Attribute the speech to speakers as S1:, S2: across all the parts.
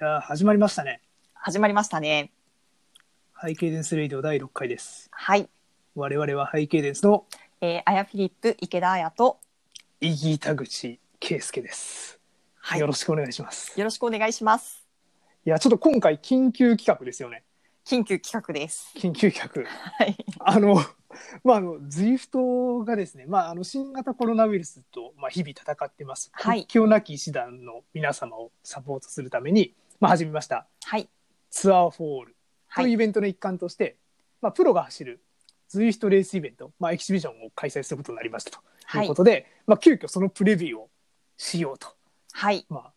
S1: やー始まりましたね。
S2: 始まりましたね。
S1: ハイケイデンスレイディオ第6回です。
S2: はい。
S1: 我々はハイケイデンスの
S2: えー、アヤフィリップ、池田彩と、
S1: イギー田口圭介です。
S2: はい。
S1: よ
S2: よ
S1: ろしくお願いします。
S2: ろしくお願いします。
S1: いや、ちょっと今回緊急企画ですよね。
S2: 緊急企画です。
S1: 緊急企画。
S2: はい。
S1: あの、まあ、あの、ZWIFT がですね、まあ、あの、新型コロナウイルスと、まあ、日々戦ってます。
S2: はい
S1: 国境なき医師団の皆様をサポートするために、まあ、始めました。
S2: はい。
S1: ツアーフォールと
S2: は
S1: いうイ
S2: い。
S1: ベントの一環として、まあ、プロが走る ZWIFT レースイベント、まあ、エキシビジョンを開催することになりましたと。と
S2: は
S1: いう
S2: い
S1: こ。とで、まあ、急遽そのプレビューをしようと、
S2: はい。
S1: まあ、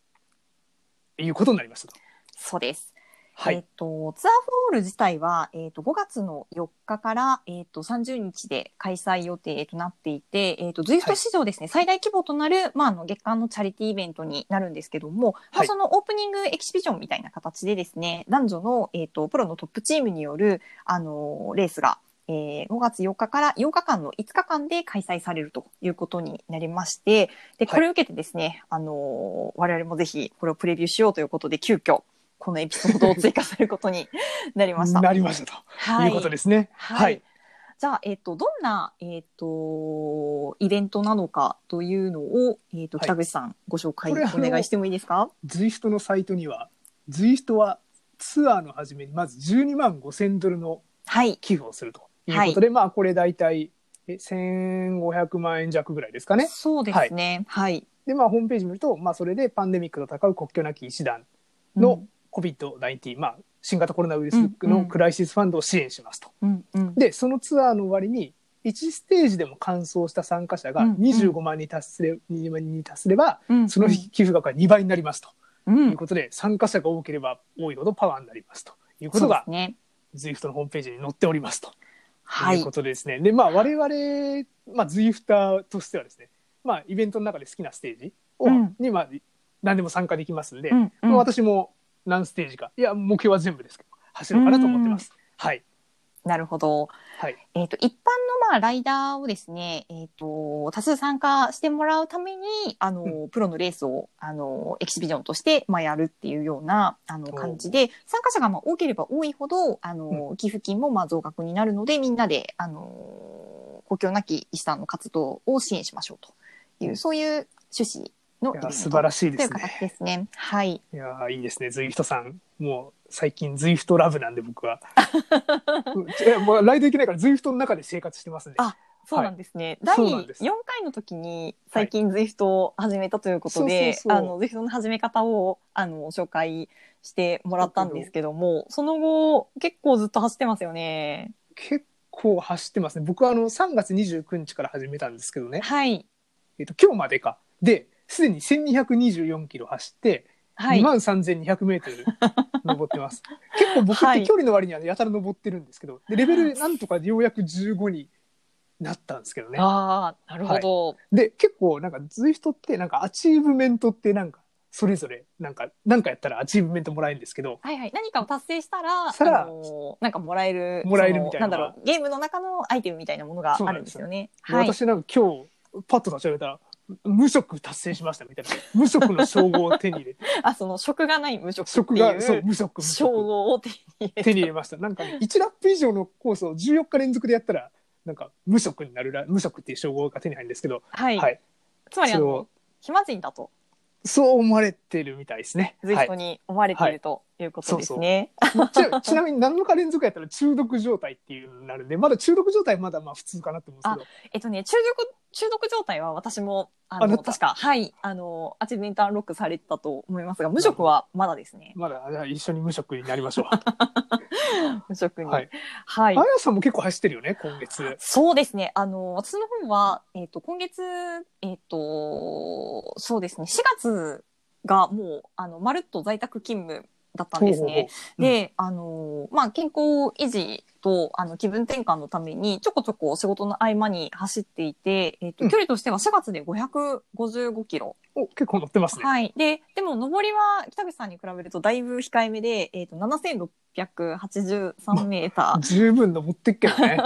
S1: いうことになりましたと。
S2: そうです。
S1: は
S2: えっ
S1: い、
S2: と、ツアーフォール自体は、えっと、5月の4日から、えっと、30日で開催予定となっていて、えっと、ズイフ
S1: は
S2: ト
S1: い
S2: 市場ですね、最大規模となる、まあ、あの、月間のチャリティーイベントになるんですけども、ま
S1: は
S2: あ、
S1: い
S2: そのオープニングエキシビジョンみたいな形でですね、男女の、えっと、プロのトップチームによる、あの、レースが、えー、5月4日から8日間の5日間で開催されるということになりまして、で、これを受けてですね、あのー我々もぜひこれをプレビューしようということで、急遽、このエピソードを追加することになりました。
S1: なりましたと、、
S2: はい
S1: うことですね。
S2: はい。じゃあ、えっ、と、どんな、えっ、と、イベントなのかというのを、えっ、と、
S1: はい
S2: 北口さん、ご紹介
S1: これあ
S2: お
S1: の
S2: 願いしてもいいですか
S1: ZWIFT のサイトには、ZWIFT はツアーの初めにまず12万5千ドルの
S2: はい。
S1: 寄付をするということで、まあ、これ大体、え1500万円弱ぐらいですかね。
S2: そうですね。はい。
S1: で、まあ、ホームページ見ると、まあ、それでパンデミックと戦う国境なき医師団
S2: うん
S1: の、COVID-19、まあ、新型コロナウイルス
S2: うんう
S1: の
S2: ん
S1: クライシスファンドを支援しますと。
S2: うん、うん。
S1: でそのツアーの終わりに1ステージでも完走した参加者が
S2: うんうん
S1: 25万に達すれ,、万に達すれば
S2: うん
S1: その日、寄付額が2倍になりますと
S2: うんう
S1: い
S2: ん
S1: う、ことで、参加者が多ければ多いほどパワーになりますということが
S2: そうですね。
S1: ZWIFT のホームページに載っておりますと
S2: は
S1: いう
S2: い
S1: こ。とでですね、でまあ我々、まあ、ZWIFTer としてはですね、まあ、イベントの中で好きなステージを、
S2: うん
S1: に、まあ、何でも参加できますんで、
S2: うんうん
S1: まあ私も何ステージかいや目標は全部ですけど走ろうかなと思ってます。はい、
S2: なるほど。
S1: はい
S2: えっ、と、一般のまあライダーをですね、えっ、と、多数参加してもらうために、あの、
S1: う
S2: プロのレースを、あの、エキシビジョンとして、まあ、やるっていうような、あの、
S1: お
S2: 感じで、参加者がまあ多ければ多いほど、あの、寄付金もまあ増額になるので、みんなで、あの、故郷なき医師さんの活動を支援しましょうという、
S1: うん
S2: そういう趣旨の
S1: いや素晴ら
S2: し
S1: しい
S2: い
S1: です
S2: とい
S1: ね。
S2: う形ですね。はい。
S1: いやーいいですね、ズイフトさん。もう最近、ズイフトラブなんで、僕 は。うんいやもうライド行けないから、ズイフトの中で生活してますね。
S2: あそうなんですね。
S1: はいそう
S2: 第
S1: なんです
S2: 4回の時に最近 ZWIFT を始めたということ
S1: はい
S2: で、
S1: そうそうそう
S2: あの ZWIFT の始め方をあの紹介してもらったんですけども、その後結構ずっと走ってますよね。
S1: 結構走ってますね。僕はあの3月29日から始めたんですけどね、
S2: はい。
S1: えっと今日までか。で、すでに1224キロ走って、
S2: は
S1: 2
S2: い。
S1: 万3200メートル登って ます。結構僕っ
S2: は
S1: て
S2: い
S1: 距離の割にはねやたら登ってるんですけど、でレベルなんとかでようやく15になったんですけどね。
S2: ああ、なるほど。
S1: で結構なんか ZWIFT ってなんかアチーブメントってなんかそれぞれなんかなんかやったらアチーブメントもらえるんですけど
S2: はいはい、何かを達成したら、
S1: したら
S2: あのなんかもらえる、
S1: もらえるみたいな
S2: そのんだろう、ゲームの中のアイテムみたいなものがあるんですよね。はい。
S1: 私なんか今日パッと立ち上げたら無職達成しましたみたいな無職の称号を手に入れ
S2: あ、その職がない無職って
S1: 職がそ
S2: いうう
S1: 無職無
S2: 称
S1: 職
S2: 号を手に入
S1: 手
S2: れて。
S1: に入れましたなんか、ね、1ラップ以上のコースを14日連続でやったらなんか無職になるら無職っていう称号が手に入るんですけど、
S2: はい。
S1: はい
S2: つまりあ
S1: それ
S2: の
S1: を、
S2: 暇人だと。
S1: そう思われてるみたいですね。
S2: ズイ
S1: は
S2: フ
S1: い
S2: トに思われているということですね。
S1: ちなちなみに7日連続やったら中毒状態っていうのになるんで、まだ中毒状態はまだまあ普通かなと思うんです
S2: えっとね、中毒、中毒状態は私も、あ
S1: あな
S2: の、
S1: た
S2: 確か、はい、あの、アチベンターンロックされたと思いますが、無職はまだですね
S1: け。ど、まだじゃあ一緒に無職になりましょう。
S2: 無職に。
S1: は
S2: はい
S1: い。。あやさんも結構走ってるよね、今月。
S2: そうですね。あの、私の方は、えっ、と、今月、えっ、と、そうですね、4月がもう、あの、まるっと在宅勤務だったんですね。
S1: うん
S2: で、あのまあ、健康維持と、あの、気分転換のために、ちょこちょこ仕事の合間に走っていて、えっ、
S1: う
S2: と、
S1: ん
S2: 距離としては4月で555キロ。
S1: お、結構乗ってますね。
S2: はい。で、でも、上りは北口さんに比べるとだいぶ控えめで、えっ、と、7683メーター。
S1: 十分登ってっけどね。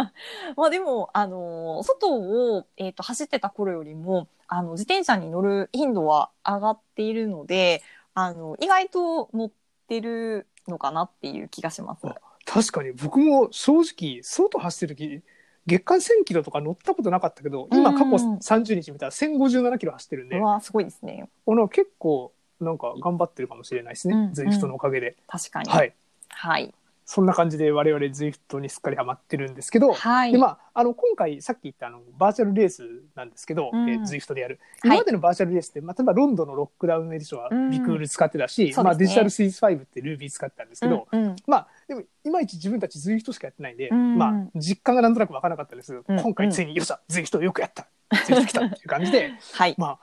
S2: まあでも、あのー外を、えっと走ってた頃よりもあの自転車に乗る頻度は上がっているのであの意外と乗っってるのかなっていう気がします。
S1: あ確かに僕も正直外走ってる時月間1000キロとか乗ったことなかったけど今過去
S2: うん
S1: 30日見たら1057キロ走ってるんで
S2: うわすごいですね。
S1: あの結構なんか頑張ってるかもしれないですね、
S2: うん
S1: ズイフトのおかげで、
S2: 確かに。
S1: はい
S2: はい。
S1: そんな感じで我々ズイフトにすっかりハマってるんですけど、
S2: はい。
S1: でまあ、あの今回さっき言ったあのバーチャルレースなんですけど、
S2: うん
S1: えー ZWIFT でやる
S2: は
S1: 今
S2: い
S1: までのバーチャルレースって、まあ、例えばロンドンのロックダウンエディションは
S2: うん
S1: ビクール使ってたし、
S2: そうですね
S1: まあ、デジタルスイーツ5って Ruby 使ってたんですけど、
S2: うんうん
S1: まあでもいまいち自分たち ZWIFT しかやってないんで、
S2: うん
S1: まあ、実感がなんとなくわからなかったんですけど、
S2: うん
S1: 今回ついによっしゃ ZWIFT よくやった ZWIFT 来たっていう感じで
S2: はい。
S1: うわ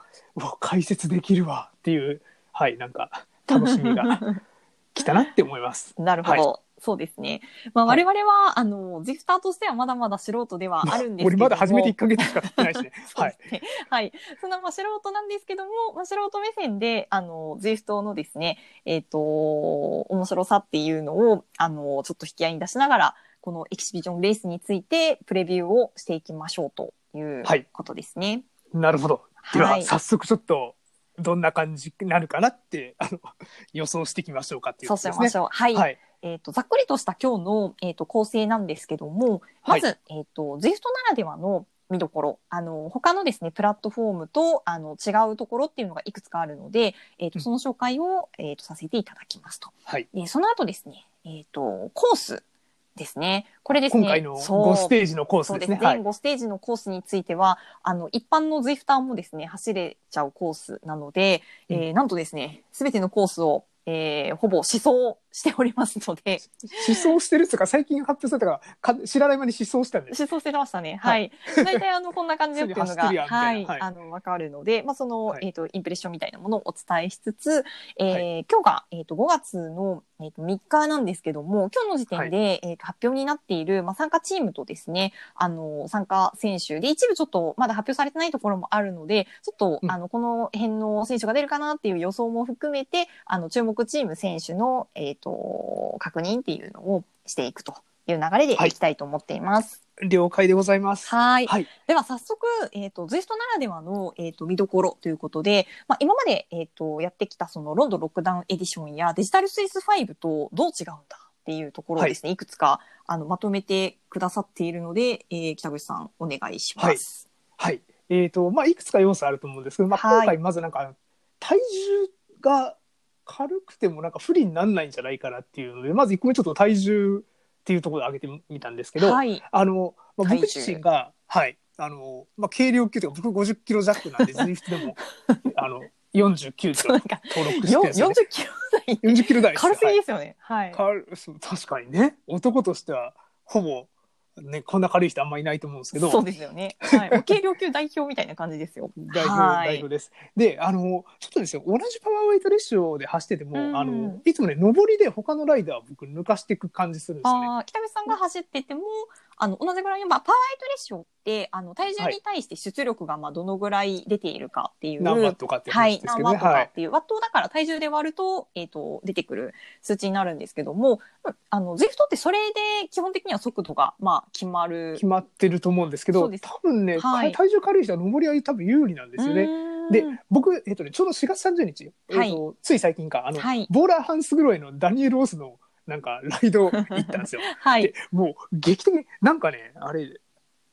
S1: 解説できるわっていうはいなんか楽しみが来たなって思います。
S2: なるほど。そうですね。まあ、
S1: は
S2: 我
S1: い
S2: 々は、あの、ジフターとしてはまだまだ素人では あるんですけども。
S1: 俺まだ始めて1ヶ月しか経ってないしね
S2: 。そ
S1: は
S2: う
S1: い
S2: ですね。はい。そんな、まあ、素人なんですけども、まあ、素人目線で、あの、ズイフトのですね、えっ、と、面白さっていうのを、あの、ちょっと引き合いに出しながら、このエキシビジョンレースについて、プレビューをしていきましょうという
S1: はい
S2: ことですね。
S1: なるほど。では、
S2: はい
S1: 早速ちょっと、どんな感じになるかなって、あの、予想していきましょうかっていう
S2: そ
S1: こ
S2: う
S1: と
S2: し
S1: ですね。
S2: ましょう。はい。
S1: はい。
S2: えっ、と、ざっくりとした今日の、えっ、と、構成なんですけども、
S1: は
S2: ま
S1: い
S2: ず、えっ、と、ズイフトならではの見どころ、あの、他のですね、プラットフォームと、あの、違うところっていうのがいくつかあるので、えっ、と、
S1: うん
S2: その紹介を、えっ、と、させていただきますと。
S1: はい。
S2: で、その後ですね、えっ、と、コースですね。これですね。
S1: 今回の
S2: そう
S1: 5ステージのコー
S2: そう
S1: スで
S2: です
S1: ね。
S2: すね。
S1: はい。
S2: 5ステージのコースについては、あの、一般のズイフターもですね、走れちゃうコースなので、えーなんとですね、すべてのコースを、えーほぼ思想しておりますので、
S1: 思想してるっつうか、最近発表されたから、か知らない間に思想したんです。
S2: 思想してましたね。はい。大体あの、こんな感じよっていう のが、
S1: 普通に走ってるやんみた
S2: はいい、
S1: なはい
S2: あの、わかるので、まあ、その、
S1: はい
S2: えっ、と、インプレッションみたいなものをお伝えしつつ、えー今日が、えっ、と、5月の、えー、と3日なんですけども、今日の時点で、えーと発表になっている、まあ、参加チームとですね、あの、参加選手で、一部ちょっと、まだ発表されてないところもあるので、ちょっと、
S1: うん
S2: あの、この辺の選手が出るかなっていう予想も含めて、あの、注目チーム選手の、えっ、と、確認っていうのをしていくという流れでいきたいと思っています。
S1: 了解でございます。
S2: はい
S1: はい。
S2: では早速、えっ、と、ズイストならではの、えっ、と、見どころということで、まあ、今まで、えっ、と、やってきた、その、ロンドンロックダウンエディションやデジタルスイス5とどう違うんだっていうところをですね、い、くつか、あの、まとめてくださっているので、えー北口さん、お願いします。
S1: はい。えっ、と、まあ、いくつか要素あると思うんですけど、まあ、
S2: はい
S1: 今回まずなんか、体重が軽くてもなんか不利にならないんじゃないかなっていうので、まず1個目ちょっと体重っていうところで上げてみたんですけど、
S2: はい。
S1: あの、まあ、
S2: 体重
S1: 僕自身が、はい、あの、まあ、軽量級というか、僕50キロ弱なんで、ズイフトでも、あの、49キロ
S2: なんか、
S1: 登録して
S2: よ
S1: るん
S2: ん
S1: ですよ、
S2: 40
S1: ね。
S2: キロ台。
S1: 40キロ台ですよ
S2: 軽すぎ
S1: はい
S2: ですよね。はい。
S1: 軽そう確かにね、男としては、ほぼ、ね、こんな軽い人あんまいないと思うんですけど、
S2: そうですよね。はい。お軽量級代表みたいな感じですよ。
S1: 代表、
S2: はい
S1: 代表です。で、あの、ちょっとですよ、同じパワーウェイトレシオで走ってても、
S2: うん
S1: あの、いつもね、上りで他のライダーを僕抜かしていく感じするんですよね。
S2: ああ、北口さんが走ってても、あの、同じぐらいの、まあ、パワーエイトレシオって、あの、体重に対して出力が、まあ、どのぐらい出ているかっていう。
S1: 何ワットかっていう
S2: は
S1: 話
S2: い、
S1: です
S2: 何
S1: けど
S2: ワ
S1: ね。
S2: ットか
S1: はい
S2: っ。ていう、ワットをだから体重で割ると、えっ、と、出てくる数値になるんですけども、まあの、ゼフトってそれで基本的には速度が、まあ、決まる
S1: 決。まってると思うんですけ
S2: そ
S1: ど、
S2: うです
S1: 多分ね、
S2: はい
S1: 体重軽い人は上りは多分有利なんですよね。
S2: うーん
S1: で、僕、えっとね、ちょうど4月30日、
S2: はい
S1: えっとつい最近か、あの、
S2: はい
S1: ボーラーハンスグロエのダニエル・オスのなんかライド行ったんですよ。
S2: はい
S1: で。もう劇的に、なんかね、あれ、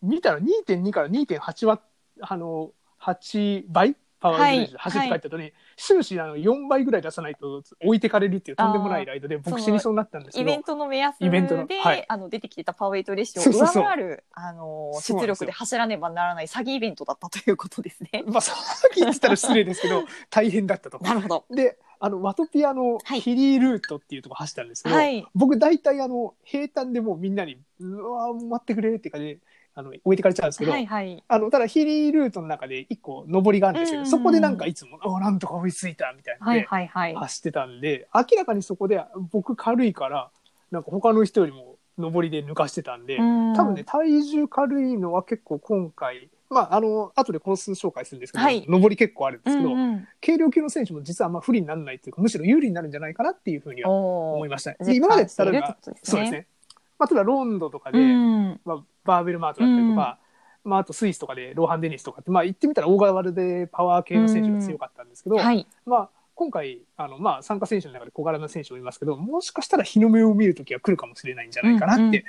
S1: 見たら2.2から2.8は、あの、8倍パワー
S2: はい
S1: で走って帰った後に、終始あの4倍ぐらい出さないと置いてかれるっていうとんでもないライドで、僕死にそうになったんですけ
S2: イ
S1: ど
S2: ベン、トの目安で、
S1: イベントのはい
S2: あの出てきてたパワーエイトレシオを
S1: そうそう
S2: 上
S1: そう
S2: 回る、あの、
S1: そうな
S2: 出
S1: んです
S2: 力
S1: よ
S2: で走らねばならない詐欺イベントだったということです ね。
S1: まあ、さっき言ってたら失礼ですけ ど、大変だったと。
S2: なるほど。
S1: であのワトピアの
S2: はい
S1: ヒリールートっていうとこ走ったんですけど、
S2: はい。
S1: 僕大体あの平坦でもうみんなに「うわー待ってくれ」って感じであの置いてかれちゃうんですけど、
S2: はいはい。
S1: あのただヒリールートの中で一個上りがあるんですけど、
S2: うんうん
S1: そこでなんかいつも「あなんとか追いついた」みたいな
S2: は
S1: ん
S2: い
S1: で
S2: はいはい。
S1: 走ってたんで、明らかにそこで僕軽いからなんか他の人よりも上りで抜かしてたんで、
S2: 多
S1: 多分ね、体重軽いのは結構今回まああの後でコース紹介するんですけど、
S2: はい
S1: 上り結構あるんで
S2: う
S1: すけど、
S2: んうん、
S1: 軽量級の選手も実はあんま不利にならないというかむしろ有利になるんじゃないかなっていうふうには
S2: お
S1: 思い
S2: ー
S1: ましたね。
S2: 実
S1: で今まで
S2: 感
S1: 例
S2: して
S1: え
S2: いる
S1: ば
S2: ってことですね
S1: そうですね、まあ、例えばロンドとかで、
S2: うん
S1: まあ、バーベルマートだったりとか、まあ、あとスイスとかでローハン・デニスとかって、まあ、言ってみたら大柄でパワー系の選手が強かったんですけど、
S2: はい。
S1: まあ、今回、あの、まあ、参加選手の中で小柄な選手もいますけど、もしかしたら日の目を見るときは来るかもしれないんじゃないかな
S2: うん
S1: っ
S2: うん
S1: て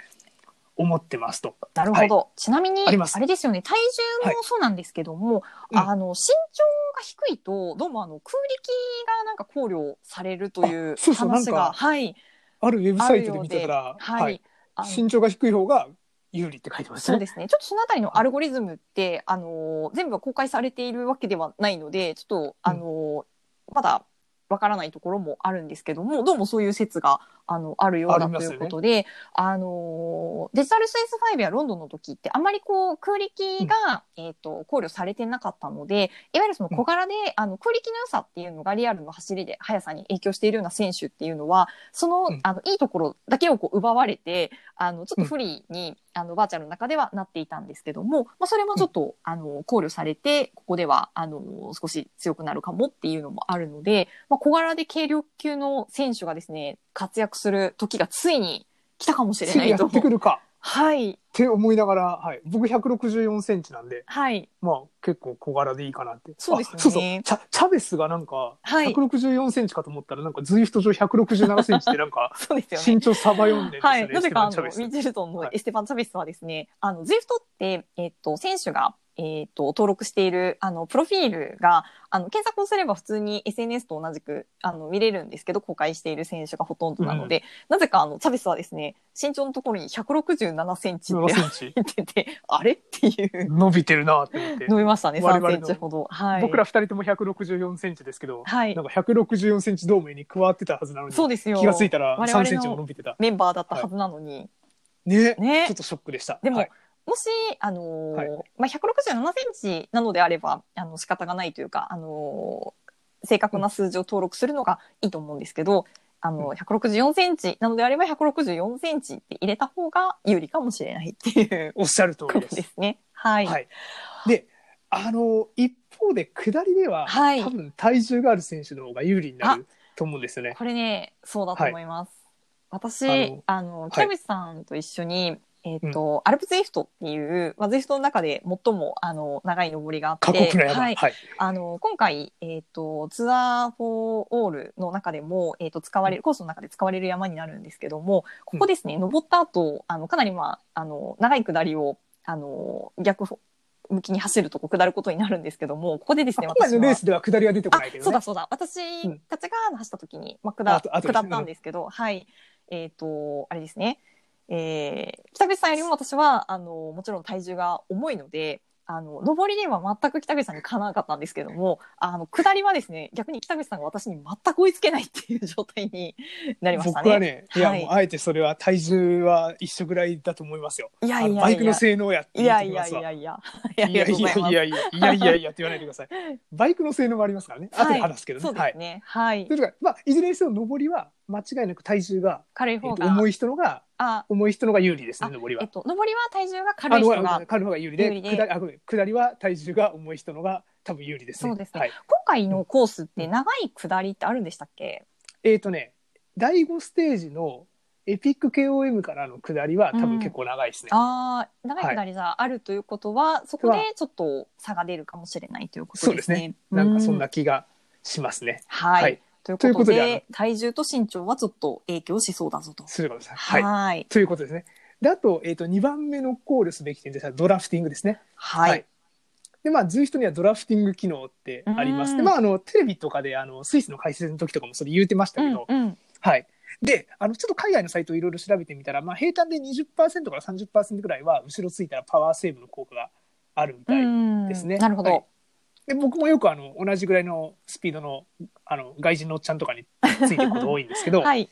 S1: 思ってますと。
S2: なるほど。ちなみに、
S1: あ
S2: あ
S1: ります
S2: れですよね、体重もそうなんですけども、
S1: はいうん
S2: あの、身長が低いと、どうもあの、空力がなんか考慮されるという
S1: あそうそう
S2: 話
S1: なん
S2: が、
S1: か
S2: はい、
S1: あるウェブ
S2: あ
S1: サイ
S2: る
S1: トで
S2: よう
S1: 見て
S2: で、
S1: たら、
S2: はい。あの
S1: 身長が低い方が有利って書いてます
S2: そう
S1: ね。
S2: ですね。ちょっとそのあたりのアルゴリズムって、あのー全部は公開されているわけではないので、ちょっと、あのーまだわからないところもあるんですけども、どうもそういう説が、あの、あるよう
S1: あ
S2: だ
S1: ります
S2: と
S1: よ
S2: い
S1: ね
S2: うことで、あのーデジタルスイス5やロンドンの時って、あんまりこう、空力が、えっ、と、考慮されてなかったので、いわゆるその小柄で、あの、空力の良さっていうのがリアルの走りで速さに影響しているような選手っていうのは、その、
S1: うん
S2: あの、いいところだけをこう奪われて、あの、ちょっと不利に、あの、バーチャルの中ではなっていたんですけども、まあ、それもちょっと、あの、考慮されて、ここでは、あの、少し強くなるかもっていうのもあるので、まあ、小柄で軽量級の選手がですね、活躍する時がついに来たかもしれ
S1: 次
S2: ない
S1: や
S2: と。
S1: ってくるか
S2: はい、
S1: って思いながら、はい、僕164センチなんで、
S2: はい、
S1: まあ結構小柄でいいかなって。
S2: そうですね
S1: あそうそう。チャチャベスがなんか、
S2: はい、
S1: 164センチかと思ったら、なんかズイフト上167セン チでなんか、
S2: そうですよね。
S1: 身長サバ読んでるんです
S2: は
S1: よ
S2: い、
S1: ね。
S2: なぜかあ
S1: ステ
S2: の
S1: ファンチャベス
S2: ミッチェルトン
S1: はい
S2: のエステファン・チャベスはですね、あの ZWIFT って、えっと、選手が、えっと、登録しているあのプロフィールがあの検索をすれば普通に SNS と同じくあの見れるんですけど公開している選手がほとんどなので、なぜかあのチャベスはですね身長のところに167センチって
S1: 17センチ。
S2: 入っててあれっていう
S1: 伸びてるなって思って。
S2: 伸びましたね
S1: 我
S2: 3
S1: 々
S2: セ
S1: の
S2: ンチほど。はい、
S1: 僕ら二人とも164センチですけど、
S2: はい
S1: なんか164センチ同盟に加わってたはずなのに、
S2: そうですよ
S1: 気がついたら
S2: 我々の
S1: 3センチも伸びてた。
S2: メンバーだったはずなのに、
S1: ね
S2: ね
S1: ちょっとショックでした。
S2: でも
S1: はい
S2: もし、あのー
S1: はい
S2: まあ、167センチなのであれば、あの、仕方がないというか、あのー正確な数字を登録するのがいいと思うんですけど、あの、164センチなのであれば、164センチって入れた方が有利かもしれないっていう
S1: おっしゃる通
S2: こ
S1: り
S2: と
S1: です。
S2: ですね。はい。
S1: はいで、あの、一方で下りでは、
S2: はい
S1: 多分体重がある選手の方が有利になると思うんですよね。
S2: これね、そうだと思います。私、
S1: あ
S2: あ
S1: の
S2: の、キャベツさんと一緒に、えっ、と、アルプツイフトっていう、まあ、ズイフトの中で最も、あの、長い登りがあって、
S1: 過酷な山。
S2: は
S1: はいい。。
S2: あの今回、えー、とツアー・フォー・オールの中でも、えー、と使われるコースの中で使われる山になるんですけどもここですね、登った後あのかなり、まあ、あの長い下りをあの逆向きに走るとこ下ることになるんですけどもここでですね
S1: あ今
S2: 私
S1: のレー
S2: は。
S1: スでは下りは出てこ
S2: あ
S1: ないけど
S2: そう
S1: ね
S2: だ。そうだ私
S1: うん
S2: たちがあの走った時に、まあ、
S1: あ
S2: 下
S1: あとあとです
S2: 下ったんですけど、はいえっ、とあれですね、えー北口さんよりも私はあのもちろん体重が重いのであの上りでは全く北口さんにかなわなかったんですけどもあの下りはですね逆に北口さんが私に全く追いつけないっていう状態になりましたね。
S1: 僕はね、いや、
S2: はい
S1: もうあえてそれは体重は一緒ぐらいだと思いますよ。
S2: いや
S1: あ
S2: い
S1: の
S2: や
S1: バイ
S2: い
S1: クの
S2: や
S1: 性能やって
S2: い
S1: 言っ
S2: や
S1: て
S2: い
S1: きま
S2: やい
S1: すわ。
S2: やい
S1: い
S2: やあり
S1: や
S2: がとう
S1: い
S2: ござ
S1: やいやいや
S2: います
S1: いやいやいやって言わないでください。バイクの性能もありますからね。後で話すけどね。
S2: そう
S1: は
S2: で
S1: い
S2: す。ね。はい
S1: とい。うことでまあ、いずれにせよ上りは間違いなく体重が、
S2: 軽い
S1: えっ
S2: 方
S1: と
S2: が、
S1: 重い人のが
S2: あ、
S1: 重い人のが有利ですね
S2: あ
S1: 上り
S2: え
S1: は
S2: っ。と、上りは体重が軽
S1: あ
S2: い
S1: の
S2: 人
S1: 軽い
S2: が
S1: 方が有利で
S2: 有利で
S1: 下りあごめん下りは体重が重い人のが多分有利ですね。
S2: そうですね
S1: はい、
S2: 今回のコースって長い下りってあるんでしたっけ、
S1: えっ、とね第5ステージのエピック KOM からの下りは多分結構長いですね。
S2: ああ長い下りがあるということは、そこでちょっと差が出るかもしれないということですね。
S1: なんかそん
S2: う
S1: な気がしますね。
S2: はい、
S1: はい
S2: という
S1: というこ
S2: ことと
S1: で
S2: で体重と身長はちょっと影響しそうだぞと。
S1: するかもしれない。
S2: は
S1: はい
S2: い。はい。
S1: ということですね。であと,、えー、と2番目の考慮すべき点ですドラフティングですね。はいでまあ、ズイフトにはドラフティング機能ってありまし
S2: う
S1: て、
S2: ん
S1: まあ、あのテレビとかであのスイスの解説の時とかもそれ言うてました
S2: う
S1: け
S2: ん
S1: ど、
S2: うん
S1: はい、であのちょっと海外のサイトをいろいろ調べてみたら、まあ、平坦で20%から30%ぐらいは後ろついたらパワーセーブの効果があるみたい、
S2: うん
S1: ですね
S2: なるほど。
S1: はいで僕もよくあの同じぐらいのスピードのあの外人のおっちゃんとかについていくこと多いんですけど、
S2: はい。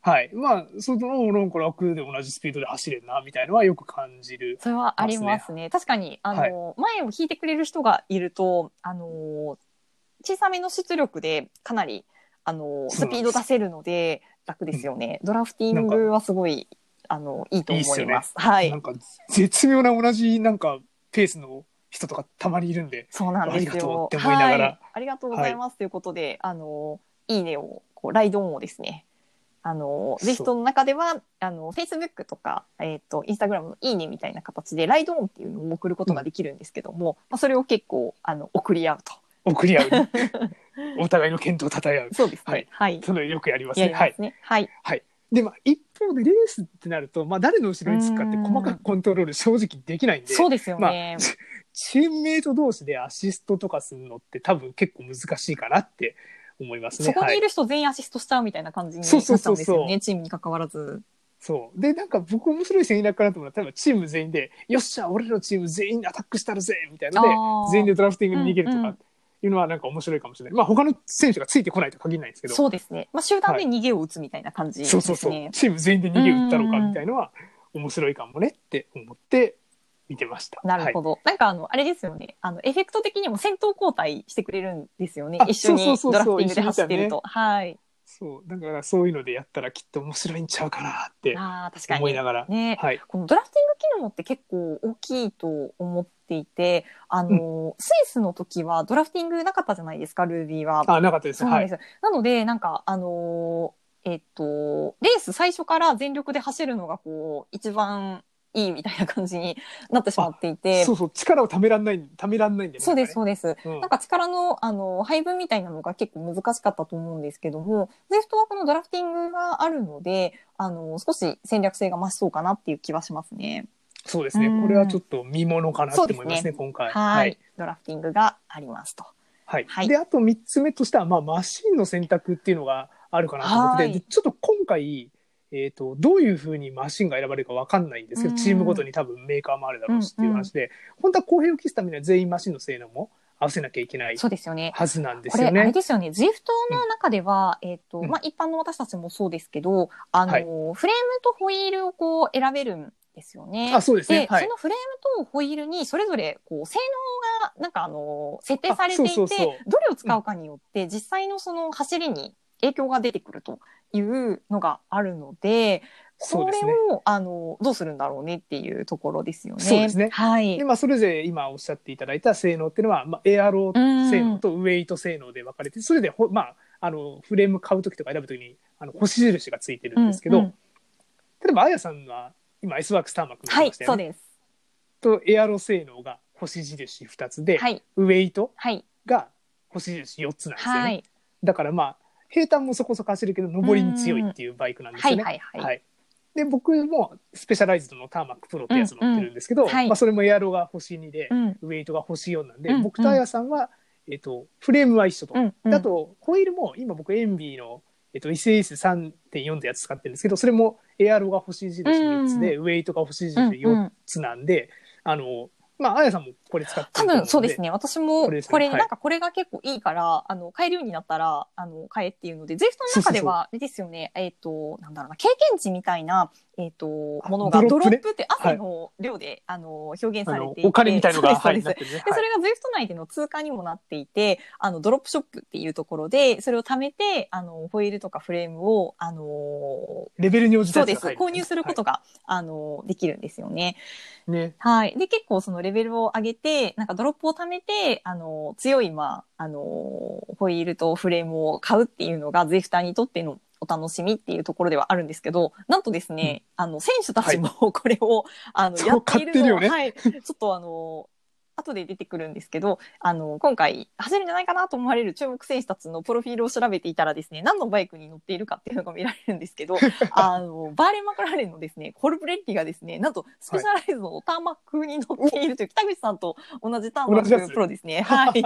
S1: はい、まあそのおなんか楽で同じスピードで走れるなみたいなのはよく感じる。
S2: それはありますね。確かに、あの、
S1: はい
S2: 前を引いてくれる人がいると、あの、小さめの出力でかなり、あ
S1: そうな
S2: の、ス
S1: んです
S2: ピード出せるので楽ですよね。ドラフティングはすごい、あの、いいと思います。
S1: いいっ
S2: は
S1: なん
S2: い。
S1: か絶妙な同じなんかペースの人とかたまにいるんで
S2: そうなんですよ。
S1: ありがとうって思いながら
S2: はい。ありがとうございます。ということで、あの、いいねを、こう、ライドオンをですね、あの、
S1: そう
S2: ぜひとの中では、あの、Facebook とか、えっ、と、Instagram のいいねみたいな形で、ライドオンっていうのを送ることができるんですけども、まあ、それを結構、あの、送り合うと
S1: 送り合う。 お互いの健闘を称え合う。
S2: そうです
S1: はい
S2: ね。はい。
S1: そのよくやります
S2: や
S1: ね。
S2: り
S1: は
S2: ま
S1: い
S2: す。ね。はい。
S1: で、まあ、一方でレースってなると、まあ、誰の後ろにつくかって
S2: うん
S1: 細かくコントロール正直できないんで、
S2: そうですよ
S1: まあ
S2: ね。
S1: チームメイト同士でアシストとかするのって多分結構難しいかなって思いますね。
S2: そこ
S1: は
S2: にい
S1: い、
S2: る人全員アシストしちゃうみたいな感じになっち
S1: そう
S2: ゃ
S1: そうそううんそう
S2: ですよね。チームに関わらず。
S1: そう。で、なんか僕面白い戦略かなと思ったら、例えばチーム全員で、よっしゃ、俺のチーム全員でアタックしたるぜみたいなので、
S2: あー
S1: 全員でドラフティングに逃げると
S2: うんう
S1: か
S2: ん
S1: いうのはなんか面白いかもしれない。まあ、他の選手がついてこないと限らないんですけど、
S2: そうですね。まあ、集団
S1: は
S2: で
S1: い
S2: 逃げを打つみたいな感じです
S1: そ
S2: ね。
S1: うそうそう、チーム全員で逃げ打ったのかみたいなのは面白いかもねって思って見てました。
S2: なる
S1: ど。
S2: ほど。なんかあの、あれですよね。あの、エフェクト的にも先頭交代してくれるんですよね
S1: あ。
S2: 一
S1: そう
S2: 緒に
S1: そうそうそう
S2: ドラフティングで走ってると。はい。
S1: そう。だからそういうのでやったらきっと面白いんちゃうかなって
S2: ああ、確か
S1: 思い
S2: に
S1: な。がら。
S2: ね。
S1: はい。
S2: このドラフティング機能って結構大きいと思っていて、あの、スイスの時はドラフティングなかったじゃないですか、ルービーは。
S1: あ、なかったです。
S2: そうなん
S1: は
S2: で
S1: い。
S2: す。なので、なんか、あのーえっと、レース最初から全力で走るのが、こう、一番いいみたいな感じになってしまっていて、
S1: そうそう。力をためらんない、ためらんないんで、ね。
S2: そうです、
S1: なんか
S2: そうです。
S1: ね。うん
S2: なんか力の、あの、配分みたいなのが結構難しかったと思うんですけども、ゼフトはこのドラフティングがあるので、あの、少し戦略性が増しそうかなっていう気はしますね。
S1: そうですね。
S2: うん
S1: これはちょっと見ものかなって思いますね、
S2: そうで
S1: 今回。
S2: はい。。ドラフティングがありますと。
S1: はい。
S2: はい
S1: で、あと3つ目としては、まあ、マシンの選択っていうのがあるかなと思ってて、
S2: はい
S1: でちょっと今回、えー、とどういうふうにマシンが選ばれるかわかんないんですけど、
S2: うん
S1: チームごとに多分メーカーもあるだろうしっていう話で、本当は公平を期すためには全員マシンの性能も合わせなきゃいけない
S2: そうですよね。
S1: はずなんです
S2: これ、
S1: よ
S2: あれ
S1: ね。
S2: ですよね。ZWIFT の中では、えっ、と、
S1: うん
S2: まあ、一般の私たちもそうですけど、あの、
S1: はい
S2: フレームとホイールをこう選べるんですよね。
S1: あそうです
S2: で、
S1: ね。はい
S2: そ。のフレームとホイールにそれぞれこう性能がなんかあの設定されてい
S1: あ
S2: て
S1: そうそうそう
S2: どれを使うかによって実際のその走りに影響が出てくるというのがあるので
S1: そう
S2: こ
S1: で
S2: れ
S1: す
S2: を
S1: ね。
S2: あのどうするんだろうねっていうところですよね。
S1: そうですね
S2: はい
S1: で、まあ、それぞれ今おっしゃっていただいた性能っていうのは、まあ、エアロ
S2: うん
S1: 性能とウェイト性能で分かれて、それでほ、まあ、あのフレーム買うときとか選ぶときにあの星印がついてるんですけど、
S2: うんうん
S1: 例えばあやさんは今 S ワークスターマックに
S2: は
S1: し
S2: い
S1: ました
S2: そ
S1: よ
S2: う
S1: ね、
S2: です。
S1: とエアロ性能が星印2つで、
S2: はい
S1: ウェイト
S2: はい
S1: が星印4つなんですよね、
S2: はい
S1: だからまあ平坦もそこそこ走るけど上りに強いっていうバイクなんです
S2: は
S1: よ
S2: い
S1: ね。
S2: はいはい。
S1: はいで僕もスペシャライズドのターマックプロってやつ乗ってるんですけど、
S2: うんうんはい
S1: まあ、それもエアロが星2で
S2: う、ん
S1: ウェイトが星4なんで、
S2: うんうん
S1: 僕とあやさんは、えっとフレームは一緒と、
S2: うんうん
S1: であとホイールも今僕エンビーの、えっと SS3.4 ってやつ使ってるんですけどそれもエアロが星印3つで、ウェイトが星印
S2: うんう
S1: 4
S2: ん
S1: つなんで、あのまああやさんもこれ使って
S2: 多
S1: ると思うの
S2: 分そうですね。私も
S1: これですね
S2: これ、
S1: はい
S2: なんかこれが結構いいから、あの、買えるようになったら、あの、買えっていうので、ゼフトの中では、あれですよね、えっ、と、なんだろうな、経験値みたいな、えっ、と、
S1: あ
S2: ものが、
S1: ド
S2: ド
S1: ロップ
S2: ロ
S1: ね
S2: ップって汗の量で、あの、表現
S1: あ
S2: され
S1: の
S2: ていて。
S1: お金みたいのが
S2: そう
S1: 入
S2: で
S1: っ
S2: すそ
S1: なっ
S2: うです
S1: てるね
S2: で、そ
S1: はい
S2: れが ZWIFT 内での通貨にもなっていて、あの、ドロップショップっていうところで、それを貯めて、あの、ホイールとかフレームを、あの
S1: レベルに応じた
S2: そう
S1: やつ
S2: です。
S1: が入る
S2: 購入することが、あの、できるんですよね。
S1: はいね
S2: はい。で、結構そのレベルを上げて、なんかドロップを貯めて、あの、強い、まあ、あの、ホイールとフレームを買うっていうのが、ゼフターにとってのお楽しみっていうところではあるんですけど、なんとですね、あの、選手たちも これを、あの、
S1: そう
S2: やって
S1: 買
S2: いるの
S1: ってるよね
S2: はい。ちょっとあの、後で出てくるんですけど、あの、今回、走るんじゃないかなと思われる注目選手たちのプロフィールを調べていたらですね、何のバイクに乗っているかっていうのが見られるんですけ ど、あの、バーレン・マクラーレンのですね、コルブレッティがですね、なんと、スペシャライズのターマックに乗っているという、北口さんと同じターマ
S1: 同じや
S2: ッ
S1: つ
S2: クプロですね。はい。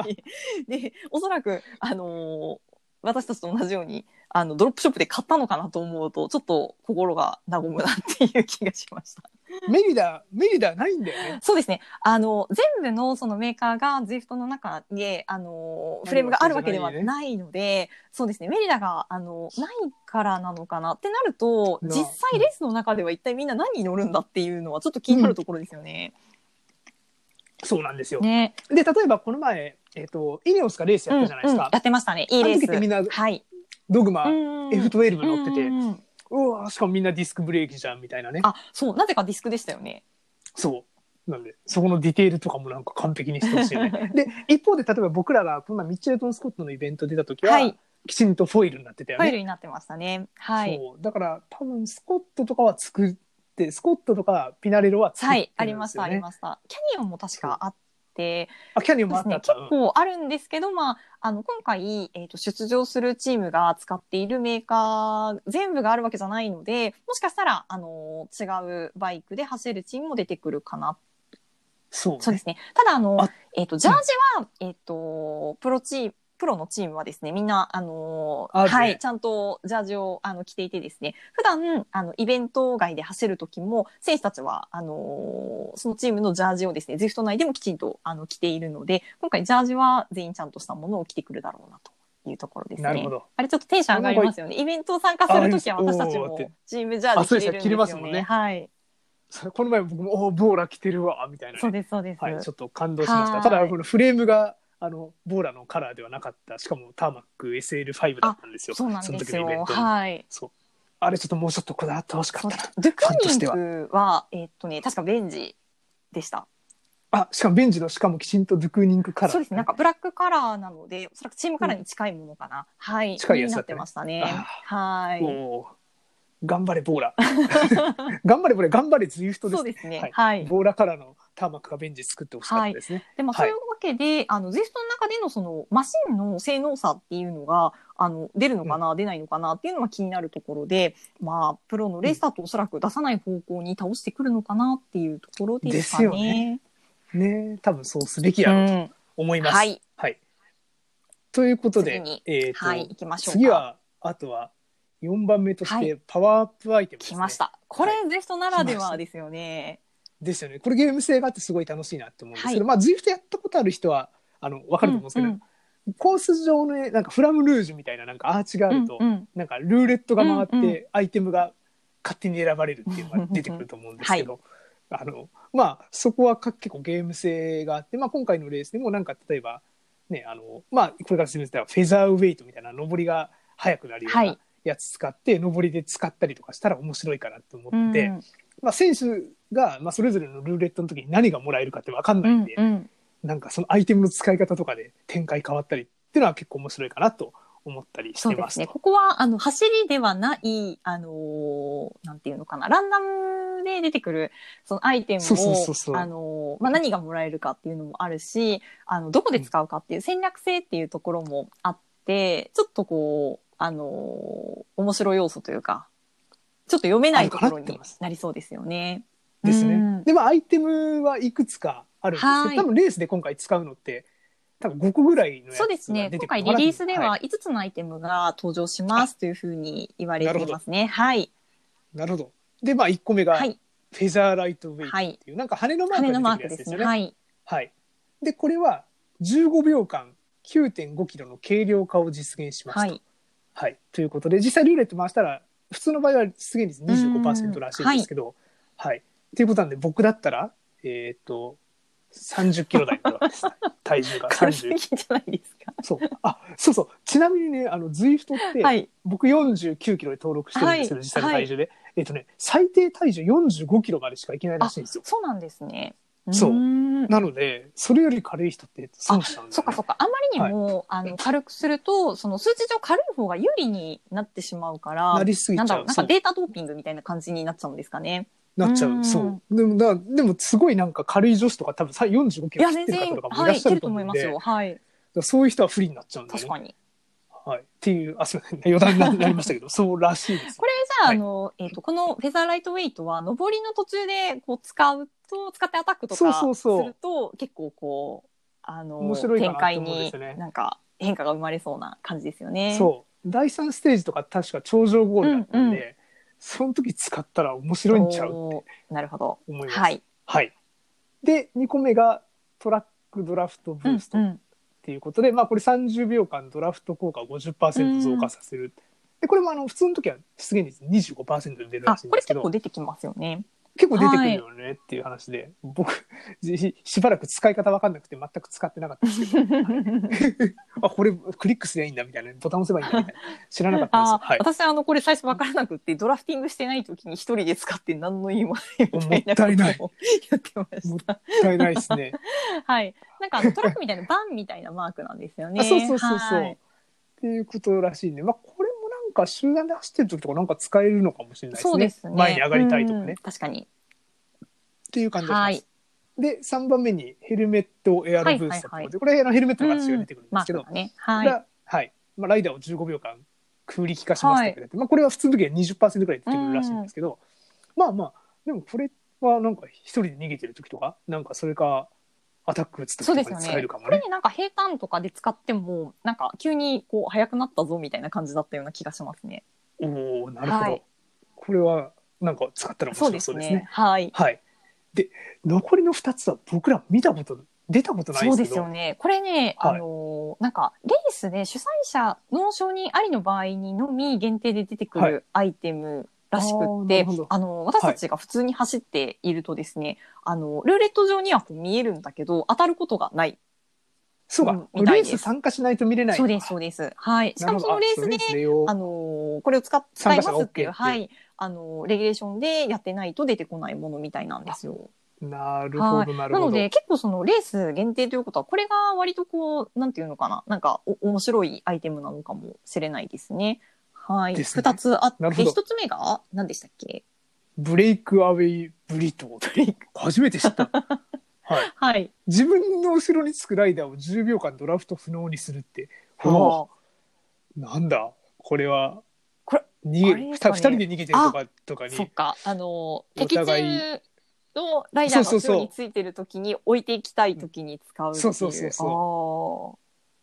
S2: で、おそらく、あのー私たちと同じように、あの、ドロップショップで買ったのかなと思うと、ちょっと心が和むなっていう気がしました。
S1: メリダメリダないんだよね
S2: そうですね。あの、全部のそのメーカーが ZWIFT の中で、あの、フレームがあるわけではないので、そうですね。メリダが、あの、ないからなのかなってなると、
S1: な
S2: 実際レースの中では一体みんな何に乗るんだっていうのはちょっと気になるところですよね。
S1: そうなんですよ、
S2: ね。
S1: で例えばこの前えっ、とイネオスがレースやったじゃないです
S2: うんう
S1: か
S2: ん、やってましたね。いいレー
S1: あの時って
S2: ス。
S1: みんな
S2: はい。
S1: ドグマ
S2: うん
S1: F12 乗ってて、
S2: うんうんうん
S1: うわしかもみんなディスクブレーキじゃんみたいなね
S2: あ、そう。なぜかディスクでしたよね。
S1: そうなんでそこのディテールとかもなんか完璧にしてほしいよ ねで一方で例えば僕らがこんなミッチェルトン・スコットのイベント出た時は、
S2: はい
S1: きちんとフォイルになってたよ
S2: ファ
S1: ね
S2: イルになってましたね。はい。
S1: そうだから多分スコットとかは作ってスコットとかピナレロは作っ
S2: は
S1: て
S2: い。あ
S1: る
S2: り
S1: ん
S2: ま
S1: で
S2: し
S1: す
S2: た、
S1: よ
S2: あり
S1: ね。
S2: ました。キャニオンも確かあっって、
S1: あ、キャニオン
S2: で
S1: もあっ
S2: す
S1: たあ
S2: ね
S1: っ、た。
S2: 結構あるんですけど、まあ、あの今回、えー、と出場するチームが使っているメーカー全部があるわけじゃないのでもしかしたら、あの違うバイクで走るチームも出てくるかな
S1: そうね。
S2: そうですね。ただあの
S1: あ
S2: えっ、とジャージは、えっ、とプロチームプロのチームはですね、みんな、あのー
S1: あるね
S2: はい、ちゃんとジャージをあの着ていてですね、普段、あの、イベント外で走る時も、選手たちは、あのーそのチームのジャージをですね、ズイフト内でもきちんと、あの、着ているので、今回ジャージは全員ちゃんとしたものを着てくるだろうな、というところですね。
S1: なるほど。
S2: あれちょっとテンション上がりますよね。イベント参加する時は
S1: あ
S2: 私たち
S1: おーっ
S2: も
S1: て
S2: チームジャー
S1: あ
S2: ジ
S1: そう
S2: 着
S1: で
S2: て
S1: すね着
S2: るんですよね。
S1: れますもんね
S2: はい。
S1: それこの前僕も、おーボーラ着てるわ、みたいなね、
S2: そうです、そうです。
S1: はい、ちょっと感動しまし
S2: は
S1: た。た
S2: い
S1: だ、このフレームが、あの、ボーラのカラーではなかった。しかも、ターマック SL5 だったんですよ。
S2: そうなん
S1: の
S2: です
S1: 時のイベン
S2: よ。
S1: ト。
S2: はい。
S1: そう。あれ、ちょっともうちょっとこだわってほしか
S2: そ
S1: っ
S2: う
S1: たな
S2: だドゥク
S1: ファンと
S2: ニン
S1: しては
S2: グは、えっとね、確かベンジでした。
S1: あ、しかもベンジの、しかもきちんとドゥクーニングカラー。
S2: そうですね。なんかブラックカラーなので、おそらくチームカラーに近いものかな。はい。
S1: 近いやつ
S2: に
S1: だ
S2: なっ
S1: った
S2: て
S1: ね
S2: ましたね。
S1: あ
S2: はい。
S1: おー頑張れ、ボー ラ。頑張れ、ボーラ。頑張れ、ズイフトで
S2: そう
S1: す。
S2: です
S1: は
S2: ね
S1: い。
S2: はい。
S1: ボーラからのターマックがベンジ作ってほしかったですね。
S2: でまあ、そ
S1: は
S2: う
S1: い
S2: いうわけで、あの、ゼストの中でのその、マシンの性能差っていうのが、あの、出るのかな、出ないのかなっていうのは気になるところで、まあ、プロのレースだとおそらく出さない方向に倒してくるのかなっていうところですか
S1: ですよ
S2: ね。
S1: ね多分そうすべきやろうと思い
S2: うん
S1: ます。
S2: は。い。
S1: ということで
S2: 次に、
S1: えーと、
S2: はい。行きましょうか。
S1: 次は、あとは、4番目とし
S2: は
S1: て、パワーアップアイテムです、
S2: 来
S1: ね
S2: ました。これ、
S1: は
S2: ゼストならではですよね。
S1: ですよね。これゲーム性があってすごい楽しいなって思うんですけど、
S2: は
S1: まあ、ズイフトやったことある人は、あの、わかると思うんですけど、
S2: うん
S1: コース上のね、なんかフラムルージュみたいな、なんかアーチがあ
S2: うん
S1: ると、
S2: うんうん
S1: なんかルーレットが回っ
S2: うんう
S1: て、アイテムが勝手に選ばれるっていうのが出てくると思うんですけど、あの、まあ、そこはか結構ゲーム性があって、まあ、今回のレースでもなんか例えば、ね、あの、まあ、これから説明したらフェザーウェイトみたいな上りが速くなるよう
S2: は
S1: ないやつ使って、上りで使ったりとかしたら面白いかなと思って、
S2: うん
S1: まあ、選手が、まあ、それぞれのルーレットの時に何がもらえるかって分かんないんで、
S2: うんうん
S1: なんかそのアイテムの使い方とかで展開変わったりっていうのは結構面白いかなと思ったりし
S2: そう
S1: て
S2: で
S1: ますす
S2: ね。
S1: と。
S2: ここは、あの、走りではない、あのーなんていうのかな、ランダムで出てくる、そのアイテムを、
S1: そうそうそうそう
S2: あのーまあ、何がもらえるかっていうのもあるし、あの、どこで使うかっていう戦略性っていうところもあって、ちょっとこう、あのー面白い要素というか、ちょっと読めないところ
S1: あるかなって
S2: に
S1: ます
S2: なりそうですよね。
S1: です
S2: う
S1: ね
S2: ん。
S1: で、まあ、アイテムはいくつかあるんです
S2: は
S1: け
S2: い
S1: ど、多分レースで今回使うのって、多分5個ぐらいのやつ
S2: そうです
S1: が
S2: ね。
S1: 出て
S2: 今
S1: くる
S2: 回
S1: のかな
S2: リリースで
S1: い
S2: は5つのアイテムが登場しますというふうに言われていますね。はい。
S1: なるほど。で、まあ、1個目が
S2: は
S1: フ
S2: い。
S1: ェザーライトウェイト
S2: はい
S1: っていう、なんか羽のマ
S2: 羽のマ
S1: ー
S2: ー
S1: クが
S2: ク
S1: 出てくるやつです
S2: で
S1: す
S2: ね。
S1: よね。
S2: はい。
S1: はい。で、これは15秒間9.5キロの軽量化を実現しますと。
S2: は
S1: はい。
S2: い。
S1: ということで、実際ルーレット回したら、普通の場合は出現率25%らしいんですけど、はい。っていうことなんで、僕だったら、えっ、と、30キロ台のです。 体重が
S2: 軽すぎ
S1: 30。
S2: じゃないですか。
S1: そう。あ、そうそう。ちなみにね、あの、ズイフトって、
S2: はい。
S1: 僕49キロで登録してるんですけど、
S2: はい
S1: 実際の体重で。えっ、とね、最低体重45キロまでしかいけないら
S2: あ、
S1: しいんですよ。
S2: そうなんですね。
S1: そう
S2: ーん
S1: なので、それより軽い人って損したんです
S2: そっかそっか。あまりにも、あの、軽くすると、その数値上軽い方が有利になってしまうから、
S1: なりすぎち
S2: んだ
S1: ゃ
S2: ろう、
S1: う。
S2: なん
S1: そ
S2: か
S1: う
S2: データドーピングみたいな感じになっちゃうんですかね。
S1: なっちゃ
S2: う
S1: う。
S2: ん
S1: そう。でも、だでもすごいなんか軽い女子とか多分さ45キ
S2: い
S1: ロ
S2: や、
S1: 切っ
S2: 全
S1: てる方
S2: 然、
S1: とかもい
S2: は
S1: らっ
S2: い、い
S1: しゃる
S2: ける
S1: と
S2: と
S1: 思
S2: 思
S1: う
S2: い
S1: ん
S2: ます
S1: で、
S2: よ。はい。
S1: そういう人は不利になっちゃうんだよ
S2: 確
S1: ね。
S2: かに。
S1: はい。っていう、あ、すみません。余談になりましたけど、そうらしいです。
S2: これじゃあ、
S1: はい
S2: あの、えっ、と、このフェザーライトウェイトは、上りの途中で、こう、使うと、使ってアタックとかす
S1: そ
S2: る
S1: う
S2: と、
S1: そうそう
S2: 結構、こう、あの、
S1: 面白いか
S2: 展
S1: なって
S2: 開
S1: 思うんで
S2: に
S1: すよね、
S2: なんか、変化が生まれそうな感じですよね。
S1: そう。第3ステージとか確か頂上ゴールだったんで、
S2: う
S1: その時使ったら面白いんちゃう
S2: おーなるほど。
S1: 思います。
S2: はい。
S1: はい。で、2個目がトラックドラフトブースト
S2: う
S1: っ
S2: んうん
S1: ていうことで、まあこれ30秒間ドラフト効果を50%増加させる。で、これもあの普通の時は出現率25%で出る
S2: あ、
S1: らしいん
S2: こ
S1: で
S2: れ
S1: すけ
S2: 結
S1: ど
S2: 構、出てきますよね。
S1: 結構出てくるよねっていう話で、僕し、しばらく使い方わかんなくて全く使ってなかったんですけど、 あ、これクリックすりゃいいんだみたいな、ボタン押せばいいんだみたいな、知らなかったんですよ
S2: あ。
S1: はい。
S2: 私、あの、これ最初分からなくって、ドラフティングしてない時に一人で使って何の意味もないみたいなことを
S1: もったいない
S2: やってまし。
S1: もった絶対ないですね。
S2: はい。なんかあの、トラックみたいな、バンみたいなマークなんですよね。
S1: あそうそうそうそう。
S2: はい
S1: っていうことらしいんで、まあ、これもなんか集団で走ってる時とかなんか使えるのかもしれないですね。
S2: そうですね。
S1: 前に上がりたいとかね。
S2: うん。確かに。
S1: っていう感じがします。
S2: はい
S1: で、3番目にヘルメットエアロブーストってことで、
S2: はいはいはい
S1: これあのヘルメットが必要
S2: う
S1: に
S2: ん
S1: 出てくるんで
S2: ますあ
S1: け
S2: そ
S1: ど、
S2: うだね。はい。
S1: がはいまあ、ライダーを15秒間空力化しますって書いてあってまあ、これは普通の時は20%ぐらい出てくるらしいんですけど、まあまあでもこれはなんか一人で逃げてる時とかなんかそれかアタック打つ時
S2: そうで
S1: と
S2: す
S1: か
S2: よ
S1: に使え
S2: ね。
S1: るかも
S2: こ
S1: ね
S2: れになんか平坦とかで使っても、なんか急にこう速くなったぞみたいな感じだったような気がしますね。
S1: おおなるほど、
S2: はい
S1: これはなんか使ったら面
S2: そう
S1: 白
S2: で
S1: そう
S2: す
S1: ですね
S2: ね。はい。
S1: はいで残りの2つは僕ら見たこと出たことない
S2: そう
S1: で
S2: で
S1: け
S2: すす
S1: ど
S2: よね。これね、
S1: はい
S2: あのーなんか、レースで主催者の承認ありの場合にのみ限定で出てく
S1: はい
S2: るアイテムらしくっ
S1: あーなる
S2: て、
S1: ほど
S2: あのー、私たちが普通に走っているとですね、あのー、ルーレット上にはこう見えるんだけど、当たることがない。
S1: そうか、
S2: うんみた
S1: レ
S2: い
S1: ー
S2: です
S1: ス参加しないと見れない
S2: そうです、そうです。はい。し
S1: な
S2: か
S1: る
S2: も
S1: ほ
S2: そ
S1: ど
S2: のレー
S1: あ
S2: スで、
S1: それを
S2: あのーこれを使っ使い
S1: 参加
S2: ま
S1: 者が
S2: すっていう、
S1: OK っていう
S2: はい、あのーレギュレーションでやってないと出てこないものみたいなんですよ。
S1: なるほ
S2: は
S1: ど
S2: い、
S1: な
S2: な
S1: るほど、
S2: ので結構そのレース限定ということはこれが割とこうなんていうのかななんかお面白いアイテムなのかもしれないですね。はい、
S1: ですね
S2: 2つあっ
S1: なる
S2: て
S1: ほど
S2: 1つ目が何でしたっけ
S1: ブレイクアウェイブリトー初めて知った はい
S2: はい。
S1: 自分の後ろにつくライダーを10秒間ドラフト不能にするってほ
S2: あ
S1: うなんだこれは
S2: これ
S1: 逃げ
S2: あれ
S1: 2
S2: です
S1: 人
S2: かね
S1: で逃げてるとかとか
S2: ー
S1: に
S2: そっかあのー
S1: お
S2: 敵チ
S1: 互い
S2: ームのライダーが
S1: そうそう
S2: 後
S1: そう
S2: ろについてる時に置いていきたい時に使うっていう。
S1: そうそうそう
S2: そ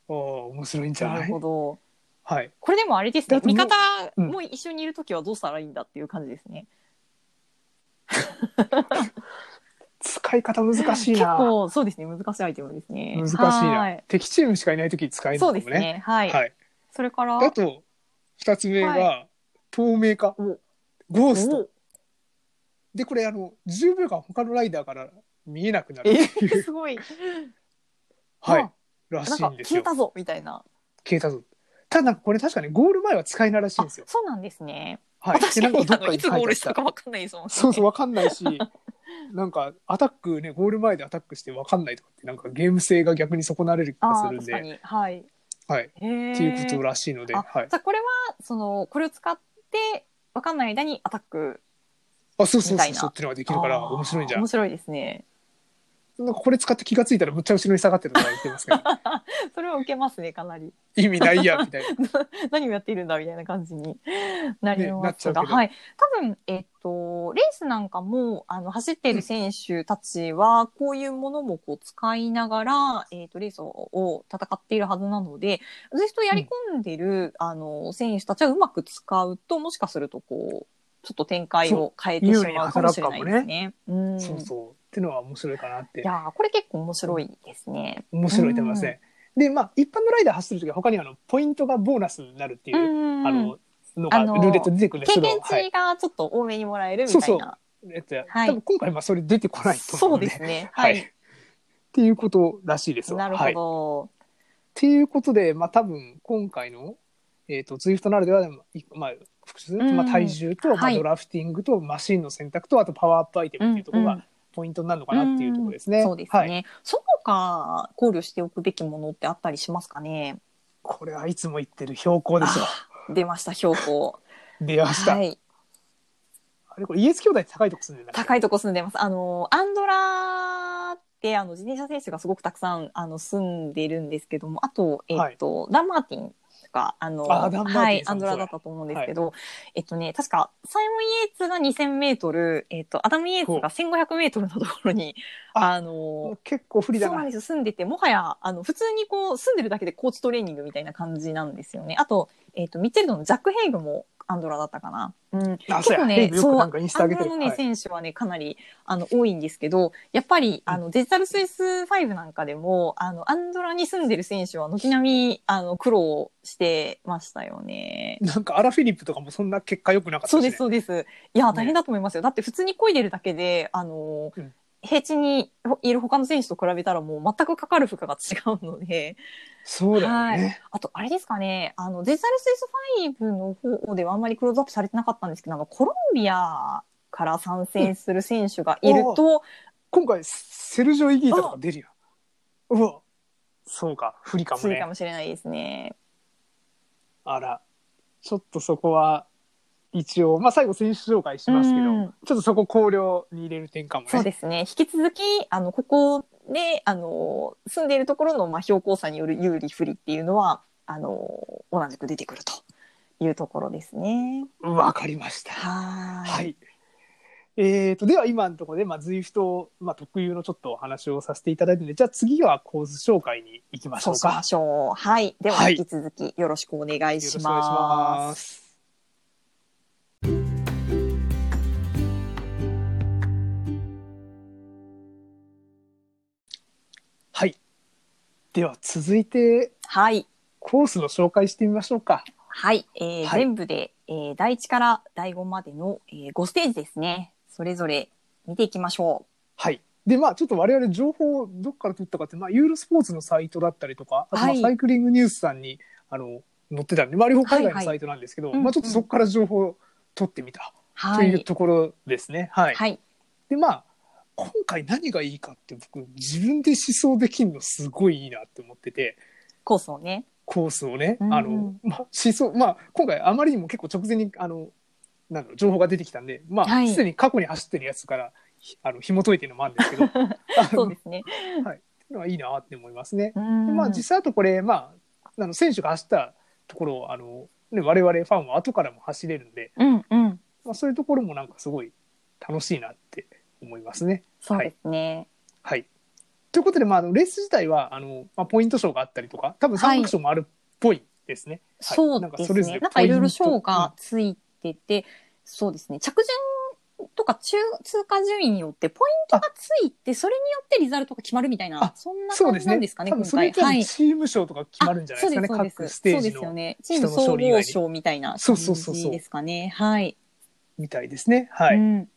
S1: ああ面白いんじゃ
S2: な
S1: な
S2: る
S1: い
S2: ほど。
S1: はい
S2: これでもあれですね
S1: だとも
S2: 味
S1: う
S2: 方
S1: うん
S2: も一緒にいる時はどうしたらいいんだっていう感じですね。
S1: 使い方難しい
S2: 結
S1: な
S2: 構そうですね難しいアイテムですね。
S1: 難しい
S2: は
S1: な敵チームしかいない時に使える
S2: そ
S1: の
S2: うで
S1: か
S2: す
S1: もね
S2: ね。はい。
S1: はい
S2: それから、
S1: あと2つ目
S2: は
S1: が透明化
S2: お
S1: ゴースト
S2: お
S1: でこれあの10秒間他のライダーから見えなくなる
S2: え
S1: っていう
S2: すごい。
S1: は
S2: あ
S1: いら
S2: なん
S1: し
S2: か
S1: いんです
S2: 消
S1: よ
S2: えたぞみたいな。
S1: 消えたぞ。ただなんかこれ確かね、ゴール前は使えないらしいん
S2: あ
S1: ですよ。
S2: そうなんですね。
S1: はい。
S2: 確
S1: で
S2: か
S1: なん
S2: に
S1: ど
S2: あ
S1: っか
S2: の
S1: に
S2: いつゴールしたか
S1: 書いてあっ
S2: わかんないそう
S1: たそうそう、わかんないし、 なんかアタックね、ゴール前でアタックしてわかんないとかって、なんかゲーム性が逆に損なわれる気が
S2: あ
S1: す
S2: ー
S1: るん
S2: 確か
S1: で、
S2: にはい。
S1: はい。
S2: へえ。
S1: っていうことらしいので、
S2: あ
S1: はい。
S2: じゃあこれはそのこれを使ってわかんない間にアタック
S1: あ、そうそう
S2: みた
S1: そう
S2: いな
S1: そうっていうのができるから
S2: あー
S1: 面白いんじゃん。
S2: 面白いですね。
S1: なんかこれ使って気がついたらむっちゃ後ろに下がってるとか言ってますけど、
S2: それは受けますねかなり。
S1: 意味ないや、みたいな。
S2: 何をやっているんだみたいな感じになり
S1: ねな
S2: ま
S1: っちゃ
S2: す
S1: うけ
S2: が、
S1: ど
S2: はい、多分、えっと、レースなんかもあの走っている選手たちはこういうものもこう使いながら、えっと、レースを戦っているはずなのでずっとやり込んでる、あの選手たちはうまく使うともしかするとこうちょっと展開を変えてしまうかもしれないですね。うん
S1: そうそう。っていうのは面白いかなって
S2: い。やーこれ結構面白いですね。
S1: 面白いと思いますね。で、まあ、一般のライダー走るときは他にあの、ポイントがボーナスになるっていうう、
S2: ん
S1: あの、のが
S2: あ
S1: ル
S2: の
S1: ーレット出てくるんです
S2: 経
S1: けど、
S2: 験
S1: はい
S2: 値がちょっと多めにもらえるみ
S1: そう
S2: た
S1: そ
S2: いうな。
S1: やつや、
S2: はい
S1: 多分今回まあそれ出てこないと
S2: そ
S1: 思う
S2: うん
S1: で
S2: で すね。
S1: は
S2: はいい。
S1: っていうことらしいですよ
S2: なる
S1: は
S2: ほ
S1: い、っ
S2: ど。
S1: ていうことで、まあ、多分今回の、えー、と Zwift ならではの、いまあ、複数、
S2: うん
S1: まあ、体重と、ま
S2: は
S1: あ、
S2: い
S1: ドラフティングとマシンの選択とあとパワーアップアイテムっていうところ
S2: うんう
S1: がポイントになるのかなっていうところですね。
S2: そうですね。
S1: はい、
S2: その他考慮しておくべきものってあったりしますかね。
S1: これはいつも言ってる標高ですよ。
S2: 出ました標高。
S1: 出ました。
S2: はい。
S1: あれこれイエス兄弟って高いとこ住んでない
S2: 高いとこ住んでます。あのアンドラってあの自転車選手がすごくたくさんあの住んでるんですけども、あとえっ、と、ダンマーティン。があの
S1: あダンマーティンさん
S2: はい、
S1: そ
S2: ア
S1: う
S2: ン
S1: だ
S2: ドラだったと思うんですけど、えっとね、確か、サイモン・イエーツが2000メートル、えっと、アダム・イエーツが1500メートルのところに、
S1: あ
S2: あの、
S1: 結構不利だ
S2: そうな。
S1: なん
S2: ですよ住んでてもはやあの普通にこう住んでるだけでコーチトレーニングみたいな感じなんですよねあと,、えー、とミッチェルドのジャック・ヘイグもアンドラだったかな、うん、
S1: あ
S2: 結構
S1: そうやヘイ
S2: ね
S1: グよく
S2: そうア
S1: なん
S2: ン
S1: か
S2: ド
S1: インスタ上げて
S2: ラ
S1: る
S2: の、ね
S1: はい
S2: 選手はねかなりあの多いんですけどやっぱりあのデジタルスイス5なんかでもあのアンドラに住んでる選手は軒並みあの苦労してましたよね。
S1: なんかアラフィリップとかもそんな結果良くなかったし
S2: そう
S1: ね
S2: です、そうです。いや、大変だと思いますよ。だって普通に漕いでるだけで、あのー
S1: うん
S2: 平地にいる他の選手と比べたらもう全くかかる負荷が違うので、
S1: そうだよね。
S2: あと、あれですかね、あの、デジタルスイス5の方ではあんまりクローズアップされてなかったんですけど、なんかコロンビアから参戦する選手がいると、
S1: 今回セルジョ・イギータとか出るよ。うわそうか不利かも
S2: 強い
S1: ね
S2: かもしれないですね。
S1: あらちょっとそこは一応、まあ、最後選手紹介しますけど、
S2: うん
S1: ちょっとそこ考慮に入れる点かもね。
S2: そうですね。引き続き、あの、ここで、あの、住んでいるところの、まあ、標高差による有利不利っていうのは、あの、同じく出てくるというところですね。
S1: わかりました。
S2: はーい。
S1: はい。えー、とでは今のところで、まあ、ZWIFT、まあ、特有のちょっとお話をさせていただいて、じゃあ次は構図紹介に行きまし
S2: そ
S1: ょ
S2: う
S1: う
S2: し
S1: か
S2: ま。しょう。はい。で
S1: は
S2: は、
S1: い
S2: 引き続きよろしくお願いし
S1: よろしくお願いし
S2: ま。
S1: ますす。はい。では続いて
S2: はい。
S1: コースの紹介してみましょうか。
S2: はい、えー
S1: はい
S2: 全部で、えー第1から第5までの、えー5ステージですね。それぞれ見ていきましょ
S1: はい。で、まあ、ちょっと我々情報をどっから取ったかって、まあ、ユーロスポーツのサイトだったりとか、あとまあ
S2: はい
S1: サイクリングニュースさんに、あの、載ってたんで、まあ、両方海外のサイトなんですけど、
S2: はいはい
S1: まあ、ちょっとそこから情報を取ってみた
S2: う。
S1: と
S2: は
S1: いう
S2: い。
S1: ところですね。はい。
S2: はい。
S1: で、まあ、今回何がいいかって僕、自分で思想できるのすごいいいなって思ってて、
S2: コースをね。
S1: コースをね、
S2: うん
S1: あの、まあ、思想、まあ、今回あまりにも結構直前に、あの、なんだろう、情報が出てきたんで、ま
S2: は
S1: あ、
S2: い
S1: すでに過去に走ってるやつから、ひあの、紐解いてるのもあるん ですけど、あの
S2: そうですね。
S1: のはいいなって思いますね。
S2: う
S1: で
S2: ん
S1: まあ実際あとこれ、まあ、あの選手が走ったところをあの、ね、我々ファンは後からも走れるんで、
S2: うんうん。
S1: まあ、そういうところもなんかすごい楽しいなって思いますね。
S2: そうですね。
S1: はい、ということで、まあ、あのレース自体はあの、まあ、ポイント賞があったりとか多分
S2: はい
S1: 参加賞もあるっぽいですね。はい
S2: そう
S1: なんか
S2: です
S1: それぞ
S2: ね。
S1: れ
S2: なんかいろい
S1: ポイ
S2: ろ
S1: ント
S2: 賞がついてて、そうですね。着順とか中通過順位によってポイントがついて、それによってリザルトが決まるみたいな
S1: あ、
S2: そんな
S1: そう
S2: 感
S1: で
S2: じ
S1: す
S2: な
S1: ね
S2: んですかね、
S1: 多分それ
S2: 今
S1: 多
S2: 回。は
S1: 分
S2: い。
S1: チーム賞とか決まるんじゃないですかね、
S2: あそうです
S1: 各ステージ
S2: そうですよ
S1: の
S2: ね。チー
S1: 人
S2: ム
S1: の勝
S2: 総
S1: 利以外
S2: 合
S1: に
S2: 賞みたいな
S1: そ
S2: 感
S1: うそうそうそう
S2: じですかね。はい。
S1: みたいですね。はい、
S2: うん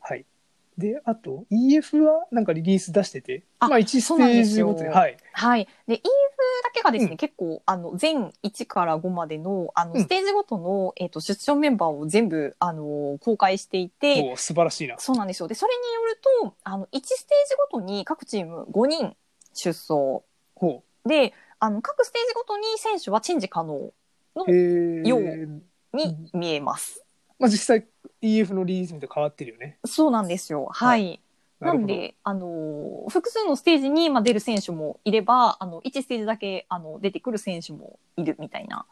S1: はい。で、あと EF はなんかリリース出してて、
S2: あ
S1: まあ1ステージごと
S2: そうなんです
S1: に、
S2: よ
S1: はい。
S2: はい。で、EF だけがですね、
S1: うん
S2: 結構、あの、全1から5までの、あの、
S1: うん
S2: ステージごとの、えっ、と、出場メンバーを全部、あの、公開していて、
S1: おー素晴らしいな。
S2: そうなんですよ。で、それによると、あの、1ステージごとに各チーム5人出走。
S1: ほ
S2: で、あの、各ステージごとに選手はチェンジ可能
S1: う。へ
S2: よ
S1: え。
S2: に見えます。
S1: まあ実際 EF のリリース見て変わってるよね。
S2: そうなんですよ。
S1: は
S2: はい
S1: な
S2: な
S1: る
S2: ん
S1: ほど。
S2: で、あのー複数のステージに、まあ、出る選手もいれば、あの、1ステージだけ、あの、出てくる選手もいるみたいな、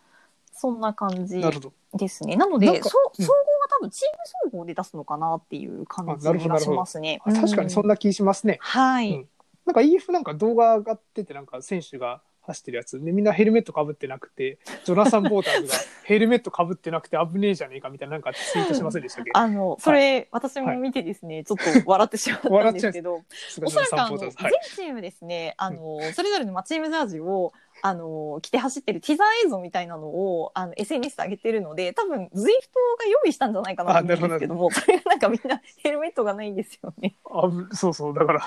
S2: そんな感じ
S1: なるほど。
S2: ですね。なの
S1: なん
S2: で、
S1: か
S2: そ
S1: うん
S2: 総合が多分チーム総合で出すのかなっていう感じ
S1: あなるほど
S2: がしますね。
S1: あ確かにそん
S2: な。
S1: な気しますね。
S2: はい。
S1: うんなんか EF なんか動画上がっててなんか選手が走ってるやつでみんなヘルメットかぶってなくてジョナサン・ボータ ーズがヘルメットかぶってなくて危ねえじゃねえかみたいななんかツイートしませんでしたっけ
S2: あの、それ、私も見てですね、ちょっと笑ってしまったんですけど、
S1: さすが
S2: お
S1: ジョナ
S2: そらく
S1: サ
S2: あ
S1: ン・ボー
S2: の、
S1: ター
S2: 全
S1: ズ。はい。
S2: チームですね、あの、それぞれのまあチームジャージを、あの、着て走ってるティザー映像みたいなのを、あの、SNS で上げてるので、多分、ズイフトが用意したんじゃないかなと思うんですけども、それがなんかみんなヘルメットがないんですよね。
S1: あぶそうそうだから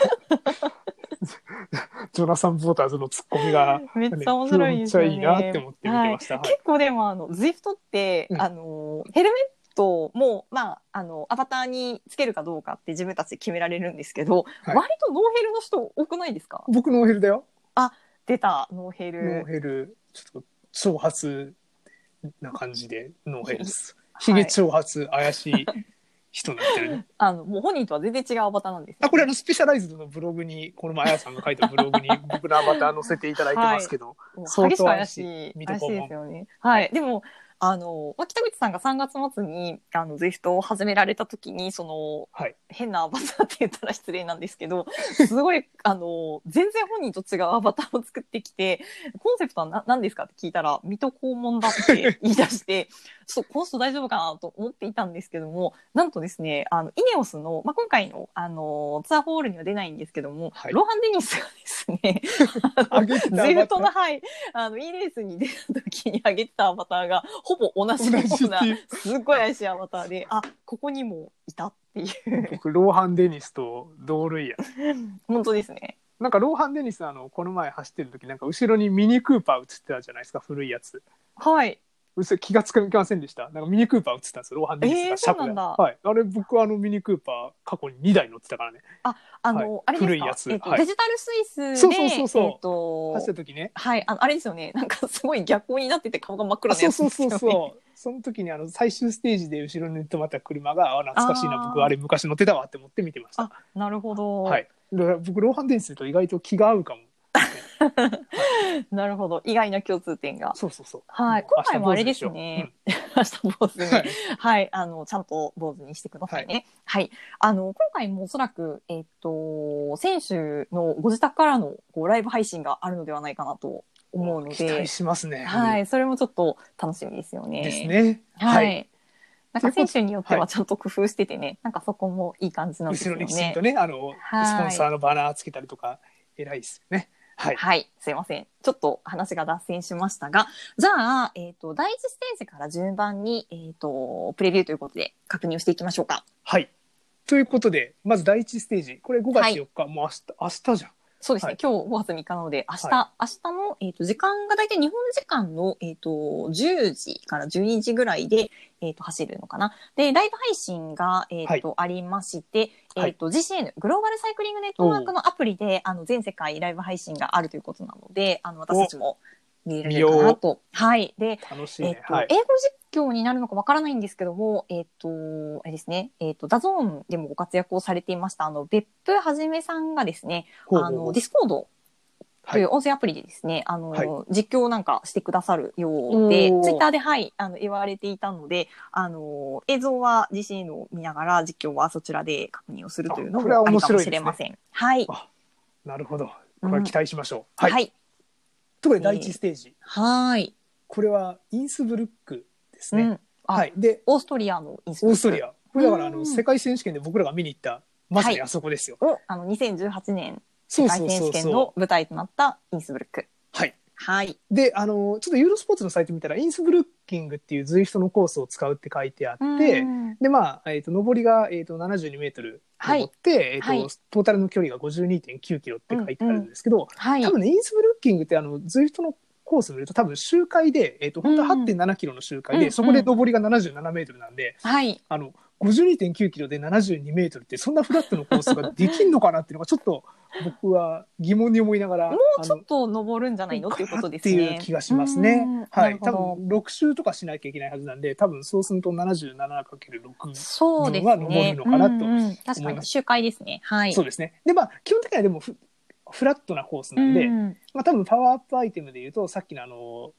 S1: ジョナサン・ボーターズのツッコミが、
S2: めっ
S1: ね
S2: ちゃ面白いですよね。
S1: めっちゃいいなって思って見てました。はい
S2: 結構でもあの ZWIFT って、
S1: うん
S2: あのヘルメットもまああのアバターにつけるかどうかって自分たちで決められるんですけど、
S1: はい
S2: 割とノーヘルの人多くないですか
S1: 僕ノーヘルだよ。
S2: 出たノーヘ
S1: ノー
S2: ル
S1: ヘル、ちょっと、挑発な感じで、ノーヘルです。
S2: は
S1: ひ
S2: い
S1: げ挑発、怪しい人になってるね。
S2: あのもう本人とは全然違うアバターなんです、
S1: あ、これあの、スペシャライズドのブログに、この前、あやさんが書いたブログ に、僕のアバター載せていただいてますけど、
S2: もう
S1: 相当
S2: 激しく怪し
S1: 見ど
S2: い怪し
S1: ころ
S2: い
S1: も
S2: ですよね。はい、でもあのまあ北口さんが3月末にあの ZWIFT を始められた時にその
S1: はい。
S2: 変なアバターって言ったら失礼なんですけどすごい あの全然本人と違うアバターを作ってきてコンセプトはな何ですかって聞いたら水戸黄門 だって言い出してそうこの人大丈夫かなと思っていたんですけどもなんとですねあのイネオスの、まあ、今回のあのツアーホールには出ないんですけども、
S1: はい
S2: ロハン・デニスがですね
S1: あげてた
S2: ゼフトの、
S1: アバ
S2: はい、あの、イレースに出た時に上げてたアバターが、ほぼ同じよ
S1: 同じ
S2: うな
S1: っていう、
S2: すっごい怪しいアバターで、あ、ここにもいたっていう。
S1: ター僕、ローハン・デニスと同類や。
S2: 本当ですね。
S1: なんか、ローハン・デニス、あの、この前走ってる時、なんか、後ろにミニクーパー映ってたじゃないですか、古いやつ。
S2: はい。
S1: うそれ気がつかみませんでした。なんかミニクーパー映ってたんですよ。ローハンディス
S2: えー
S1: がシャープ
S2: そうなんだ
S1: はい。あれ、僕、あの、ミニクーパー、過去に2台乗ってたからね。
S2: あの、
S1: はい
S2: あれですか
S1: 古いやつ
S2: えっと
S1: はい
S2: デジタルスイスで
S1: そうそうそうそう
S2: えっと
S1: 走った時ね。
S2: はい、あのあれですよね。なんかすごい逆光になってて顔が真
S1: あ
S2: っ黒な
S1: そう
S2: やつ
S1: そ
S2: で
S1: う
S2: す
S1: そ
S2: よ
S1: う
S2: ね。
S1: そう。その時に、あの、最終ステージで後ろに止まった車が、あ、懐かしい
S2: あー
S1: な、僕、あれ昔乗ってたわって思って見てました。
S2: なるほど。
S1: はい。だから僕、ローハンディスと意外と気が合うかも。
S2: なるほど。意外な共通点 が。
S1: そうそうそう。
S2: はい。今回もあれですね。明日坊主
S1: 明日坊主に
S2: に
S1: しよう。うんはい
S2: はい、あの、ちゃんと坊主にしてくださいね。はい。あの、今回もおそらく、えっと、選手のご自宅からのこうライブ配信があるのではないかなと思う の
S1: 期
S2: で
S1: 待、しますね。
S2: はい、それもちょっと楽しみですよね。
S1: です。ね。
S2: は
S1: はい。
S2: い。なんか選手によって
S1: は
S2: はいちゃんと工夫しててね、なんかそこもいい感じなんで
S1: 後
S2: すよ
S1: ろ
S2: ね。
S1: にきちんとね、あの、
S2: はい
S1: スポンサーのバナーつけたりとか、偉いですよね。はい。
S2: はい、すいません。ちょっと話が脱線しましたが、じゃあ、えっ、と、第一ステージから順番に、えっ、と、プレビューということで確認をしていきましょうか。
S1: はい。ということで、まず第一ステージ、これ5
S2: は
S1: 月
S2: い
S1: 4日、もう明日、明日じゃん。
S2: そうですね、
S1: はい
S2: 今日5月3日なので、明日、
S1: は
S2: 明日の、えっ、と、時間が大体日本時間の、えっ、と、10時から12時ぐらいで、えっ、と、走るのかな。で、ライブ配信が、えっ、と、ありまして、えっ、
S1: はい
S2: と、GCN、グローバルサイクリングネットワークのアプリで、あの、全世界ライブ配信があるということなので、あの、私たちも見れるかなと。はい。で、
S1: 楽しい
S2: えっ
S1: ね。
S2: と
S1: はい。
S2: 英語実況になるのかわからないんですけども、えっ、と、あれですね、えっ、と、ダゾーンでもご活躍をされていました、あの、別府はじめさんがですね、
S1: ほうほ
S2: あ
S1: うほ
S2: の、
S1: う
S2: ディスコードとい
S1: は
S2: う音声アプリでですね、あの、
S1: はい
S2: 実況なんかしてくださるようで
S1: お、ー
S2: ツイッターで、はい、あの、言われていたので、あの、映像は自身を見ながら、実況はそちらで確認をするというの
S1: あこれは
S2: もあり
S1: 面
S2: かも
S1: 白い
S2: し
S1: ですね
S2: れません。はい。
S1: なるほど。
S2: う
S1: こ
S2: ん
S1: れは期待しましょう。はい。
S2: はい。
S1: ということで、第一ステージ。
S2: はい。
S1: これは、インスブルックです
S2: う
S1: ね。
S2: ん。あ
S1: はい。で、
S2: オーストリアのインス
S1: オーストリ
S2: ア。
S1: ア。これだから、あ
S2: う
S1: の、
S2: ん
S1: 世界選手権で僕らが見に行った、まさにあそこですよ。
S2: を、あの、2018年
S1: そ
S2: 世
S1: う
S2: 界
S1: そう
S2: 選
S1: そ
S2: 手
S1: う
S2: 権
S1: そ
S2: の舞台となったインスブルック。
S1: う。はい。
S2: はい。
S1: で、あの、ちょっとユーロスポーツのサイト見たら、インスブルッキングっていうズイフトのコースを使うって書いてあって、
S2: うん
S1: で、まあ、えっ、と、上りが、えっ、と、72メートル登って、えっ、と、
S2: はい
S1: トータルの距離が52.9キロって書いてあるんですけど、
S2: はい。
S1: 多分ね、インスブルッキングって、あの、ズイフトのコース見ると、多分周回で、えっ、と、本当は
S2: うん
S1: 8.7キロの周回
S2: うん
S1: で、
S2: うん
S1: そこで上りが77メートルなんで、
S2: はい。
S1: あの、52.9キロで72メートルって、そんなフラットのコースができんのかなっていうのが、ちょっと僕は疑問に思いながら、
S2: もうちょっと登るんじゃないのっていうことですね。
S1: っていう気がしますね
S2: うん。
S1: は。
S2: ないるほど
S1: 多分6周とかしなきゃいけないはずなんで、多分そうすると 77×6。
S2: そうですね。
S1: は登るのかなと
S2: うんうん確か
S1: 思いま
S2: に、
S1: す
S2: 周回ですね。はい。
S1: そうですね。で、まあ、基本的にはでもフフラットなコースなんで、
S2: うん
S1: まあ多分パワーアップアイテムで言うと、さっきのあの、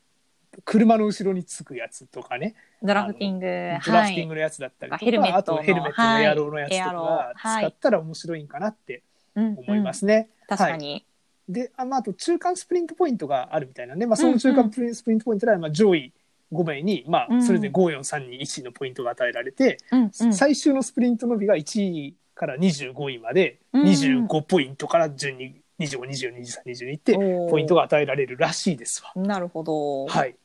S1: 車の後ろにつくやつとかね、
S2: ドラフティング。はい。
S1: ドラフティングのやつだったりとか、
S2: ヘルメッ
S1: あ
S2: トの
S1: とヘルメットのエアローのやつとか
S2: はい
S1: は
S2: はい
S1: 使ったら面白いんかなって
S2: うん
S1: 思いま
S2: うん
S1: すね。
S2: 確かに。
S1: で、あまあ、あと中間スプリントポイントがあるみたいなんで、まあ、その中間プリスプリントポイントでは、まあ、上位5名に、ま
S2: うん
S1: あ、それぞれ5、4、3、2、1のポイントが与えられて、
S2: うんうん
S1: 最終のスプリントの日が1位から25位まで、
S2: うん
S1: 25ポイントから順に25、24、23、22って、ポイント
S2: が。
S1: が与えられるらしいですわ。
S2: なるほど。
S1: はい。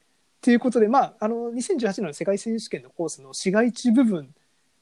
S1: ということで、まあ、あの、2018の世界選手権のコースの市街地部分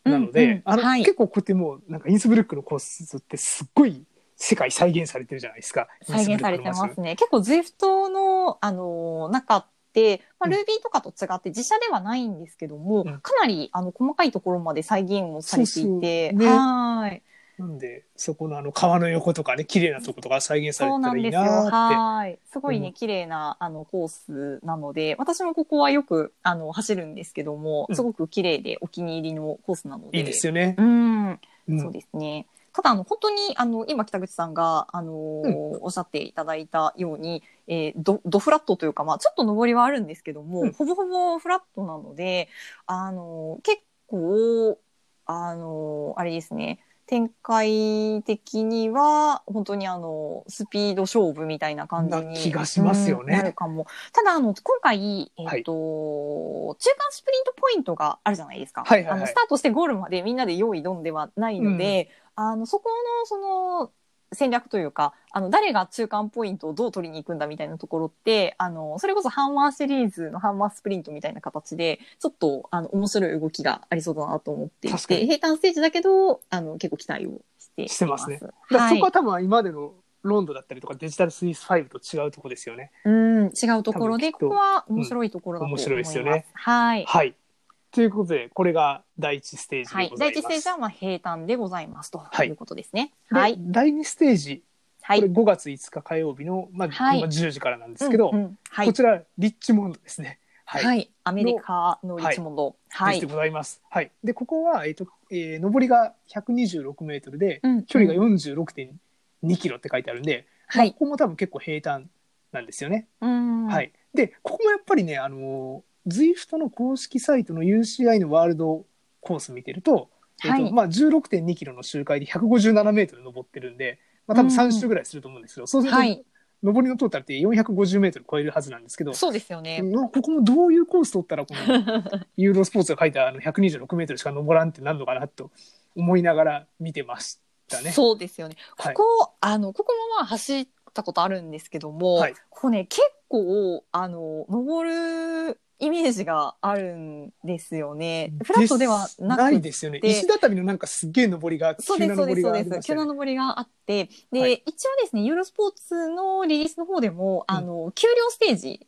S1: なので、
S2: うんうん
S1: あの、
S2: はい
S1: 結構こうやってもう、なんかインスブルックのコースってすっごい世界再現されてるじゃないですか。
S2: 再現され
S1: インスブルッ
S2: て
S1: クの
S2: ま
S1: 街
S2: すね。結構 ZWIFT の、あのー中って、ま
S1: う
S2: あ、
S1: ん
S2: Ruby とかと違って自社ではないんですけども、
S1: うん
S2: かなりあの細かいところまで再現をされていて、
S1: そうそうね
S2: はーい。
S1: なんで、そこのあの川の横とかね、綺麗なとことか再現され
S2: そう
S1: てた
S2: な
S1: ら
S2: ん
S1: いい
S2: ですよ。
S1: なーって。
S2: はーい。すごいうね、
S1: ん
S2: 綺麗な、あの、コースなので、私もここはよく、あの、走るんですけども
S1: う、ん
S2: すごく綺麗でお気に入りのコースなので。
S1: いいですよね。
S2: うん。
S1: うん
S2: そうですね。ただあの本当にあの今北口さんがあのー
S1: うん
S2: おっしゃっていただいたように、えー、ドドフラットというかまあちょっと上りはあるんですけども、
S1: うん
S2: ほぼほぼフラットなのであのー結構あのーあれですね展開的には本当にあのスピード勝負みたいな感じに
S1: な気がしますよね
S2: うんなるかも。ただあの今回えっ、と、中間スプリントポイントがあるじゃないですか。
S1: はいはいはい
S2: あのスタートしてゴールまでみんなで用意どんではないので、あのそこのその戦略というかあの誰が中間ポイントをどう取りに行くんだみたいなところってあのそれこそハンマーシリーズのハンマースプリントみたいな形でちょっとあの面白い動きがありそうだなと思ってい
S1: 確か
S2: て
S1: に
S2: 平坦ステージだけどあの結構期待をしてい
S1: してますね
S2: ま
S1: だから
S2: は
S1: そ
S2: い
S1: こは多分今までのロンドだったりとかデジタルスイス5と違うとこですよね。
S2: うん、違うところ
S1: 多分
S2: で、
S1: きっと
S2: ここは面白いところだと思います。
S1: うん面白いですよね
S2: はい。
S1: はい。ということで、これが第一ステージ
S2: は
S1: で
S2: い
S1: ご。ざ
S2: 第
S1: います。
S2: 一ステージはまあ平坦でございますと
S1: はい
S2: いうことですね。
S1: で
S2: はい。
S1: 第2ステージ、
S2: はい。
S1: これ5月5日火曜日の、まあ、
S2: はい
S1: 今10時からなんですけど、
S2: うんうんはい
S1: こ。ちら、リッチモンドですね。はい。
S2: はい。アメリカのリッチモンド。は
S1: で
S2: い。
S1: ございます。はい。で、ここは、えっ、と、えー上りが126メートルで、
S2: うん
S1: 距離が46.2キロって書いてあるんで、
S2: は
S1: こ
S2: い。
S1: こも多分結構平坦なんですよね。
S2: うん
S1: は。い。で、ここもやっぱりね、あのー、ZWIFT の公式サイトの UCI のワールドコース見てると、えっと
S2: はい
S1: まあ、16.2キロの周回で157メートル登ってるんで、まあ、多分
S2: うんう
S1: 3
S2: ん
S1: 周ぐらいすると思うんですけど、そうすると、
S2: はい。
S1: 上りのトータルって450メートル超えるはずなんですけど、
S2: そうですよね。
S1: まあここもどういうコース取ったら、このユーロスポーツが書いたあの126メートルしか登らんってなるのかなと思いながら見てましたね。
S2: そうですよね。こ
S1: はい
S2: こ、あの、ここもまあ走ったことあるんですけども
S1: はい、
S2: ここね、結構、あの、登るイメージがあるんですよね。フラットではなく
S1: い
S2: て
S1: ですよね。
S2: で
S1: 石畳のなんかすっげえ登りが、
S2: そう
S1: 急な
S2: です、そ
S1: 登
S2: うです、
S1: り
S2: そ
S1: が
S2: う
S1: あ
S2: で。
S1: りますした
S2: 急な
S1: ね。
S2: 登りがあって、で、
S1: はい
S2: 一応ですね、ユーロスポーツのリリースの方でも、あの、給料ステージって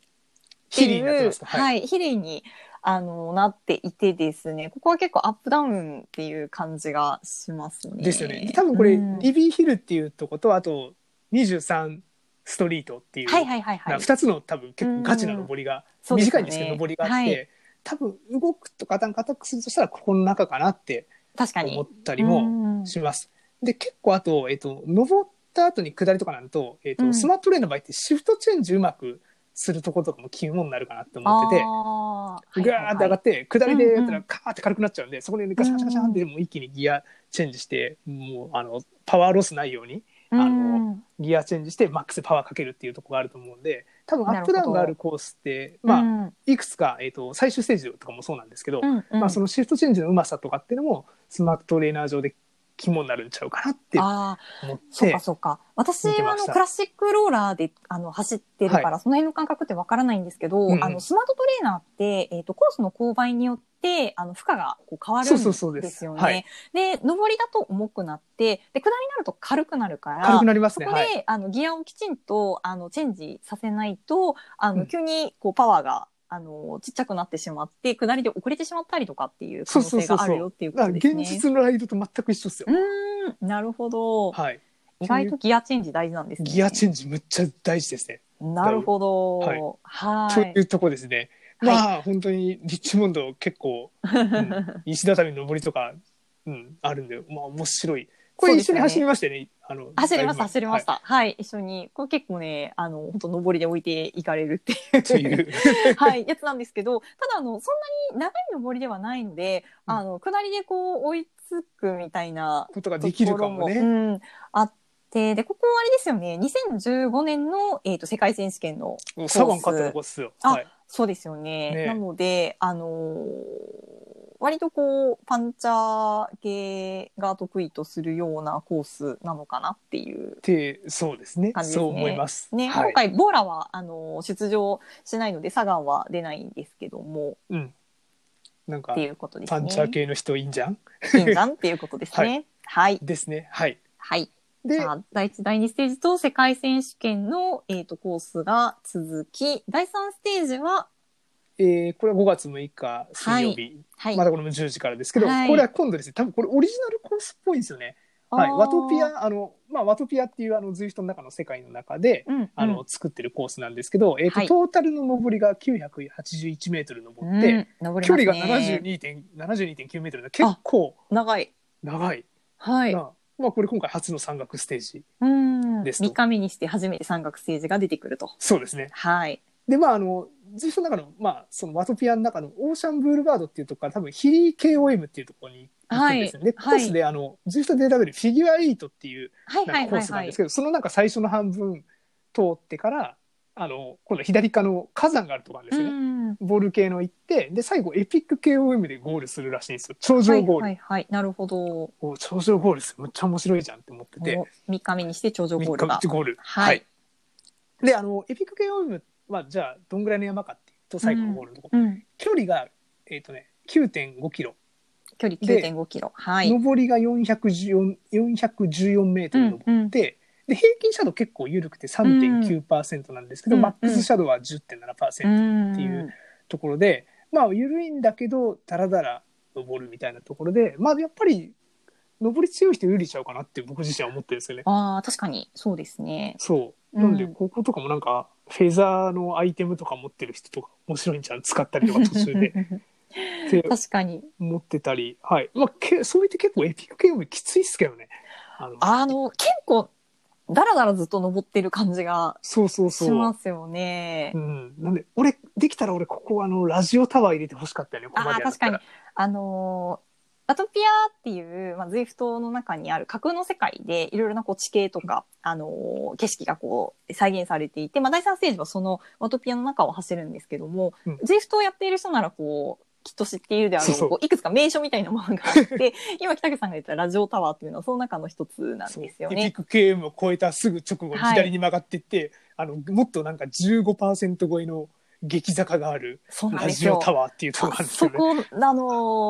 S1: ヒリ
S2: い
S1: になって
S2: う
S1: まし、た。
S2: はい、比例に、あの、なっていてですね、ここは結構アップダウンっていう感じがしますね。
S1: ですよね。多分これ、
S2: うん
S1: リビーヒルっていうとこと、あと23ストリートっていう、
S2: はいはいはいはい。
S1: 2つの多分結構ガチな登りが、
S2: そうです
S1: 短
S2: よ
S1: いんですけど登りがあって、
S2: はい、
S1: 多分動くとかなんかアタックするとしたらここの中かなって
S2: 確かに。
S1: 思ったりも
S2: うん
S1: します。で結構あと、えっと、登った後に下りとかなると,、えっと
S2: うん
S1: スマートトレーンの場合ってシフトチェンジうまくするとことかも肝になるかなって思ってて。
S2: あー
S1: ぐわーって上が
S2: っ
S1: って、下りでやった
S2: うんう
S1: らカーって軽くなっちゃうんで、そこでガシャガシャガシャってもう一気にギアチェンジして、もうあの、パワーロスないように、
S2: て
S1: あのギアチェンジしてマックスでパワーかけるっていうところがあると思うんで、多分アップダウンがあるコースって、まあ、
S2: あ、
S1: いくつか、えっ、と、最終ステージとかもそうなんですけど、
S2: うんうん
S1: まあ、そのシフトチェンジのうまさとかっていうのも、スマートトレーナー上で肝になるんちゃうかなって
S2: あー
S1: 思っ
S2: そう
S1: て
S2: か、そうか。私
S1: 見て
S2: は
S1: ま
S2: あ
S1: し
S2: の
S1: た
S2: クラシックローラーであの走ってるから、その辺の感覚ってわからないんですけど、
S1: うんうん
S2: あのスマートトレーナーって、えっとコースの勾配によってあの負荷がこう変わるん
S1: そう
S2: です
S1: そ
S2: よ
S1: う
S2: ね。
S1: そうですはい
S2: で上りだと重くなってで下りになると軽くなるから
S1: 軽くなりますね。
S2: そこで、
S1: はい。
S2: あのギアをきちんとあのチェンジさせないとあの、
S1: うん
S2: 急にこうパワーがあのちっちゃくなってしまって下りで遅れてしまったりとかっていう可能性があるよっていうこ
S1: だ
S2: と
S1: か
S2: で
S1: ら
S2: す
S1: 現
S2: ね。
S1: 実のライドと全く一緒ですよ
S2: う。ーんなるほど。
S1: はい。
S2: 意外とギアチェンジ大事なんですね。
S1: ギアチェンジむっちゃ大事ですね。
S2: なるほど。
S1: は
S2: はいい。
S1: というとこですね。
S2: はい
S1: まあ、本当にリッチモンド結構、うん、石畳の登りとか、うん、あるんで、まあ面白い。これ一緒に走りましたよね。あの
S2: 走りました、
S1: だい
S2: 走り
S1: ぶ
S2: ました。はい、一緒に。これ結構ね、あの、本当上りで置いていかれる
S1: はい、
S2: って
S1: と
S2: い
S1: い
S2: う。
S1: う。
S2: はい、やつなんですけど、ただあの、そんなに長い上りではないので、あの、下りでこう、追いつくみたいな
S1: ことが
S2: と
S1: で
S2: こ
S1: きるか
S2: ろ
S1: も
S2: も、
S1: ね。
S2: うん、あって、で、ここあれですよね、2015年の、えっ、と、世界選手権の
S1: もうサゴン勝ったとこっすよ。
S2: あ
S1: はい。
S2: そうですよね。
S1: ねえ
S2: なので、あのー割とこう、パンチャー系が得意とするようなコースなのかなっていう。
S1: で、そうですね
S2: 感じですね
S1: そう思います。
S2: ね、
S1: はい
S2: 今回、ボーラは、あのー出場しないので、サガンは出ないんですけども、
S1: うん。なんか
S2: って、いうことですね。
S1: パンチャー系の人いいんじゃん
S2: いいんじゃんっていうことですね。はい。
S1: ですね。はい。
S2: はい。
S1: で、
S2: さあ、第1、第2ステージと世界選手権の、えー、とコースが続き、第3ステージは、
S1: えーこれは5月6日水曜日。
S2: はい。
S1: まだこれも10時からですけど、
S2: はい
S1: これは今度ですね、多分これオリジナルコースっぽいんですよね。はい、
S2: あー
S1: ワトピ、アあの、まあ、ワトピアっていうあの ZWIFT の中の世界の中で、
S2: うんうん、
S1: あの作ってるコースなんですけど、えーと
S2: はい
S1: トータルの上りが981メートル登って、
S2: うん、登り
S1: 距
S2: ます
S1: 離
S2: ね
S1: が72.9メートルで結構
S2: 長い。
S1: 長い
S2: は
S1: な、
S2: い。
S1: まあ、これ今回初の山岳ステージ
S2: うん。
S1: ですと
S2: 3日目にして初めて山岳ステージが出てくると。
S1: そうですね
S2: はい。
S1: でまああの ZWIFT の中の,、まあそのワトピアの中のオーシャンブールバードっていうとこから多分ヒリー KOM っていうところに行くんですよね、
S2: は
S1: で
S2: い
S1: コースであの ZWIFT で選べるフィギュアエイトっていう
S2: はいは
S1: ないんかコー
S2: はい
S1: スな
S2: は
S1: ん
S2: い
S1: です。けど、そのなんか最初の半分通ってからあの今度左側の火山があるところなんですよね、
S2: ん。
S1: ボール系の行ってで最後エピック KOM でゴールするらしいんですよ頂上ゴール、
S2: はいはいはい。なるほど。
S1: お頂上ゴールですむっちゃ面白いじゃんって思ってて
S2: 3日目にして頂上ゴール
S1: 3
S2: が
S1: 日。ゴール
S2: はい
S1: であのエピック KOM はじゃあどんぐらいの山かっていうと最後のゴールのとこ、
S2: うん。
S1: 距離がえっ、とね9.5キロ、
S2: 距離
S1: で
S2: 9.5キロ。はい。
S1: 上りが414 414メートル登って、
S2: うんうん
S1: で平均シャドウ結構緩くて3.9%なんですけど、
S2: うん
S1: マックスシャドウは10.7%、
S2: って
S1: いうところで、まあ緩いんだけどダラダラ登るみたいなところでまあやっぱり登り強い人有利ちゃうかなって僕自身は思ってるんですよね。
S2: ああ確かにそうですね。
S1: そう
S2: うん
S1: なんでこことかもなんかフェザーのアイテムとか持ってる人とか面白いんじゃん使ったりとか途中 でって
S2: 確かに
S1: 持ってたり、はいまあ、けそう言って結構エピックゲームきついっすけどね。あの
S2: あの結構だらだらずっと登ってる感じが
S1: そうそうそう。
S2: しますよね
S1: う。ん、なんで俺できたら俺ここあのラジオタワー入れてほしかったよねここ
S2: あ
S1: ま
S2: あ
S1: でやっ
S2: 確
S1: た
S2: からにあのーアトピアっていう、まあ、ズイフトの中にある架空の世界でいろいろなこう地形とか、あのー景色がこう再現されていて、まあ、第3ステージはそのアトピアの中を走るんですけども、
S1: うん
S2: ズイフトをやっている人ならこうきっと知っているであろう
S1: そうそう
S2: こういくつか名所みたいなものがあって 今北口さんが言ったラジオタワーっていうのはその中の一つなん
S1: そう
S2: ですよ
S1: エ
S2: ね
S1: ピッ。クゲームを超えたすぐ直後に
S2: はい
S1: 左に曲がっていって、あのもっとなんか15%超えの激坂がある
S2: そうなん
S1: ラ
S2: です
S1: ジオ
S2: よ
S1: タワーっていうところがあるんです
S2: そ
S1: よね。
S2: こ、あの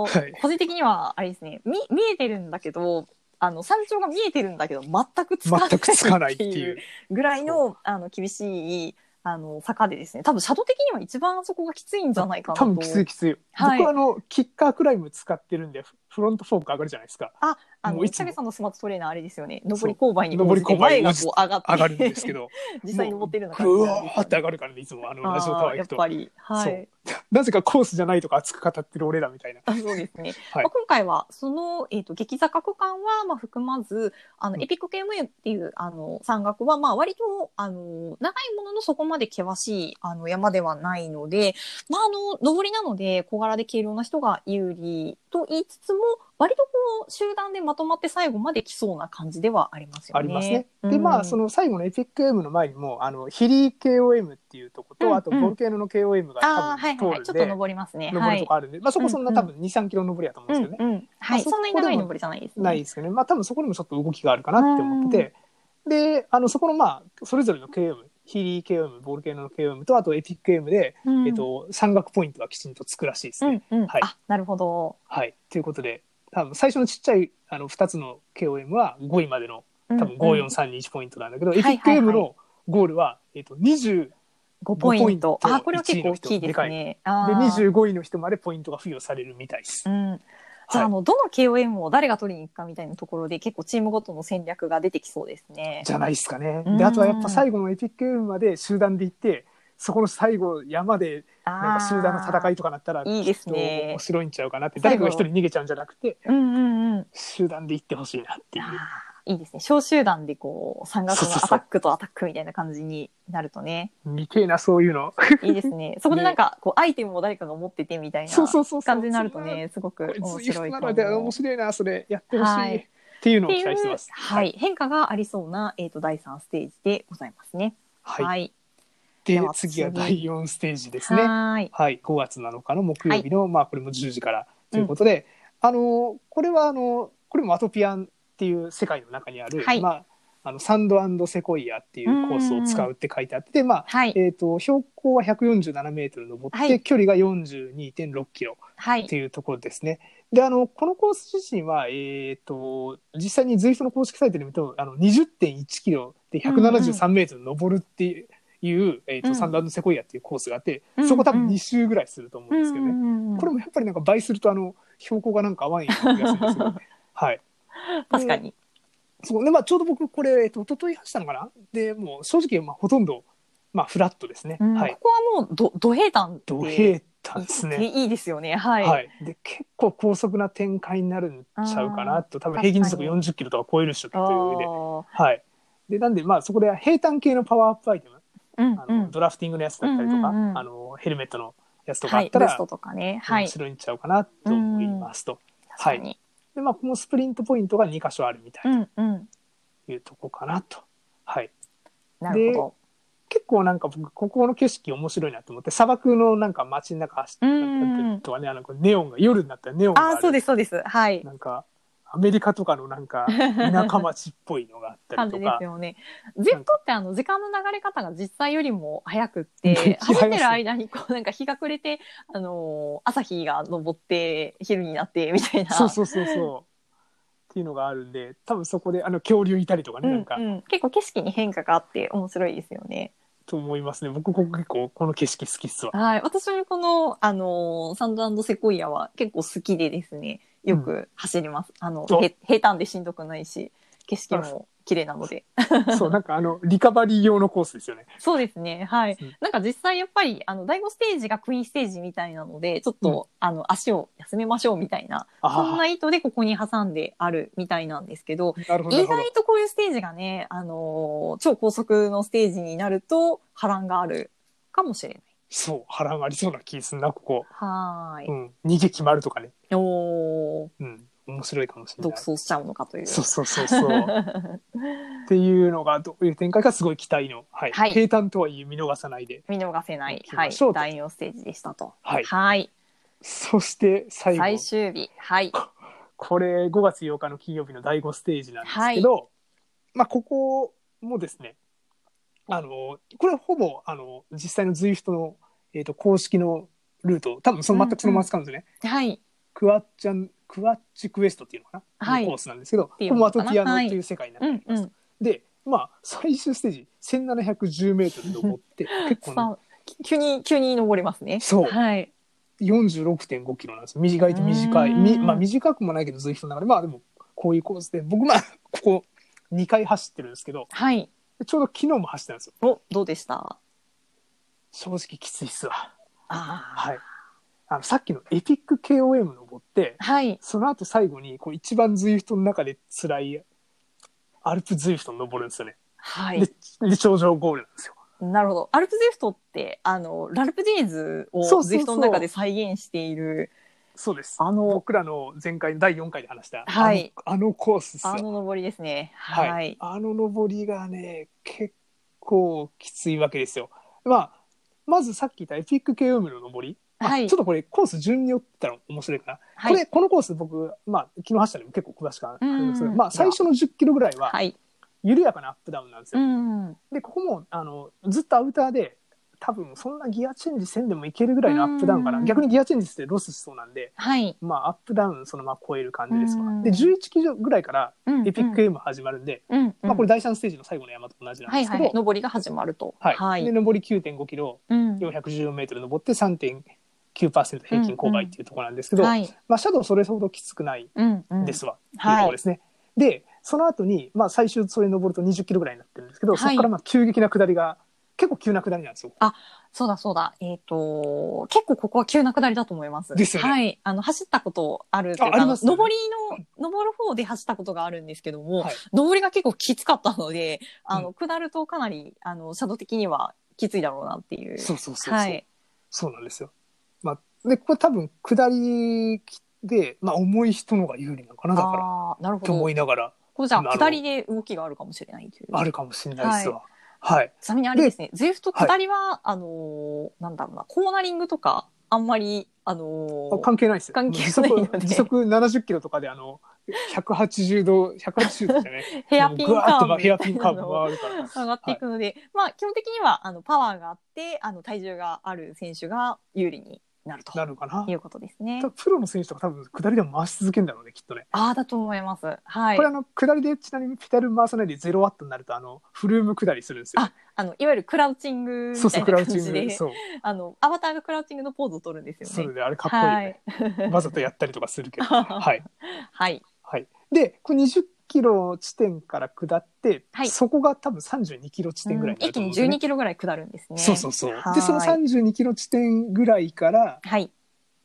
S2: ー
S1: はい
S2: 個人的には、あれですね、み、見えてるんだけど、あの、山頂が見えてるんだけど、全くつかない。
S1: 全くつかないっていう。
S2: ぐらいの、あの、厳しい、あの、坂でですね、多分、シャドウ的には一番そこがきついんじゃないかなと。
S1: 多分きついきつい。
S2: はい
S1: 僕はあのキッカークライム使ってるんでフフロントフォーク上がるじゃないですか。
S2: あ
S1: も
S2: の、
S1: ういつも
S2: 北口さんのスマートトレーナーあれですよね、上り勾配に応じて
S1: 上り勾配
S2: 前
S1: に応
S2: が
S1: じて
S2: こう上がって、
S1: 上がるんですけど、
S2: 実際に登ってるのが
S1: うわーって上がるからねいつもあのラジオタワー
S2: や
S1: 行
S2: っ
S1: くと
S2: ぱ。り、はい。
S1: なぜかコースじゃないとか熱く語ってる俺らみたいな。
S2: あそうですね。
S1: はい
S2: まあ、今回はその、えー、と激坂区間はまあ含まずあ
S1: う
S2: の
S1: ん
S2: エピック KMA っていうあの山岳はまあ割とあの長いもののそこまで険しいあの山ではないので、まあ、あの上りなので小柄で軽量な人が有利と言いつつも割とこう集団でまとまって最後まで来そうな感じではありますよね。
S1: ありますね。
S2: うん
S1: でまあその最後のエピック M の前にもあのヒリー KOM っていうとこと、
S2: うんうん
S1: あとボルケーノの KOM が多
S2: あーはい
S1: 分
S2: はいはい、ち
S1: 通
S2: ょ
S1: るんで、
S2: っと登りますね。
S1: 登
S2: は
S1: ると
S2: い
S1: こあるんで、まあそこそんな多分2、3キロ登りやと思うん
S2: う
S1: です
S2: ん
S1: けどね。
S2: うんはい、
S1: そこ
S2: そんなに長い登りじゃないですね。
S1: ないですけどね。まあ多分そこにもちょっと動きがあるかなって思ってて、であのそこのまあそれぞれの KOM ヒリー KOM ボルケーノの KOM とあとエピック M で、
S2: うん
S1: えっと山岳ポイントはきちんとつくらしいです
S2: う
S1: ね。
S2: んうん
S1: はい
S2: あなるほど。
S1: はい。ということで多分最初のちっちゃいあの2つの KOM は5位までの多分
S2: うんうん
S1: 54321ポイントなんだけど、
S2: い
S1: エピックゲーム
S2: は
S1: のゴールは、えっと25
S2: 5ポイント。
S1: ポイント
S2: あ、これは結構大きいですね。あ
S1: で
S2: ー
S1: 25位の人までポイントが付与されるみたいです
S2: う。ん。じゃあ、
S1: はい
S2: あの、どの KOM を誰が取りに行くかみたいなところで、結構チームごとの戦略が出てきそうですね。
S1: じゃないですかね
S2: う。ん
S1: であとはやっぱ最後のエピックゲームまで集団で行ってそこの最後山でなんか集団の戦
S2: い。
S1: いとかなったら
S2: いいですね
S1: 面白いんちゃうかなって
S2: 最
S1: 誰
S2: 後
S1: かが一人逃げちゃうんじゃなくて
S2: うんうんうん。
S1: 集団で行ってほしいなっていう。
S2: あーいいですね。小集団でこう、山岳のアタックとアタックみたいな感じになるとね。
S1: 見てえなそういうの。
S2: いいですね。そこでなんか、こう、アイテムを誰かが持っててみたい な
S1: そうそうそうそう
S2: 感じになるとね、すごく
S1: これ
S2: 面
S1: ツイフ
S2: 白
S1: ト
S2: い
S1: な
S2: か
S1: ら
S2: も。
S1: で面白いなそれやってほしい、
S2: はい
S1: っていうの
S2: っ
S1: を
S2: て
S1: 期
S2: い
S1: 待して
S2: う
S1: ます。、
S2: はい、変化がありそうな、えっ、と、第3ステージでございますね。
S1: はい。
S2: は
S1: はい、
S2: い。で
S1: で
S2: は
S1: 次が
S2: 次
S1: 第4ステージですね。
S2: はーい。
S1: はい、5月7日の木曜日の、まあ、これも10時からということで、あのこれはあのこれもアトピアンっていう世界の中にある、
S2: はい
S1: まあ、あのサンドセコイアっていうコースを使うって書いてあって、まあ
S2: はい。
S1: えー、と標高は147メートル登って、
S2: はい
S1: 距離が42.6キロ
S2: は
S1: って
S2: い。
S1: いうところですね。であのこのコース自身は、えー、と実際に ZWIFT の公式サイトで見るとあの20.1キロで173メートル登るっていう。えーと
S2: うん
S1: サンドセコイアっていうコースがあって、
S2: うん
S1: そこ多分2周ぐらいすると思うんですけどね、
S2: ね
S1: これもやっぱりなんか倍するとあの標高がなんか合わんような気がするんですけ どはい
S2: 確かに。
S1: そうねまあちょうど僕これ、えっと一昨日走ったのかなでもう正直まあほとんどまあフラットですね、
S2: うん
S1: はい
S2: ここはもうど、ど平坦って。
S1: ド平坦ですね
S2: いいですよね。はい。
S1: はい、で結構高速な展開になるんちゃうかなと多分平均時速
S2: 確か
S1: 40キロとか超えるっしょと
S2: あ
S1: いう意味で,、
S2: ー
S1: はい、でなんでまあそこで平坦系のパワーアップアイテム
S2: うん
S1: あの、
S2: うん。
S1: ドラフティングのやつだったりとか、
S2: うんうんうん
S1: あのヘルメットのやつとか
S2: は
S1: あっ
S2: い。
S1: たら、
S2: ベストとかね。はい
S1: 面。白いんちゃうかなと思いますと。
S2: 確かに。
S1: でまあこのスプリントポイントが2箇所あるみた
S2: う
S1: い
S2: んうん。
S1: というとこかなと。はい、
S2: なるほ
S1: 結構なんか僕ここの景色面白いなと思って砂漠のなんか街の中走ってたとかねあのこうネオンが夜になったらネオン
S2: ど。
S1: があ
S2: あ
S1: る
S2: あ、そうです、そうです。はい。
S1: なんかアメリカとかのなん か田舎町っぽいのがあった
S2: 感
S1: り
S2: じ
S1: と
S2: です
S1: か。
S2: よね。ゼットってあの時間の流れ方が実際よりも早くって、
S1: 早いです
S2: 走ってる間にこうなんか日が暮れて、あのー朝日が昇って昼になってみたいな。
S1: そうそうそうそう。っていうのがあるんで多分そこであの恐竜いたりとかね、
S2: う
S1: なん
S2: ん
S1: か
S2: うん、結構景色に変化があって面白いですよね。
S1: と思いますね僕ここ結構この景色好きっ すわ。
S2: はい、私もこの、あのーサンドセコイアは結構好きでですね、よく走ります。あの、
S1: お
S2: へ平坦でしんどくないし、景色も綺麗なので。
S1: そうなんかあのリカバリー用のコースですよね。
S2: そうですね、はい
S1: うん。
S2: なんか実際やっぱり、あの、第5ステージがクイーンステージみたいなので、ちょっと、
S1: うん
S2: あの、足を休めましょうみたいな、そん
S1: あ
S2: な意図でここに挟んであるみたいなんですけど、
S1: あなるほどなる
S2: 意
S1: ほど。
S2: 外とこういうステージがね、あのー超高速のステージになると波乱があるかもしれない。
S1: そう波乱ありそうな気すんなここ。
S2: はーい。
S1: うん逃げ決まるとかね。
S2: おー
S1: うん面白いかもしれな
S2: 独
S1: い。
S2: 走しちゃうのかという。
S1: そうそうそう そう。っていうのがどういう展開かすごい期待の、はい
S2: はい
S1: 平坦とはいえ見逃さないで
S2: 見逃せない、
S1: 行き
S2: は
S1: ま
S2: い、
S1: しょうと
S2: 第4ステージでしたと。
S1: はいそして最後
S2: 最終日。はい。
S1: これ5月8日の金曜日の第5ステージなんですけど、まあここもですねあのこれはほぼあの実際の ZWIFT の、えー、と公式のルート多分その全くそのまま使うんですよね、
S2: はい。
S1: クワッチャンクワッチクエストっていうのかな、
S2: はい
S1: コースなんですけどこ
S2: てい
S1: れ
S2: う
S1: も
S2: の
S1: ア
S2: か
S1: ト
S2: な
S1: ティアノという世界になって
S2: う
S1: い
S2: ん
S1: ます、
S2: うん。
S1: でまあ最終ステージ1710メートル登って結構、ね、
S2: さあ、き急に、急に登れますね。
S1: そう
S2: はい。
S1: 46.5キロなんです短いと短い、
S2: うん
S1: みまあ、短くもないけどずっと流れまあでもこういうコースで僕まあここ2回走ってるんですけど
S2: はい。
S1: ちょうど昨日も走ったんですよ
S2: お、どうでした
S1: 正直きついっすわ
S2: あ
S1: はいあのさっきのエピック KOM 登って
S2: あ。はい。
S1: その後最後にこう一番ズイフトの中で辛いアルプズイフト登るんですよね、
S2: はい。
S1: でで頂上ゴールなんですよ
S2: なるほど。アルプゼフトって、あの、ラルプジェイズを
S1: そうそうそう
S2: ゼフトの中で再現している、
S1: そうです
S2: あの、
S1: 僕らの前回第4回で話した、
S2: はい
S1: あのあのコースっすよ
S2: あの登りですね。
S1: はい、
S2: はい。
S1: あの登りがね結構きついわけですよ。まあまずさっき言ったエピック KOM の登り、あ
S2: はい
S1: ちょっとこれコース順によってたら面白いかな、
S2: はい
S1: これこのコース僕、まあ、昨日走ったのも結構詳しくあるんですけど、
S2: うん
S1: まあ、最初の10キロぐらいは
S2: はい。
S1: 緩やかなアップダウンなんです
S2: う
S1: よ。
S2: ん。
S1: でここもあのずっとアウターで多分そんなギアチェンジせんでもいけるぐらいのアップダウンかな、
S2: うん
S1: 逆にギアチェンジしてロスしそうなんで、
S2: はい。
S1: まあ、アップダウンそのまま超える感じですわ。
S2: うん
S1: で11キロぐらいからエピック
S2: エ
S1: M 始まるんで、
S2: うん。
S1: まあ、これ第3ステージの最後の山と同じなん
S2: は
S1: で
S2: い
S1: すけ
S2: は
S1: ど、
S2: い。登りが始まると。
S1: はい
S2: はい。
S1: で上り9.5キロ
S2: うん
S1: 414メートル登って3.9%平均勾配っていうところなんですけど、
S2: はい。
S1: まあ、シャドウそれほどきつくない
S2: うん、うん。
S1: ですわ、っていうと
S2: はい
S1: ころですね。でその後にまあ、最終それに登ると20キロぐらいになってるんですけど、
S2: はい
S1: そこからまあ急激な下りが結構急な下りなんですよ。
S2: そうだそうだ。えっ、と、結構ここは急な下りだと思います。
S1: ですよね
S2: はい。あの、走ったことあるというか、
S1: あありますよね
S2: の登りの、登る方で走ったことがあるんですけども、
S1: はい
S2: 登りが結構きつかったので、あの、下るとかなり、あの、シャドウ的にはきついだろうなっていう。
S1: そうそうそうそう、
S2: はい。
S1: そうなんですよ。まあ、でこれ多分下りで、まあ、重い人の方が有利なのかなだから
S2: ああ、なるほ
S1: と思
S2: ど。
S1: いながら
S2: こうじゃあ、
S1: なるほど
S2: 下りで動きがあるかもしれないという。
S1: あるかもしれないですわ。はい
S2: ちなみにあれですね、ゼフト下りは、あのー、なんだろうな、コーナリングとか、あんまり、あのー、
S1: 関係ないですよ
S2: 関係ないよね
S1: 時速時速70キロとかであの180度180度ですよね
S2: ヘアピン
S1: ぐ
S2: カ
S1: わーって
S2: ー
S1: ま
S2: ブ。
S1: ヘアピンカーブ回るから
S2: 上がっていくので、まあ基本的にはあのパワーがあってあの体重がある選手が有利になると
S1: なるのかな
S2: いうことですね
S1: 多。分プロの選手とか多分下りでも回し続けるんだろうねきっとね、
S2: ああだと思います。はい
S1: これ。あの下りでちなみにペダル回さないで0ワットになるとあのフルーム下りするんですよ
S2: ああのいわゆるクラウチング
S1: そ
S2: み
S1: う
S2: た
S1: そ
S2: いうな
S1: クラ
S2: 感
S1: ウチ
S2: じ
S1: ング
S2: で、
S1: そう
S2: あのアバターがクラウチングのポーズを取るんですよ
S1: そ
S2: ね
S1: れ。であれかっこいいよね、わざとやったりとかするけどはい
S2: はい。はい。
S1: はいでこれ20キロ地点から下って、
S2: はい
S1: そこが多分32キロ地点ぐらいにな
S2: 一
S1: ると思
S2: 気
S1: うん
S2: に
S1: ですよね
S2: 12キロぐらい下るんですね。
S1: そうそうそう。
S2: は
S1: で、
S2: い
S1: その32キロ地点ぐらいから、
S2: はい。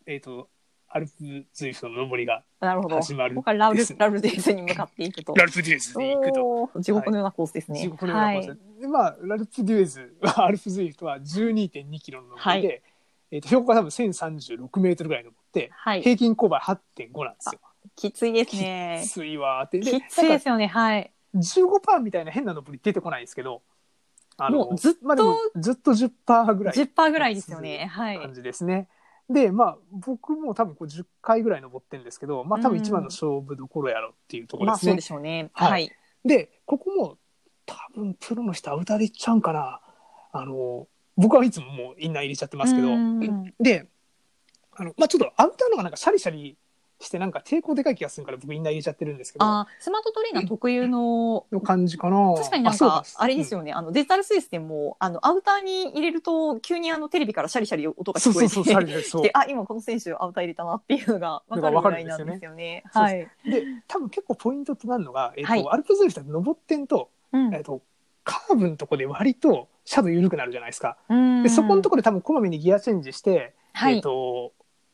S1: えっ、と、アルプズイフトの上りが、
S2: なるほど。
S1: 始まる
S2: ここからラウル
S1: です
S2: ラウルデースに向かっていくと。
S1: ラルプデュエズで行くと。
S2: おー地獄のようなコースですね。
S1: 地獄のようなコースで。でまあ、ラルプデュエズは、アルプズイフトは12.2キロの上りで、えっ、と、標高が多分1036メートルぐらい登って、
S2: はい。はい。
S1: 平均勾配8.5なんですよ。
S2: きついですね
S1: き。ついわーって。で、
S2: きついで
S1: なんか
S2: すよね。はい。
S1: 15%みたいな変な登り出てこないんですけど、あ
S2: もうずっと
S1: まあでもずっと10%ぐらい。
S2: 10%ぐらいですよね。はい。
S1: 感じですね。でまあ僕も多分こう10回ぐらい登ってるんですけど、まあ、多分一番の勝負どころやろっていうところ
S2: まあ
S1: です
S2: そ
S1: ね。
S2: うでしょうね。
S1: はい
S2: はい。
S1: でここも多分プロの人は歌でいっちゃうんかな。あの僕はいつももうインナー入れちゃってますけど
S2: うん
S1: であの、まあ、ちょっとアウターのがなんかシャリシャリしてなんか抵抗でかい気がするから僕みんな入れちゃってるんですけど
S2: あースマートトレーナー特有の、
S1: の感じかな
S2: 確かになんか、あれですよね、あのデジタルスイスでも、あの、アウターに入れると、急にあの、テレビからシャリシャリ音が
S1: そ
S2: 聞
S1: う
S2: こ
S1: そう
S2: え
S1: そう
S2: て
S1: そう
S2: き
S1: そうそうそうそ
S2: て、
S1: う
S2: で、あ、今この選手アウター入れたなっていうのが分かるぐらいなんですよね。
S1: わか
S2: は
S1: る
S2: い。
S1: で多分結構ポイントとなるのが、えっと
S2: はい
S1: アルプスの人って登ってんと,、
S2: うん
S1: えっとカーブのとこで割とシャドウ緩くなるじゃないですか。
S2: うん
S1: でそこのところで多分こまめにギアチェンジして、
S2: はい
S1: えっと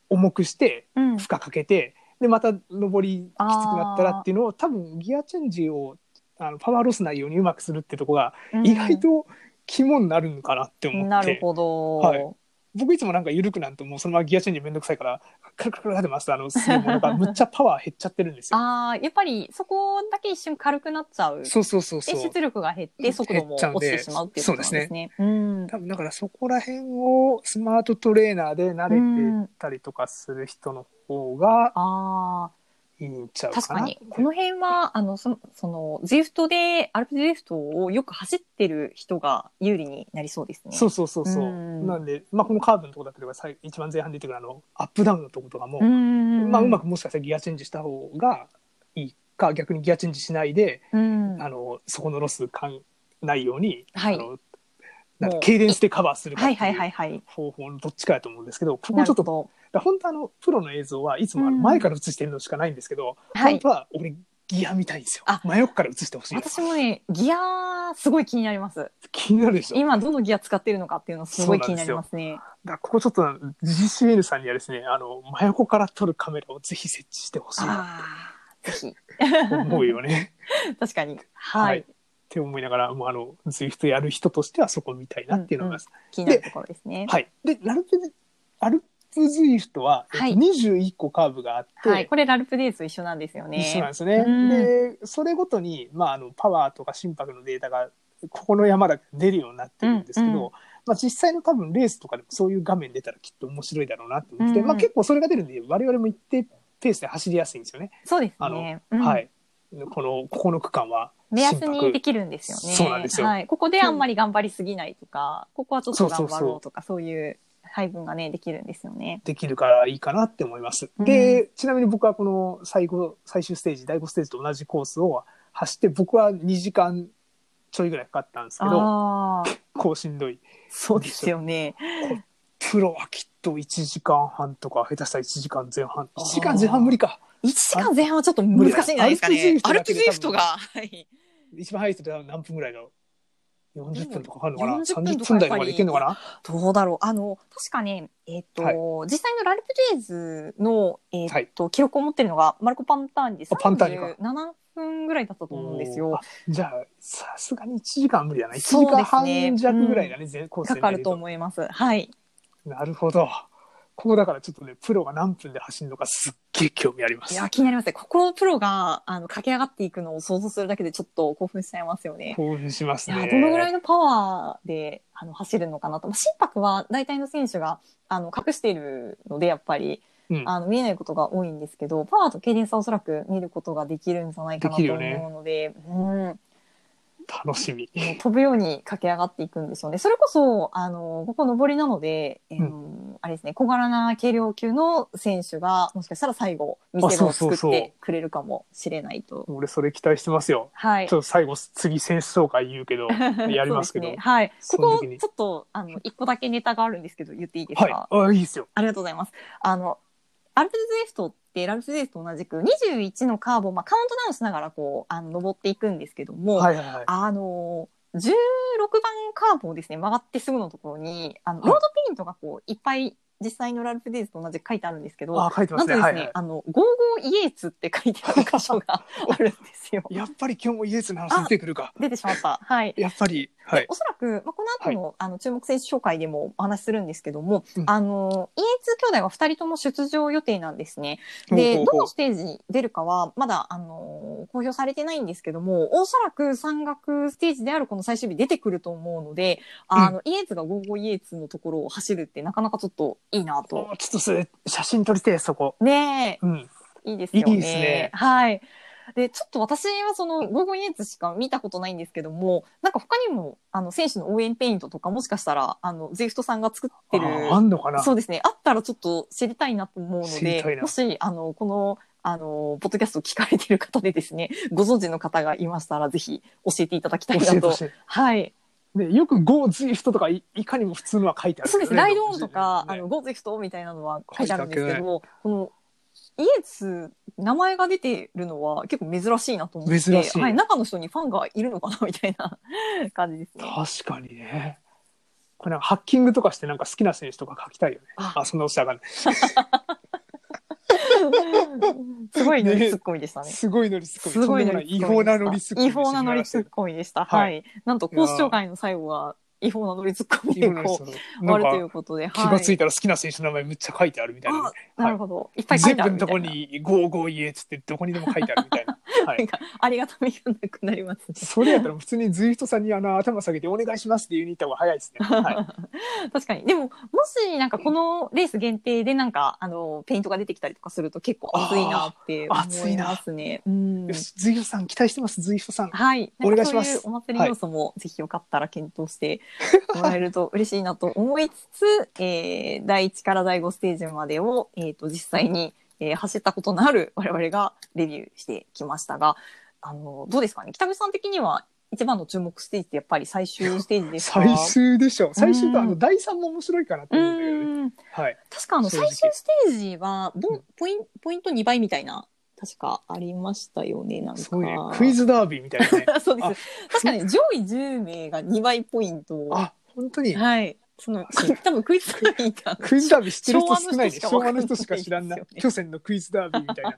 S1: 重くして
S2: うん
S1: 負荷かけてでまた上りきつくなったらっていうのを多分ギアチェンジをあのパワーロスないようにうまくするってとこが意外と肝になるのかなって
S2: うん
S1: 思
S2: な
S1: って、
S2: るほど。
S1: はい僕いつもなんか緩くなんともうそのままギアチェンジめんどくさいからカラカラカラって回すあのするものがむっちゃパワー減っちゃってるんですよ。
S2: ああ、やっぱりそこだけ一瞬軽くなっちゃう。
S1: そうそうそう
S2: で、
S1: そう
S2: 出力が減って、速度も落ちてしまうっていうことなんですね。うん。
S1: 多分だからそこら辺をスマートトレーナーで慣れてたりとかする人の方が
S2: ああ、
S1: いいんちゃうかな
S2: 確かに。この辺は、あの、そその、ゼフトで、アルプゼフトをよく走ってる人が有利になりそうですね。
S1: そうそうそうそう、
S2: うん
S1: なんで、まあ、このカーブのところだったらば最一番前半出てくるあのアップダウンのとことかも、
S2: ん
S1: まあ、うまくもしかしたらギアチェンジした方がいいか逆にギアチェンジしないで、
S2: うん
S1: あのそこのロスかんないように、
S2: はい
S1: あのなん
S2: もう
S1: かケイデンスでカバーするかっ
S2: は
S1: て
S2: いはいいはいうはい。
S1: 方法のどっちかやと思うんですけどこ
S2: な
S1: こちょっ
S2: るほ
S1: と
S2: ど。
S1: だから本当あのプロの映像はいつもあの
S2: うん
S1: 前から映してるのしかないんですけど、
S2: は
S1: 本
S2: い。
S1: 当は俺ギアみたいんですよ
S2: あ
S1: 真横から映してほしい
S2: 私もね、ギア、すごい気になります。
S1: 気になるでしょだか
S2: 今、どのギア使ってるのかっていうの、すごい気になりますね。
S1: らここちょっと GCN さんにはですねあの真横から撮るカメラをぜひ設置してほしいな
S2: ああ、ぜひ。
S1: と思うよ ね
S2: 確かに。はい
S1: っ。て思いながらもうあの ZWIFT やる人としてはそこ見たいなっていうのがあります、
S2: 気になるところですね。
S1: はいでラルプアルプ ZWIFT は
S2: はい
S1: 21個カーブがあって、
S2: はい、これラルプデイズと一緒なんですよね。
S1: 一緒なんですね。
S2: うん
S1: でそれごとに、まあ、あのパワーとか心拍のデータがここの山だけ出るようになってるんですけど、
S2: うんうん
S1: まあ、実際の多分レースとかでもそういう画面出たらきっと面白いだろうなと思ってて、
S2: うんうん
S1: まあ、結構それが出るんで我々も一定ペースで走りやすいんですよね。
S2: そうです
S1: あ
S2: ね
S1: の。
S2: うん
S1: はいこのここの区間は
S2: 目安にできるんですよね。
S1: そうなんですよ
S2: はい、ここであんまり頑張りすぎないとか、ここはちょっと頑張
S1: そうそう
S2: ろ
S1: そう
S2: うとか、そういう配分がね、できるんですよね。
S1: できるからいいかなって思います。でちなみに僕はこの最後最終ステージ第5ステージと同じコースを走って僕は2時間ちょいぐらいかかったんですけど
S2: ああ、
S1: こうしんどい
S2: そうですよね。
S1: プロはきっと1時間半とか下手したら1時間前半1時間前半無理か
S2: 1時間前半はちょっと難しいんじゃないですかね。
S1: ア
S2: ア
S1: ル
S2: ル
S1: プ
S2: プ
S1: ス
S2: ス
S1: イ
S2: イ
S1: フ
S2: フ
S1: ト
S2: ト
S1: が
S2: が、はい。
S1: 一番早い人では何分ぐらいだろう40分とかかかるのかな
S2: 40
S1: 30
S2: 分と
S1: 分
S2: か
S1: 台
S2: やっぱり
S1: までいけるのかな
S2: どうだろう。あの、確かね、えっ、と、
S1: はい
S2: 実際のラルプデイズの、えっ、と、記録を持ってるのが、マルコ・パンターニで
S1: あパンターニか
S2: 37分ぐらいだったと思うんですよ。
S1: あじゃあさすがに1時間は無理だな1時
S2: そうです
S1: 間
S2: ね
S1: 半弱ぐらいだね全コース
S2: か
S1: で
S2: かると思います。はい。
S1: なるほどここだからちょっとねプロが何分で走るのかすっげえ興味ありま
S2: い
S1: す
S2: や、気になりますね。ここのプロが、あの、駆け上がっていくのを想像するだけでちょっと興奮しちゃいますよね。
S1: 興奮します
S2: い
S1: ね
S2: や、どのぐらいのパワーで、あの、走るのかなと。まあ、心拍は大体の選手が、あの、隠しているので、やっぱり、
S1: うん
S2: あの、見えないことが多いんですけど、パワーと軽減さはおそらく見ることができるんじゃないかなと
S1: でき
S2: 思
S1: るよね
S2: うので、うん。
S1: 楽しみ
S2: もう飛ぶように駆け上がっていくんでしょうね。それこそ、あの、ここ上りなので、えーあれですね、小柄な軽量級の選手が、もしかしたら最後、見せ場
S1: あ
S2: を
S1: そうそ
S2: 作
S1: う
S2: っ
S1: そう
S2: てくれるかもしれないと。
S1: 俺それ期待してますよ
S2: はい
S1: ち。ょっと最後次選手総会言うけど やりますけど
S2: そうでねはい。こ
S1: その
S2: こ、
S1: 時
S2: ち
S1: に
S2: ょっと、あの、一個だけネタがあるんですけど、言っていいですか、
S1: はいあいいですよ
S2: ありがとうございます。あの、アルプスゼフトって、ラルプスゼフトと同じく、21のカーブを、まあ、カウントダウンしながら、こう、あの、登っていくんですけども、
S1: はいはいはい
S2: あのー、16番カーブをですね、曲がってすぐのところに、あの、
S1: はい
S2: ロードペイントがこう、いっぱい、実際のラルフデイズと同じく書いてあるんですけど、
S1: あ、書いてま
S2: な
S1: す
S2: んと
S1: ね。
S2: です
S1: は
S2: ね、
S1: いはい、
S2: あの、ゴーゴーイエーツって書いてある箇所があるんで すよ。
S1: やっぱり今日もイエスの話出てくるか。
S2: 出てしまった。はい。
S1: やっぱり、はい。
S2: おそらく、まあ、この後の,、あの注目選手紹介でもお話しするんですけども、
S1: うん
S2: あの、イエーツ兄弟は2人とも出場予定なんですね。
S1: ほ
S2: で、
S1: うほ
S2: ど
S1: うほ
S2: のステージに出るかは、まだ、あのー公表されてないんですけども、おそらく山岳ステージであるこの最終日出てくると思うので、あの、イエーツがゴーゴーイエーツのところを走るってなかなかちょっといいな
S1: う
S2: と。
S1: おちょっとそれ写真撮りてえ、そこ。
S2: ね
S1: うん。
S2: え、いいですよね。
S1: いいですね
S2: はい。で、ちょっと私はそのゴーゴンイエーツしか見たことないんですけども、なんか他にも、あの、選手の応援ペイントとかもしかしたら、あの、ゼイフトさんが作ってる、
S1: ああんのかな
S2: そうですね、あったらちょっと知りたいなと思うの
S1: 知りたい
S2: で、
S1: な
S2: もし、あの、この、あの、ポッドキャストを聞かれてる方でですね、ご存知の方がいましたら、ぜひ教えていただきたい
S1: 教え
S2: な
S1: てほ
S2: と
S1: し。い。
S2: はい。
S1: ね、よくゴーズイフトとかいいかにも普通のは書いてある
S2: そう
S1: けどね、
S2: ですね。ライドオンとか、
S1: ね
S2: あの、ゴーゼフトみたいなのは書いてあるんですけ
S1: 書いてある
S2: ども、この、イエツ、名前が出てるのは結構珍しいなと思って、
S1: 珍しい
S2: はい、中の人にファンがいるのかなみたいな 感じですね。
S1: 確かにね。これなんかハッキングとかしてなんか好きな選手とか書きたいよね。
S2: あ
S1: あ、そんなおっしゃらない。
S2: すごいノリ
S1: ね
S2: ツッコミでしたね。
S1: すごいノリツッコミ。
S2: すごいノ
S1: とんでもな
S2: リツッコミで
S1: 違
S2: した
S1: 法なノリツッコミ。
S2: 違法なノリツッコミでした。
S1: は
S2: はいい。なんと、コース紹介の最後は、違法なノリツッコミ
S1: 違
S2: で
S1: 法なノリ
S2: こ
S1: ツ
S2: う、
S1: ッコミ
S2: 終
S1: な
S2: わ
S1: ん
S2: る
S1: か
S2: ということで、
S1: 気がつい
S2: た。
S1: たら好きな選手の名前めっちゃ書いてあるみたいなね、
S2: あなるほど。いっぱい書い
S1: 全
S2: てある
S1: 部
S2: み
S1: の
S2: た
S1: と
S2: いな。
S1: こ に「ゴーゴーイエー」っつってどこにでも書いてあるみたいな、はい、
S2: ありがたみがなくなりますね。
S1: それやったら普通にズイフトさんにあの頭下げて「お願いします」って言いに行った方が早い ですね、は
S2: 確かに。でも、もし、なんかこのレース限定で、なんか、あの、ペイントが出てきたりとかすると結構熱いなって
S1: あー熱
S2: 思
S1: い
S2: い
S1: な
S2: ますね。うん
S1: い、よ。しズイフトさん期待してますズイフトさん
S2: はい。
S1: お願いします
S2: なんかそういうお祭り要素も、ぜひよかったら検討してもらえると嬉しいなと思いつつ、 えー第1から第5ステージまでを、えっ、と、実際に、えー走ったことのある我々がレビューしてきましたが、あの、どうですかね北口さん的には、一番の注目ステージってやっぱり最終ステージです か
S1: 最終でしょ最終とあ
S2: う
S1: の
S2: ん
S1: 第3も面白いかなと
S2: う
S1: 思うんだけどね、
S2: ん。
S1: はい、
S2: 確かあの
S1: 正
S2: 最
S1: 直
S2: 終ステージはボン
S1: うん
S2: ポインポイント2倍みたいな確かありましたよねなんか
S1: すごいね クイズダービーみたいなね
S2: そうで
S1: あ
S2: す確かに上位10名が2倍ポイントを
S1: あ本当に
S2: はいその
S1: そう
S2: 多分クイズサービーが
S1: クイズダービー知ってる人少ないね昭
S2: 昭
S1: 和
S2: 和
S1: の
S2: の
S1: 人
S2: 人
S1: し
S2: し
S1: か
S2: か
S1: 知
S2: 知
S1: ら
S2: ら
S1: ん
S2: ん
S1: な
S2: ないですよね
S1: 巨船のクイズダービーみたいな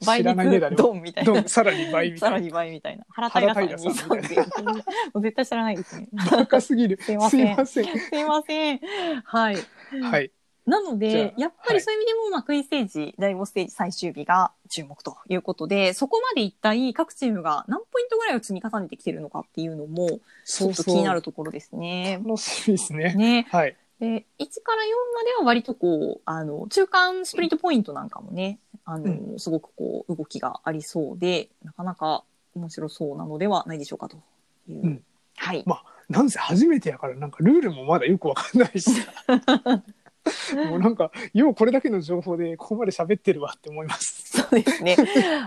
S1: 知
S2: 倍
S1: らないねだ
S2: 率
S1: ね
S2: ドンみたい
S1: ど
S2: なん
S1: さらに倍みた
S2: さ
S1: いな
S2: らに倍みたいな原平さんに
S1: 原平さんみたい
S2: そうですもう絶対知らないで すね
S1: バカすぎる
S2: すいません
S1: すいません
S2: すいませんはい
S1: はい
S2: なの
S1: じゃ
S2: で
S1: あ、
S2: やっぱりそういう意味でも、まあ、クイーンステージ、第5ステージ最終日が注目ということで、そこまで一体各チームが何ポイントぐらいを積み重ねてきてるのかっていうのも、ち
S1: そ
S2: ょ
S1: う
S2: っ
S1: そ
S2: と
S1: う
S2: 気になるところですね。
S1: 楽しみですね
S2: ね。
S1: はい
S2: で、1から4までは割とこう、あの、中間スプリントポイントなんかもね、あの、すごくこう、動きがありそうで、なかなか面白そうなのではないでしょうかという。
S1: うん
S2: はい。
S1: なんせ初めてやからなんかルールもまだよくわかん ないしもうなんかようこれだけの情報でここまで喋ってるわって思います
S2: そうですね。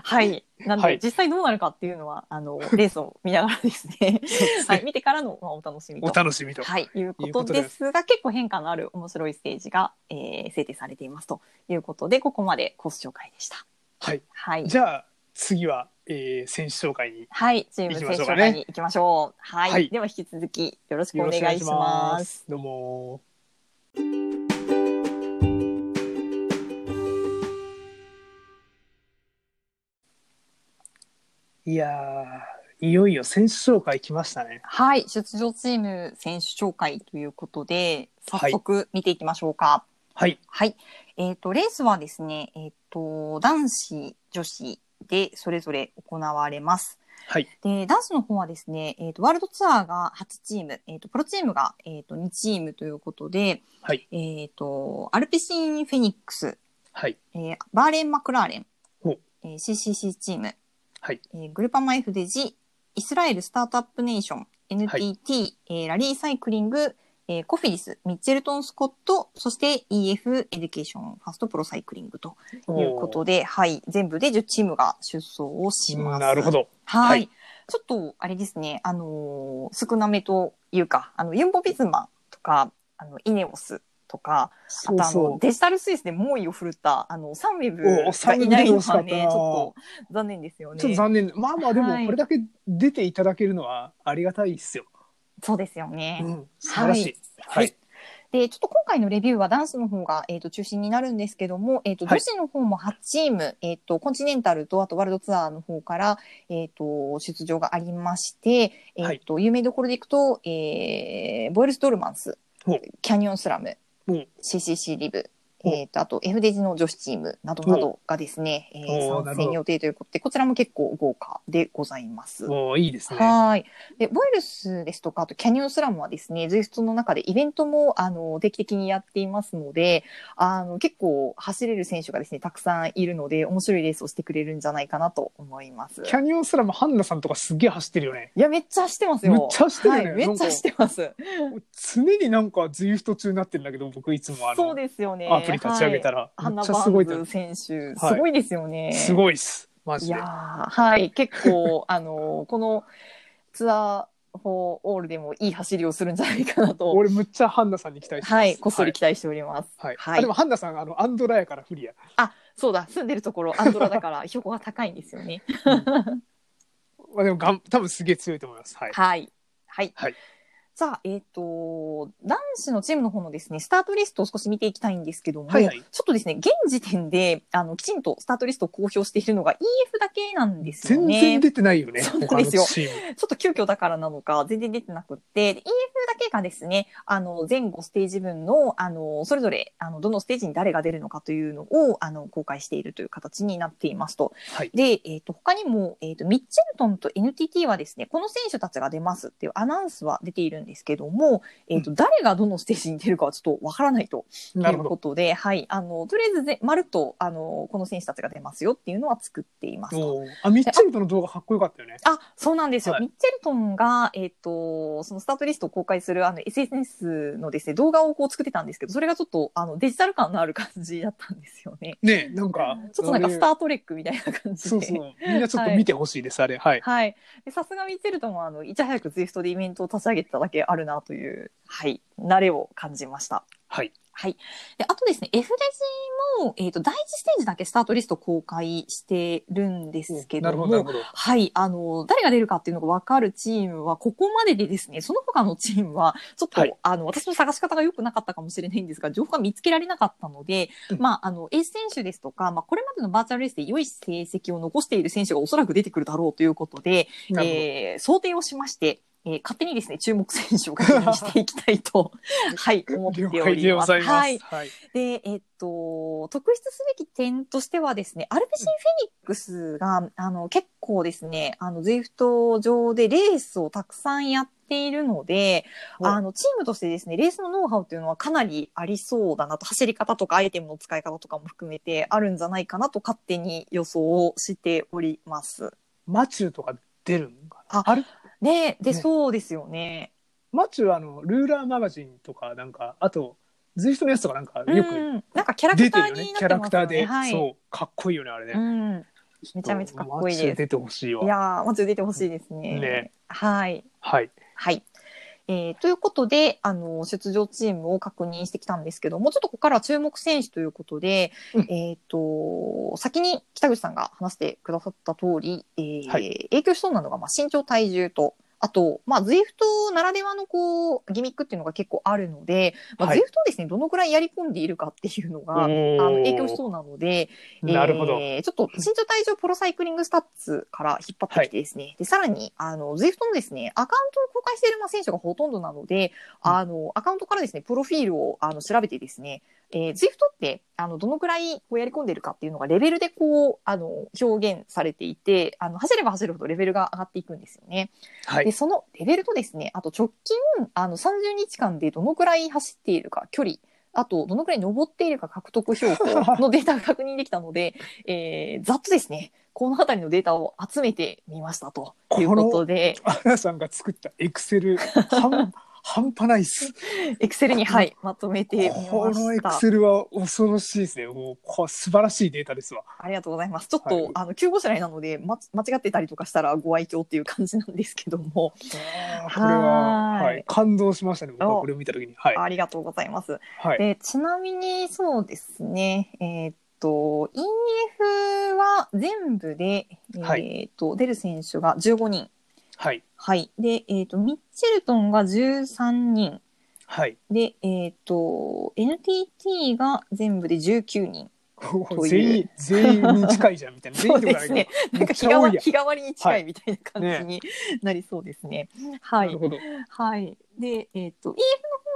S2: はい。なので、
S1: はい
S2: 実際どうなるかっていうのは、あの、レースを見ながらですね。はい。見てからの、まあ、お楽しみと。
S1: お楽しみと
S2: はい、いうこ
S1: いうこと
S2: と
S1: で
S2: ですが、結構変化のある面白いステージが、えー、制定されていますということで、ここまでコース紹介でした。
S1: はい
S2: はい。
S1: じゃあ次は、えー、選手紹介に
S2: はい、チーム選手紹介に行きましょう。はい、
S1: はい
S2: では引き続きよろしく
S1: よ
S2: お
S1: ろ
S2: 願
S1: しくお願い
S2: い
S1: し
S2: し
S1: ま
S2: ますす。
S1: どうもいやーいよいよ選手紹介来ましたね
S2: はい、出場チーム選手紹介ということで、早速見ていきましょうか。
S1: はい
S2: はい。えっ、と、レースはですね、えっ、と、男子、女子でそれぞれ行われます。
S1: はい
S2: で、男子の方はですね、えっ、と、ワールドツアーが8チーム、えっ、と、プロチームが、えっ、と、2チームということで、
S1: はい
S2: えっ、と、アルペシン・フェニックス、
S1: はい
S2: えーバーレン・マクラーレン、
S1: お
S2: えー CCC チーム、
S1: はい
S2: えーグルパマ F デジ、イスラエルスタートアップネーション、NTT、
S1: は
S2: えーラリーサイクリング、えーコフィリス、ミッチェルトン・スコット、そして EF エデュケーションファーストプロサイクリングということで、はい、全部で10チームが出走をします。
S1: なるほ。ど
S2: はい。
S1: はい
S2: ちょっと、あれですね、あのー少なめというか、あの、ユンボビズマとか、あの、イネオスとか、あ
S1: そう
S2: とあ
S1: そ
S2: のデジタルスイスで猛威を振るったあのサンウェブ
S1: おサ
S2: が
S1: ンウェブ
S2: いない
S1: 出て
S2: の
S1: ほしか
S2: は
S1: っ
S2: ね
S1: たな
S2: ちょっと残念ですよ
S1: う
S2: ね。
S1: ちょっと残念まあまあでも
S2: はい
S1: これだけ出ていただけるのはありがたいっすよ、
S2: そうですよね。
S1: うん、素晴らしいは
S2: はいい、でちょっと今回のレビューは男子の方が、えー、と中心になるんですけども、えー、と
S1: はい
S2: 女子の方も8チーム、えー、とコンチネンタルとあとワールドツアーの方から、えー、と出場がありまして、えーと有名どころでいくと、えーボイルス・ドルマンス
S1: ほう
S2: キャニオンスラム
S1: うん
S2: CCC リブ、え
S1: お
S2: えー、とあと FDG の女子チームなどなどがですね、え
S1: お
S2: ー、
S1: ーなるほど
S2: 参戦予定ということでこちらも結構豪華でございます。
S1: おーいいですね。
S2: はい。で、ボイルスですとか、あとキャニオンスラムはですね、ズイフトの中でイベントも、あの、定期的にやっていますので、あの、結構走れる選手がですね、たくさんいるので、面白いレースをしてくれるんじゃないかなと思います。
S1: キャニオンスラムハンナさんとかすげえ走ってるよね。
S2: いや、めっちゃ走ってますよ。
S1: めっちゃ走ってるよね
S2: はい、めっちゃ走ってます。
S1: 常になんかズイフト中になってるんだけど僕いつもあ
S2: そう
S1: の
S2: ですよね。
S1: アプリ立ち上げた
S2: ら、
S1: ら
S2: はい、
S1: め
S2: ハ
S1: っ
S2: ン
S1: ちゃ
S2: ナ・バ
S1: すごいと
S2: ー
S1: 思
S2: ン
S1: う
S2: ズ選手、す
S1: はい
S2: ごいですよね。
S1: すごいっすマジ
S2: い
S1: で
S2: や。ーはい、結構、あの、このツアー、フォーオールでもいい走りをするんじゃないかなと
S1: 俺むっちゃハンナさんに期待してます。
S2: はい、こっそり期待しております。
S1: はい。はいあでもハンナさんあのアンドラやから不利や。
S2: あ、そうだ、住んでるところアンドラ だから標高が高いんですよね。
S1: まあでもがん多分すげえ強いと思います。はい。
S2: はい。はい。
S1: はい
S2: さあ、えっ、と、男子のチームの方のですね、スタートリストを少し見ていきたいんですけども、
S1: はいはい
S2: ちょっとですね、現時点で、あの、きちんとスタートリストを公表しているのが EF だけなんですよ
S1: 全
S2: ね。
S1: 然出てないよね。
S2: そうなんですよ
S1: 他のチーム
S2: ちょっと急遽だからなのか、全然出てなくって、で EF だけがですね、あの、前後ステージ分の、あの、それぞれ、あの、どのステージに誰が出るのかというのを、あの、公開しているという形になっていますと。
S1: はい
S2: で、えっ、と、他にも、えっ、と、ミッチェルトンと NTT はですね、この選手たちが出ますっていうアナウンスは出ているんですけども、えっ、と、誰がどのステージに出るかはちょっとわからないとと
S1: ないるほ
S2: う
S1: ど
S2: こ。とで、はい、あの、とりあえずぜ、まるっと、あの、この選手たちが出ますよっていうのは作っていますと。
S1: おーあミッチェルとの動画かっこよかったよね。
S2: あ、そうなんですよ。
S1: はい
S2: ミッチェルトンが、えっ、と、そのスタートリストを公開する、あの、SNS のですね、動画をこう作ってたんですけど、それがちょっと、あの、デジタル感のある感じだったんですよね。
S1: ねなんか
S2: ちょっとなんか、
S1: あれ
S2: スタートレックみたいな感じで。
S1: そうそうみんなちょっと見てほしいです、あれはい。
S2: はい。でさすがミッチェルトンも、あの、いち早く ZWIFT でイベントを立ち上げてただけあるなという、はい、慣れを感じました。
S1: はい。
S2: はい。で、あとですね、F レジも、えっ、と、第一ステージだけスタートリスト公開してるんですけ
S1: な
S2: ど
S1: るほ
S2: も、
S1: どなるほど。
S2: はい、あの、誰が出るかっていうのが分かるチームは、ここまででですね、その他のチームは、ちょっと、
S1: はい
S2: あの、私の探し方が良くなかったかもしれないんですが、情報が見つけられなかったので、
S1: うん
S2: まあ、あの、エース選手ですとか、まあ、これまでのバーチャルレースで良い成績を残している選手がおそらく出てくるだろうということで、
S1: なるほど
S2: えー想定をしまして、えー勝手にですね、注目選手を確認していきたい と、はい、思ってお
S1: 了
S2: ります。
S1: 解でございます。
S2: はい。
S1: はい。
S2: で、えっと、特筆すべき点としてはですね、アルペシン・フェニックスが、あの、結構ですね、あの、ズイフト上でレースをたくさんやっているので、
S1: お
S2: あの、チームとしてですね、レースのノウハウというのはかなりありそうだなと、走り方とかアイテムの使い方とかも含めてあるんじゃないかなと勝手に予想をしております。
S1: マチューとか出るんかな
S2: あ
S1: あれ
S2: ね、で、
S1: ね
S2: そうですよね。
S1: マチューはあのルーラーマガジンとかなんかあとズイフトのやつとかなんか
S2: う
S1: よく
S2: ん、なんかキャラ
S1: 出て
S2: ク
S1: る
S2: ター
S1: よね
S2: に
S1: キ
S2: な
S1: ャ
S2: って
S1: ラ
S2: ま
S1: ク
S2: す
S1: タ
S2: よ
S1: ー
S2: ね。
S1: で、
S2: はい。
S1: そうかっこいいよねあれね、
S2: うん。めちゃめちゃかっこいい
S1: マチュ
S2: で
S1: ー
S2: す。
S1: 出てほしい
S2: い
S1: わ
S2: やー、もうちょっと出てほしいですね。
S1: ね
S2: はい。
S1: はい
S2: はい。えーということで、あの、出場チームを確認してきたんですけども、ちょっとここからは注目選手ということで、
S1: うん
S2: えっ、と、先に北口さんが話してくださった通り、えー
S1: は
S2: 影響しそうなのが、まあ、身長、体重と、あと、まあ、ズイフトならではの、こう、ギミックっていうのが結構あるので、まあ、
S1: は
S2: ズ
S1: い
S2: イフトをですね、どのくらいやり込んでいるかっていうのが、あ
S1: おー
S2: の、影響しそうなので、
S1: なるほど、
S2: えーちょっと身長体重プロサイクリングスタッツから引っ張ってきてですね、でさらにあの ZWIFT のですねアカウントを公開しているまあ選手がほとんどなので、
S1: うん
S2: あのアカウントからですねプロフィールをあの調べてですね、えー、ZWIFT ってあのどのくらいこうやり込んでるかっていうのがレベルでこうあの表現されていてあの走れば走るほどレベルが上がっていくんですよね。
S1: は
S2: で
S1: い
S2: そのレベルとですねあと直近あの30日間でどのくらい走っているか距離あとどのくらい登っているか獲得 標高のデータが確認できたので、えー、ざっとですねこの辺りのデータを集めてみましたということで
S1: アナさんが作ったエクセル半半端ないっす
S2: エクセルに、はい、まとめてみま
S1: このエ
S2: し
S1: ク
S2: た。
S1: セルは恐ろしいですねもうこう素晴らしいデータですわ
S2: ありがとうございます。ちょっと、
S1: はい
S2: あの急ごしらいなので、ま、間違ってたりとかしたらご愛嬌っていう感じなんですけども、
S1: あーこれは
S2: はーい
S1: はい感動しましたね僕はこれを見た時にはい
S2: ありがとうございます。
S1: はい
S2: でちなみにそうですねえーっと EF は全部で、え
S1: は
S2: ーっと出る選手が15人
S1: はい
S2: はいで、えーっとミッチェルトンが13人
S1: はい
S2: でえーっと NTT が全部で19人という
S1: 全員全員に近いじゃんみたいな全
S2: そ
S1: 員
S2: う
S1: とかない
S2: で
S1: けど
S2: すねなんか日
S1: めっちゃ多
S2: 替わ
S1: い
S2: り
S1: やん
S2: 日替わりに近いみたいな感じになりそうですね。は
S1: ないるほど
S2: はい。で、えっ、と、EF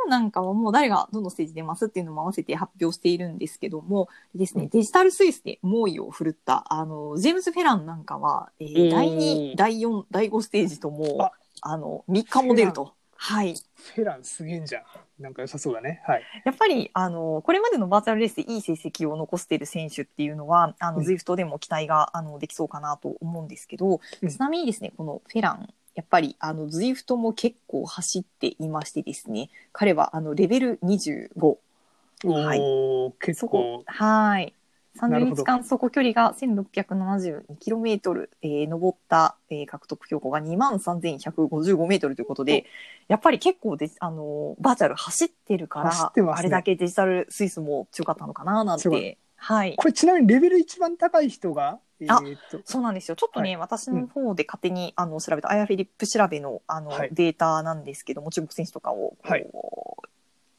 S2: 日なんかはもう誰がどのステージ出ますっていうのも合わせて発表しているんですけども、ですね、デジタルスイスで猛威を振るった、あの、ジェームズ・フェランなんかは、えー
S1: うん
S2: 第2、第4、第5ステージとも
S1: あ
S2: う、あの、3日も出ると。はい。
S1: フェランすげえんじゃん。なんか良さそうだね。はい。
S2: やっぱり、あの、これまでのバーチャルレースでいい成績を残している選手っていうのは、あの、
S1: うん
S2: ズイフトでも期待が、あの、できそうかなと思うんですけど、
S1: うん
S2: ちなみにですね、このフェラン、やっぱり、あの、ズイフトも結構走っていましてですね、彼は、あの、レベル25。はい
S1: おお、結
S2: そ
S1: 構、。
S2: こはい。
S1: なるほ
S2: 30
S1: ど
S2: 日間走行距離が 1672km、えー、登った、えー獲得標高が2万 3155m ということで、やっぱり結構で、あのーバーチャル走ってるから、
S1: 走ってますね
S2: あれだけデジタルスイスも強かったのかななん
S1: すごい
S2: て。はい。
S1: これちなみにレベル一番高い人が、え
S2: あ
S1: ーっと、
S2: そうなんですよ。ちょっとね、私の方で勝手にあの調べた、アイアフィリップ調べのあの、
S1: はい
S2: データなんですけども、中国選手とかをこう、
S1: はい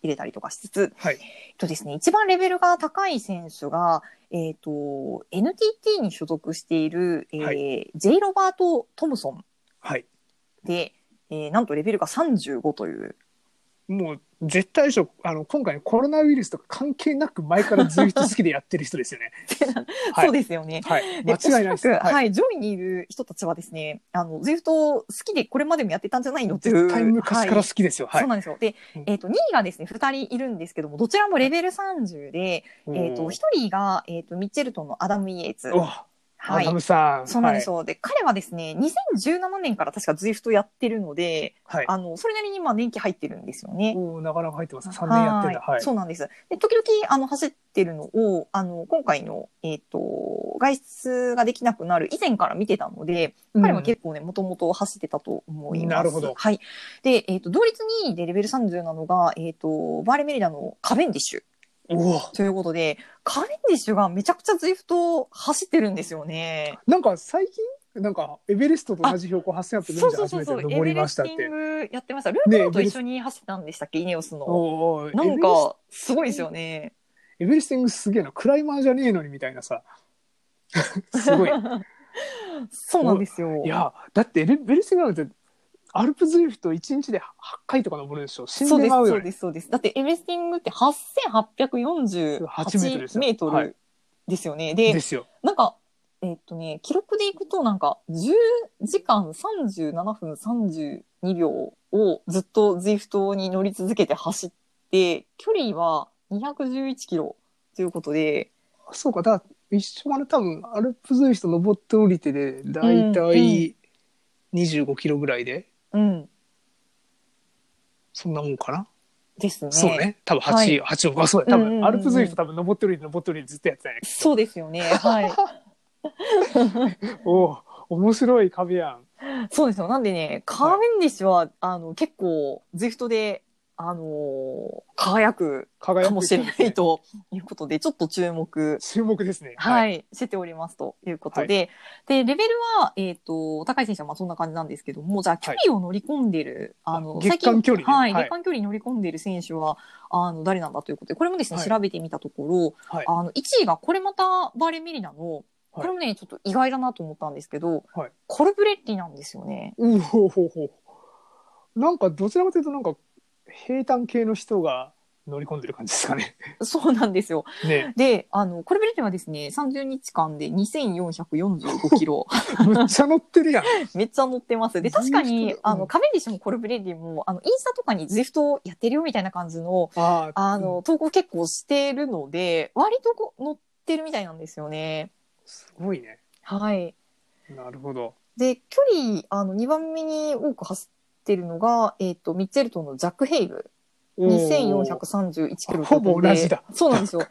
S2: 入れたりとかしつつ、
S1: はい
S2: えっとですね、一番レベルが高い選手が、えっ、と、NTT に所属している、えー
S1: は
S2: J. ロバート・トムソン
S1: はい。
S2: で、えーなんとレベルが35という、
S1: もう絶対でしょあの今回のコロナウイルスとか関係なく前からずっと好きでやってる人ですよね。はい
S2: そうですよね。
S1: はい、
S2: で
S1: 間違いないで
S2: お
S1: す。
S2: そらくはい、
S1: い、
S2: 上位にいる人たちはですね、あの、ずっと好きでこれまでもやってたんじゃないのっていう。
S1: 絶対昔から好きですよ。は
S2: そう
S1: い。
S2: なんですよ。で
S1: うん、
S2: えっ、と、2位がですね、2人いるんですけども、どちらもレベル30で、えっ、と、1人が、えっ、と、ミッチェルトンのアダム・イエーツ。
S1: おー
S2: は
S1: ア
S2: い
S1: ダ。ムさん。
S2: そうなんですよ。で、彼はですね、2017年から確か ZWIFT やってるので、
S1: はい。はい、
S2: あの、それなりにまあ年季入ってるんですよね。
S1: おーなかなか入ってます。三年やってんだ。
S2: は
S1: はいい。
S2: そうなんです。で、時々、あの、走ってるのを、あの、今回の、えっ、と、外出ができなくなる以前から見てたので、彼
S1: う
S2: は
S1: ん
S2: 結構ね、もともと走ってたと思います。
S1: なるほど
S2: はい。で、えっ、と、同率2位でレベル30なのが、えっ、と、バーレメリダのカベンディッシュ
S1: おー
S2: ということで、カベンディッシュがめちゃくちゃズイフト走ってるんですよね。
S1: なんか最近なんかエベレストと同じ標高八千アップ
S2: そうそう
S1: 初
S2: そう
S1: めて
S2: そう、
S1: 登りましたっ
S2: エ
S1: て
S2: ベレ。スティングやってました。ルークローと一緒に走ったんでしたっけ、イネオスの。
S1: おー
S2: なんか、すごいですよね。
S1: エベレスティングすげえなクライマーじゃねえのにみたいなさ すごい
S2: そうなんですよ。
S1: いやだってエベレスティングなんてアルプズイフト一日で8回とか登るでしょ死
S2: そ
S1: ん
S2: うで、
S1: ですまう
S2: そ
S1: よ
S2: う
S1: ね
S2: です、そうです。だって、エベレスティングって8848
S1: 8m ですよ
S2: メート
S1: は
S2: ル
S1: い
S2: ですよね。
S1: で
S2: で、
S1: すよ
S2: なんか、えっとね、記録でいくと、なんか、10時間37分32秒をずっと ZWIFT に乗り続けて走って、距離は211キロということで、
S1: そうかだから一緒はね多分アルプズイフト登って降りてでだいたい25キロぐらいで
S2: うん、
S1: そんなもんかな、
S2: ですね。
S1: そう。ね多分8、
S2: はい
S1: 八をあそうだ多分、
S2: うんうんうん
S1: アルプズイフト多分登って降りて登って降りてずっとやってたんやけ
S2: そうですよね。 はい。
S1: どおー面白い壁やん
S2: そうですよ。なんでね、カーベンディッシュは、あの、結構、ズイフトで、あのー輝く
S1: 輝く
S2: かもしれないということで、ちょっと注目、
S1: 注目ですね、
S2: はいい、しておりますということで、で、レベルは、えっ、と、高い選手はまあそんな感じなんですけども、じゃあ、距
S1: はい
S2: 離を乗り込んでる、あの、
S1: 月間距離ね
S2: はい、
S1: はい
S2: 月間距離に乗り込んでる選手は、あの、誰なんだということで、これもですね、
S1: はい
S2: 調べてみたところ、
S1: はい
S2: あの、1位が、これまた、バーレン・メリナの、これもね、ちょっと意外だなと思ったんですけど、
S1: はい
S2: コルブレッリなんですよね。
S1: うほうほうほうなんかどちらかというとなんか平坦系の人が乗り込んでる感じですか ね。
S2: そうなんですよ。
S1: ね
S2: で、あの、コルブレッリはですね、30日間で2445キロ。
S1: むっちゃ乗ってるやん。
S2: めっちゃ乗ってます。で、確かに
S1: うん、
S2: あの、カベンディッシュもコルブレディも、あの、インスタとかに ZWIFT をやってるよみたいな感じの、
S1: ああ
S2: あの、投稿結構してるので、割とこう乗ってるみたいなんですよね。
S1: すごいね。
S2: はい。
S1: なるほど。
S2: で、距離、あの、2番目に多く走ってるのが、えっ、と、ミッチェルトンのジャック・ヘイグ。
S1: おー
S2: 2431キロ。
S1: ほぼ同じだ。
S2: そうなんですよ。ヘ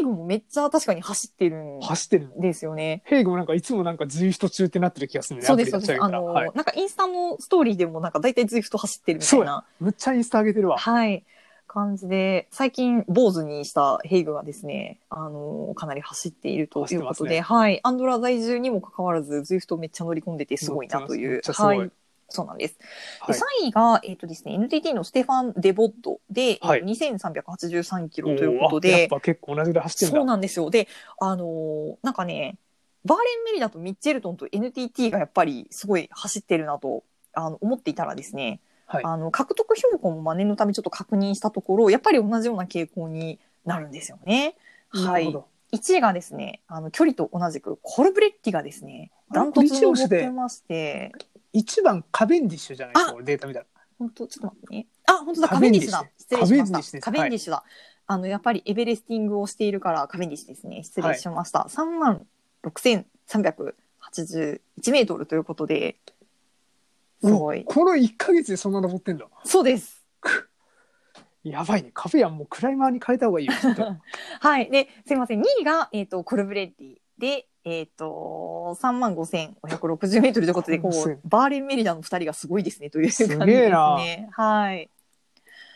S2: イグもめっちゃ確かに走ってるん
S1: 走ってる。
S2: ですよね。
S1: ヘイグもなんかいつもなんかズイフト中ってなってる気がするね。
S2: そうです、そ
S1: ア
S2: う
S1: プ
S2: で
S1: リ立
S2: す。
S1: ち上げた
S2: あ
S1: ら
S2: の、
S1: はい。
S2: なんかインスタのストーリーでもなんか大体 ZWIFT 走ってるみたい
S1: そう
S2: な。
S1: むっちゃインスタ上げてるわ。
S2: はい。感じで、最近、坊主にしたヘイグがですね、あのかなり走っているというこ
S1: 走ってます
S2: とで、
S1: ね
S2: はい。アンドラ在住にもかかわらず、ズイフトめっちゃ乗り込んでてすごいなとい
S1: め
S2: う
S1: っ。ちゃすご
S2: はいい。そうなんです。
S1: は
S2: で
S1: い。
S2: 3位が、えっ、とですね、NTT のステファン・デボッドで、
S1: はい
S2: えー2383キ
S1: お
S2: ロ
S1: ー
S2: ということ
S1: あやっ
S2: で、
S1: ぱ結構同じぐらい走って
S2: そ
S1: る
S2: うん
S1: だ。
S2: なんですよ。で、あのーなんかね、バーレン・メリダとミッチェルトンと NTT がやっぱりすごい走ってるなとあの思っていたらですね、
S1: はい
S2: あの獲得標高もまあ念のためちょっと確認したところやっぱり同じような傾向になるんですよね。は
S1: なるほ
S2: い、
S1: ど
S2: 1位がですねあの距離と同じくコルブレッティがですね
S1: あれ
S2: ダントツに
S1: これ一
S2: 上
S1: 押
S2: っ
S1: しで
S2: てまして
S1: 一番カベンディッシュじゃないです
S2: あ
S1: か俺データ見たら
S2: 本当ちょっと待ってねあ本当だカ
S1: カベ
S2: ベン
S1: ン
S2: デ
S1: ディ
S2: ィッ
S1: ッ
S2: シ
S1: シュ
S2: ュだ
S1: です
S2: 失礼しまし
S1: カベンディッシュ
S2: た
S1: です
S2: カベンディッシュだ、あのやっぱりエベレスティングをしているからカベンディッシュですね失礼しました、3万6381メートルということですご
S1: お
S2: い
S1: この1か月でそんな登ってんだ
S2: そうです
S1: やばいねカフェやんもうクライマーに変えた方がいいよ きっと
S2: はい。で、すいません。2位が、えっ、と、コルブレッディで、えっ、と、3万5560メートルということで、こ、
S1: すごいう
S2: バーレンメリダの2人がすごいですね、という感じです
S1: すげえな
S2: ね。はい。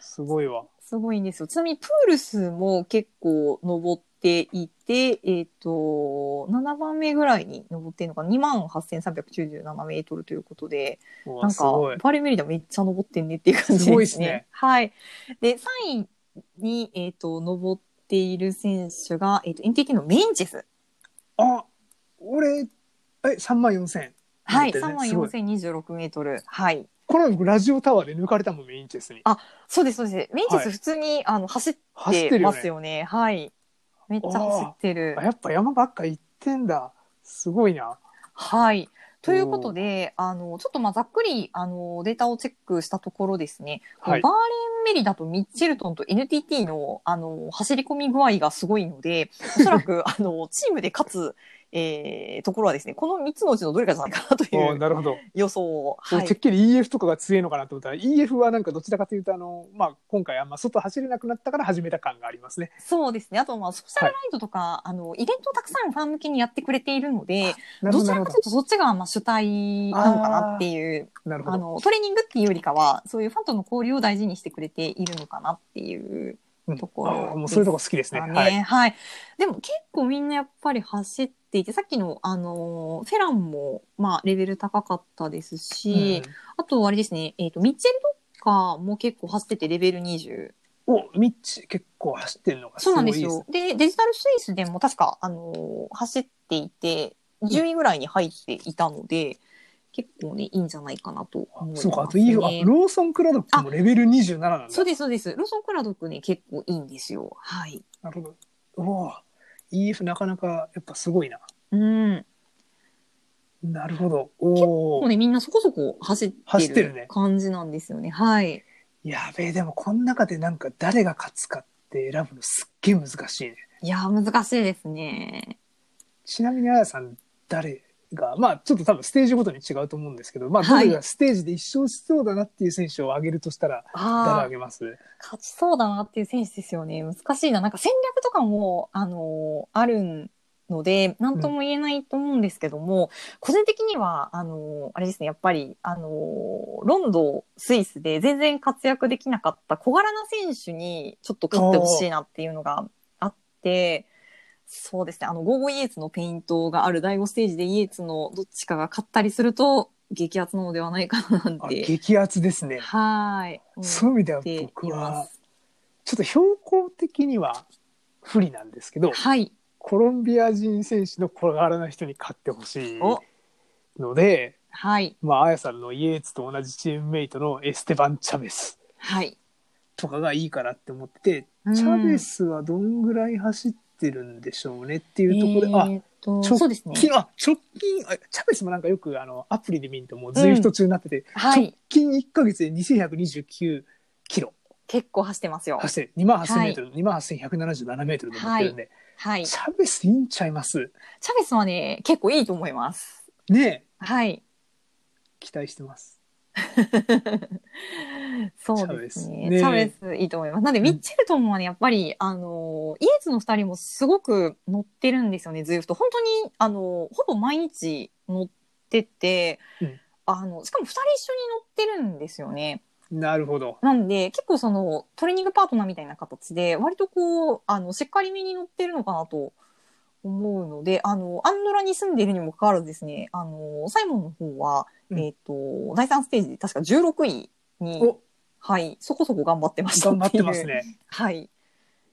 S1: すごいわ
S2: すごいんですよ。ちなみに、プールスも結構登っていて、えっ、と、7番目ぐらいに登ってるのが2万8397メートルということで、
S1: うわ
S2: なん
S1: す
S2: か
S1: ごい、
S2: バレンメリダめっちゃ登ってんねっていう感じですね。
S1: すごいっすね
S2: はい。で、3位に、えっ、と、登っている選手が、えっ、と、NTT のメインチェス。
S1: あ俺え3万4000
S2: は
S1: 登っ
S2: い。3
S1: て
S2: 万
S1: るねすごい
S2: 4026メートル。はい。
S1: この前僕ラジオタワーで抜かれたもんメインチェスに
S2: あそうです、そうです。メインチェス
S1: はい
S2: 普通に、あの、走っ
S1: 走って
S2: て
S1: るよ
S2: ま
S1: ね
S2: すよね。はい。めっちゃ走ってる
S1: あ。やっぱ山ばっか行ってんだすごいな
S2: はい。ということで、あの、ちょっとまあざっくり、あの、データをチェックしたところですね、
S1: はい
S2: バーレンメリダとミッチェルトンと NTT の、あの、走り込み具合がすごいの で、おそらく、あの、チームで勝つ、えー、ところはですね、この3つのうちのどれかじゃないかなとい
S1: お
S2: う
S1: なるほど、
S2: 予想を。は
S1: 俺てっ
S2: い。
S1: きり EF とかが強いのかなと思ったら EF はなんかどちらかというとあの、まあ、今回あんま外走れなくなったから始めた感がありますね
S2: そうですね。あと、まあ、ソーシャルライドとか、あの、イベントをたくさんファン向けにやってくれているので、
S1: なるほ
S2: ど
S1: ど
S2: ち
S1: な
S2: ら
S1: る
S2: か
S1: ほ
S2: というとそっちが、まあ、主体なのかなっていう
S1: どなるほど
S2: あのトレーニングっていうよりかはそういうファンとの交流を大事にしてくれているのかなっていう
S1: うん
S2: ところ
S1: あーもうそういうとこ好きですね
S2: かね、
S1: は
S2: は
S1: い
S2: いでも結構みんなやっぱり走っていてさっきの、あのフェランも、まあ、レベル高かったですし、あとあれですね、えー、とミッチェルとかも結構走っててレベル20
S1: うんおミッチ結構走ってるのがす
S2: そう
S1: ご
S2: ないん
S1: で
S2: ですす
S1: ね
S2: よでデジタルスイスでも確か、あの走っていて10位ぐらいに入っていたので、結構ねいいんじゃないかなと思います、
S1: そ
S2: ね。
S1: うかあと EF あローソンクラドックもレベル27なんだ
S2: そうです、そうです。ローソンクラドックね、結構いいんですよ。はい。
S1: なるほどおお EF なかなかやっぱすごいな
S2: うん。
S1: なるほどお
S2: もう
S1: お
S2: ね、みんなそこそこ走っ
S1: 走ってて
S2: る
S1: るね
S2: 感じなんですよね。はい。
S1: やべえでもこの中でなんか誰が勝つかって選ぶのすっげえ難しいね
S2: いやー、難しいですね。
S1: ちなみにあやさん誰がまあちょっと多分ステージごとに違うと思うんですけど、まあ、
S2: はい
S1: 誰がステージで一勝しそうだなっていう選手を挙げるとしたら誰
S2: ああ
S1: 挙、げます
S2: 勝ちそうだなっていう選手ですよね。難しいな。なんか戦略とかも、あのーあるので、なんとも言えないと思うんですけども、個人的には、あのーあれですね、やっぱり、あのーロンドン、スイスで全然活躍できなかった小柄な選手にちょっと勝ってほしいなっていうのがあって、そうですね、あの、ゴーゴイエーツのペイントがある第5ステージでイエーツのどっちかが勝ったりすると、激アツなのではないかななん
S1: あ
S2: て。
S1: 激アツですね、
S2: はい。思
S1: そういう意味では
S2: ってい
S1: 僕
S2: ま
S1: は
S2: す。
S1: ちょっと標高的には不利なんですけど
S2: はい。
S1: コロンビア人選手の小柄な人に勝ってほしい
S2: お
S1: ので
S2: はい。
S1: まああやさんのイエーツと同じチームメイトのエステバン・チャベス
S2: はい。
S1: とかがいいかなって思って
S2: うん
S1: てチャベスはどんぐらい走ってるんでしょうねっていうところで、あ
S2: えーっと
S1: ちょ
S2: そうですね。
S1: きあ直近あチャベスもなんかよくあのアプリで見るともうズイフト中になってて、
S2: はい。
S1: 近1か月で2129キロ
S2: 結構走ってますよ。
S1: 走って2万8000メートル、2万8177メートル登ってるんで、
S2: はい。
S1: チ
S2: チ
S1: ャベスいいんちゃいます
S2: ャベスはね、結構いいと思います。
S1: ねえ
S2: はい。
S1: 期待してます
S2: そうですね。チ
S1: チ
S2: ャ
S1: ャ
S2: ベ
S1: ベ
S2: スいいと思います。なんで、ミッチェルトンはね、やっぱり、あの、イエズの二人もすごく乗ってるんですよね、ずっと。本当に、あの、ほぼ毎日乗ってて、
S1: うん
S2: あの、しかも二人一緒に乗ってるんですよね。
S1: なるほど
S2: なんで、結構その、トレーニングパートナーみたいな形で、割とこう、あの、しっかりめに乗ってるのかなと思うので、あの、アンドラに住んでいるにもかかわらずですね、あの、サイモンの方は、
S1: うん
S2: えっ、と、第3ステージで確か16位に、
S1: お
S2: はい、そこそこ頑張ってました
S1: 頑張ってま
S2: い
S1: す
S2: う。
S1: ね
S2: はい。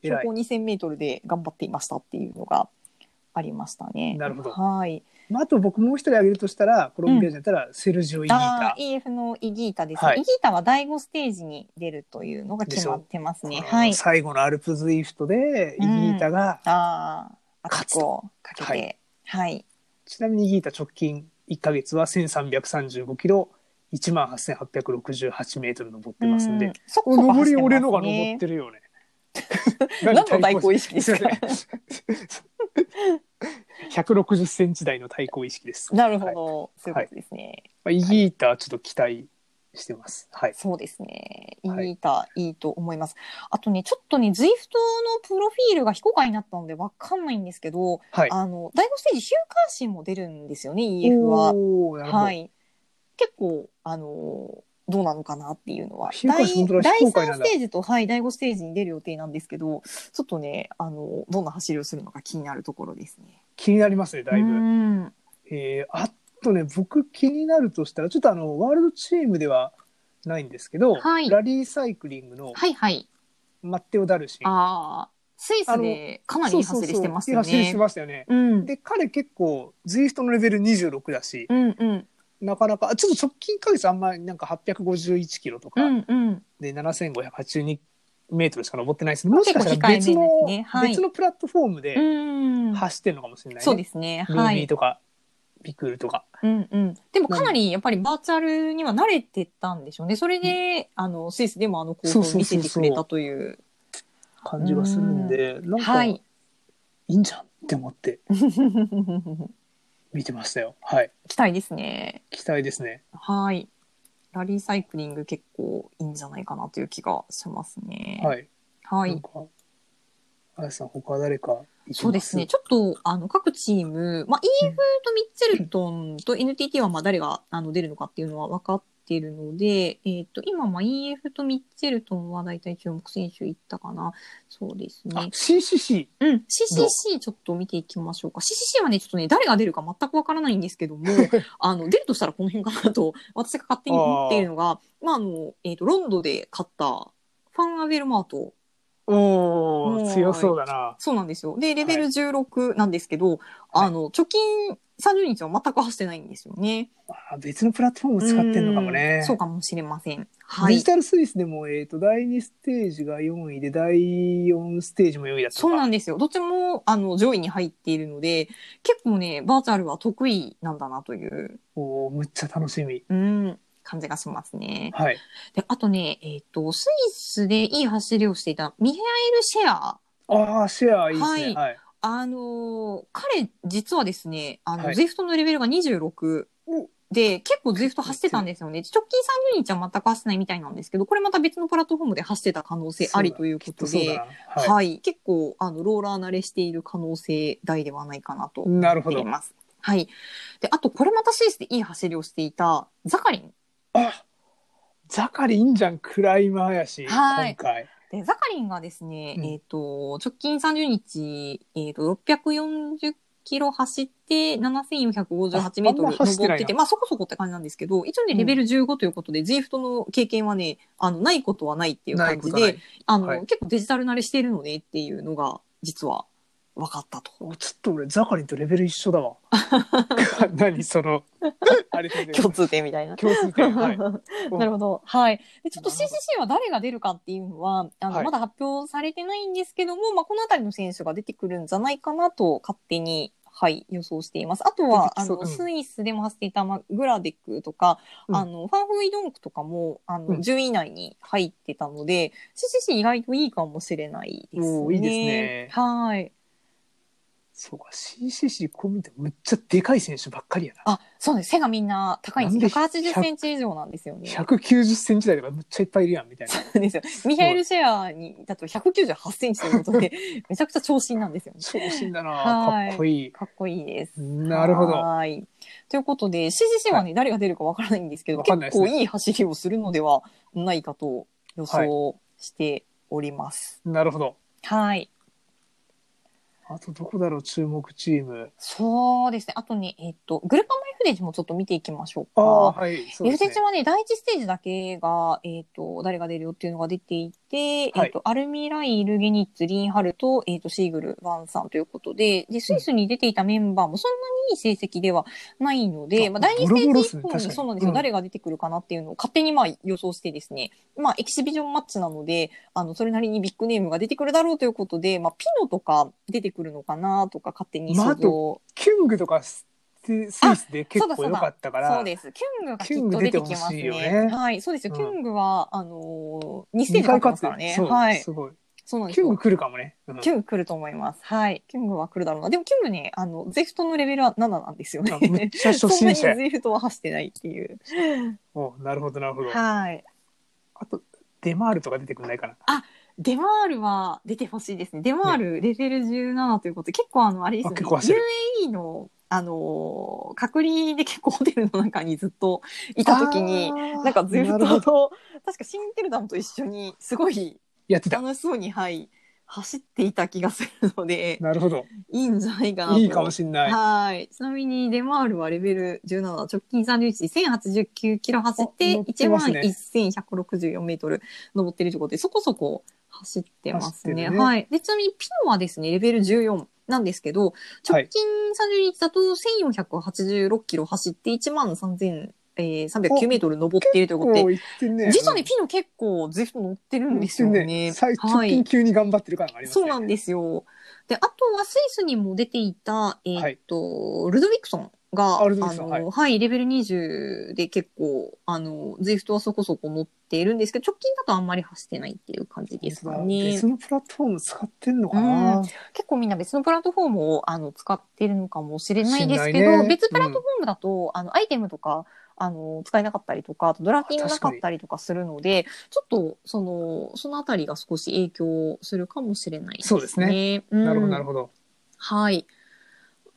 S1: 偉
S2: 標
S1: い
S2: 高2000メートルで頑張っていましたっていうのがありましたね。
S1: なるほど
S2: はい。
S1: まあ、あと僕もう一人挙げるとしたら、コロンビア人だったらセルジオ・イギー
S2: あ
S1: タ
S2: あ、。EF のイギータですね。
S1: はい
S2: イギータは第5ステージに出るというのが決まってますね。
S1: この
S2: はい。
S1: 最後のアルプズイフトで、イギータが、
S2: ああ、
S1: 勝つ
S2: 圧をかけ
S1: は
S2: て。はい。
S1: ちなみにイギータ直近1ヶ月は1335キロ、18,868メートル登ってますん
S2: うん
S1: で、。
S2: そこ
S1: お
S2: そこ
S1: 登
S2: 走
S1: り
S2: ってますね
S1: 俺のが登ってる よね。
S2: 何の対抗意識です
S1: すい
S2: か
S1: ま。 せん160センチ台の対抗意識です。
S2: なるほ
S1: はいま
S2: ど、そういうことですね。
S1: あイギータはちょっと期待してます。はい。
S2: そうですね。い
S1: はい
S2: いた、い、いと思います。あとね、ちょっとね、ズイフトのプロフィールが非公開になったので、わかんないんですけど。
S1: はい。
S2: あの、第5ステージ週刊誌も出るんですよね、EF は。
S1: おーなるほど。
S2: は。い。結構、あのーどうなのかなっていうのは。
S1: 週刊
S2: 第
S1: 誌本
S2: 第
S1: 当だ非公開
S2: 3
S1: なん
S2: ス
S1: だ
S2: テージと、はい、第5ステージに出る予定なんですけど、ちょっとね、あのーどんな走りをするのか気になるところですね。
S1: 気になりますね、だいうぶ。
S2: ん
S1: えー、あとね、僕気になるとしたら、ちょっとあの、ワールドチームではないんですけど、
S2: はい
S1: ラリーサイクリングの
S2: はいはい。
S1: マッテオ・ダルシン。
S2: ああ、スイスでかなりいい
S1: そうそ
S2: 走
S1: う
S2: り
S1: そう
S2: してます
S1: いい
S2: よ
S1: 走りして
S2: ね。
S1: ましたよね。
S2: うん。
S1: で、彼結構、ズイフトのレベル26だし、
S2: うんうん。
S1: なかなか、あちょっと直近1ヶ月あんまりなんか851キロとか
S2: うんうん。
S1: で7582メートルしか登ってないですけど、もしかした
S2: 結
S1: ら
S2: 構控えめです
S1: 別の、
S2: ねはい
S1: 別のプラットフォーム
S2: う
S1: で
S2: ん。
S1: 走ってるのかもしれない、ね
S2: そうですね。
S1: ルー
S2: は
S1: ビー
S2: い。
S1: とか、ビクールとか。
S2: うんうん。でもかなりやっぱりバーチャルには慣れてたんでしょうね。それで、あの、スイスでもあの構想を見せてくれたという。
S1: 感じがするんで、なんか、、
S2: はいい。
S1: いんじゃんって思って
S2: 期
S1: 見てましたよ。はい。
S2: 待ですね。
S1: 期待ですね。
S2: はい。ラリーサイクリング結構いいんじゃないかなという気がしますね。。
S1: はいい。
S2: は
S1: なん
S2: い。
S1: か、あやさん、他誰かい
S2: そうですね。。ちょっと、あの、各チーム、まあ、
S1: うん
S2: EF とミッチェルトンと NTT は、まあ、誰が、あの、出るのかっていうのは分かっているので、えっ、と、今、まあ、EF とミッチェルトンは大体注目選手いったかな。そうです
S1: あ
S2: ね、。
S1: CCC。
S2: うん。
S1: どう
S2: CCC ちょっと見ていきましょうか。CCC はね、ちょっとね、誰が出るか全くわからないんですけども、 あの、出るとしたらこの辺かなと、 私が勝手に思っているのが、まあ、あの、えっ、と、ロンドで勝った、ファン・アベルマート。
S1: お
S2: も
S1: ー、
S2: う
S1: 強そうだな。
S2: そうなんですよ。で、レベル
S1: は
S2: 16なんですけど、あの、貯金30日は全く走ってないんですよね。
S1: あ別のプラットフォーム使ってんのかも
S2: う
S1: ね
S2: ん。そうかもしれません。は
S1: デ
S2: い
S1: ジ。タルスイスでも、えっ、と、第2ステージが4位で、第4ステージも4位だった
S2: そうなんんですよ。どっちも、あの、上位に入っているので、結構ね、バーチャルは得意なんだなという、
S1: おーむっちゃ楽しみ。
S2: うん、感じがしますね。
S1: はい。
S2: で、あとね、えっ、と、スイスでいい走りをしていたミヘアエル・シェア。
S1: ああ、シェアいいですね。はい。
S2: あのー彼、実はですね、あの、
S1: はい
S2: ズイフトのレベルが26
S1: お
S2: で、結構ズイフト走ってたんですよね。直近30日は全く走ってないみたいなんですけど、これまた別のプラットフォームで走ってた可能性ありということ
S1: そうだ
S2: で、
S1: な。
S2: はい、
S1: は
S2: 結構、あの、ローラー慣れしている可能性大ではないかなと
S1: い。
S2: 思
S1: なるほ
S2: って
S1: ど
S2: い。ます。はい。で、あと、これまたスイスでいい走りをしていた、ザカリン。
S1: あザカリいいんじゃん、クライマーやし、
S2: はい
S1: 今回。
S2: で、ザカリンがですね、
S1: うん
S2: えっ、と、直近30日、えっ、と、640キロ走って、7458メート
S1: ああんま
S2: ル
S1: 走って
S2: 登
S1: ない
S2: って
S1: な
S2: て、まあそこそこって感じなんですけど、一応ね、レベル15ということで、ズイフトの経験はね、あの、ないことはないっていう感じ
S1: ない
S2: で
S1: こ、
S2: あの、
S1: はい
S2: 結構デジタル慣れしてるのねっていうのが、実は分かったと。
S1: とないおちょっと俺、ザカリとレベル一緒だ わ。何その、あれですね
S2: 共通点みたいな。
S1: 共通点。 はい。
S2: なるほど。はい。で、ちょっと
S1: なるほ
S2: CCC は誰が出るかっていうのは、あの、
S1: はい
S2: まだ発表されてないんですけども、まあ、このあたりの選手が出てくるんじゃないかなと、勝手に、はい、予想しています。あと
S1: 出て
S2: は、
S1: き
S2: あ
S1: そう
S2: の、
S1: うん
S2: スイスでも走っていた、まあ、グラデックとか、
S1: うん
S2: あの、ファンフイドンクとかも、あの、
S1: うん
S2: 10位以内に入ってたので、CCC 意外といいかもしれないですね。
S1: おーいいですね
S2: はい。
S1: そうか、CCC こう見てもむっちゃでかい選手ばっかりやな。
S2: あ、そうです。背がみんな高いんです。
S1: なんで
S2: 180センチ以上なんですよね。
S1: 190センチ台とかむっちゃいっぱいいるやん、 みたいな。
S2: そうですよ。ミハエル・シェアに、だと198センチということで、めちゃくちゃ長身なんですよね。
S1: 超新だな、
S2: はい
S1: かっこいい。
S2: かっこいいです。
S1: なるほど。
S2: はい。ということで、CCC はね、誰が出るかわからないんですけど、
S1: わかんない
S2: 結
S1: ですね
S2: 構いい走りをするのではないかと予想しております。
S1: なるほど。
S2: はい。
S1: あとどこだろう、注目チーム。
S2: そうですね。あとね、えっと、グルパンマテージもちょっと見ていきましょう
S1: ああ、
S2: か。
S1: はい。そうです
S2: F ステ
S1: ね
S2: ージはね、第一ステージだけが、えっ、と、誰が出るよっていうのが出ていて、
S1: はい
S2: えっ、と、アルミライ、ルゲニッツ、リンハルト、えっ、と、シーグル、ワンさんということで、で、スイスに出ていたメンバーもそんなにいい成績ではないので、
S1: あ
S2: まあ、第二
S1: ボ
S2: ス
S1: ロ
S2: テ
S1: ボロ
S2: ー
S1: っ
S2: ジ
S1: す
S2: 以
S1: ね
S2: 降
S1: 確か
S2: に、
S1: に
S2: そうなんですよ、
S1: うん
S2: 誰が出てくるかなっていうのを勝手にまあ予想してですね、まあ、エキシビジョンマッチなので、あの、それなりにビッグネームが出てくるだろうということで、まあ、ピノとか出てくるのかなとか、勝手に
S1: まあ
S2: 想
S1: あと
S2: 像。
S1: キュングとかススイスで結構良かったから。
S2: そうです。キュングがきっと出てきます
S1: キュング出てほしい
S2: ね。
S1: よね
S2: はい、そうですよ。
S1: うん
S2: キュングは、あのー、2ステ
S1: 二
S2: ージ
S1: 回
S2: 勝ってま
S1: 勝
S2: すから
S1: つ
S2: ね。
S1: そう、
S2: はい。
S1: すごい。
S2: そうなんです
S1: キュング
S2: よ。
S1: 来るかもね。うん
S2: キュング来ると思います。はい。キュングは来るだろうな。でもキュングね、あの、ゼフトのレベルは7なんですよね
S1: あ。めっちゃ初
S2: そんな
S1: 心者
S2: にゼフトは走ってないっていう。
S1: おなるほどなるほど。
S2: はい。
S1: あとデマールとか出てくんないかな。
S2: デマールは出てほしいですね。デマールレベル17ということで、結構あの、あれですよ
S1: あ
S2: ね。
S1: 結構焦る
S2: UAE の、あのー隔離で結構ホテルの中にずっといた時に、
S1: あー
S2: なんかずっ
S1: なるほど
S2: と、 確かシンテルダムと一緒に、すごい
S1: やってた。
S2: 楽しそうに、はい、走っていた気がするので、
S1: なるほど。
S2: いいんじゃないかなと。
S1: いいかもしんない。
S2: はい。ちなみに、デマールはレベル17、直近31、1089キロ走って、
S1: あ乗ってますね
S2: 11,164メートル登ってるということで、そこそこ走ってます
S1: 走って
S2: ね。
S1: るね
S2: はい。で、ちなみに、ピノはですね、レベル14なんですけど、直近30日だと1486キロ走って、13,309メートル登っているということで、
S1: こう言ってんね。
S2: 実はね、
S1: うん
S2: ピノ結構、ずいぶん乗ってるんですよ
S1: 言って
S2: ね。
S1: 最
S2: は
S1: 直
S2: い
S1: 近急に頑張ってる感があります
S2: そ
S1: ね。
S2: うなんですよ。で、あとはスイスにも出ていた、えーっと、ルドウィクソンが、
S1: あルドウィクソン
S2: の、
S1: は
S2: はいい、レベル20で結構、あの、ズイフトはそこそこ持っているんですけど、直近だとあんまり走ってないっていう感じですかね
S1: 別。のプラットフォーム使ってんのかな。
S2: 結構みんな別のプラットフォームをあの使ってるのかもしれないですけ
S1: しない
S2: ど、
S1: ね
S2: 別プラットフォームだと、あの、アイテムとか、あの、使えなかったりとか、あとドラッキングなかったりとかするので、ちょっと、その、そのあたりが少し影響するかもしれないですね。
S1: そうですね。
S2: な
S1: なるほどなるほど。
S2: はい。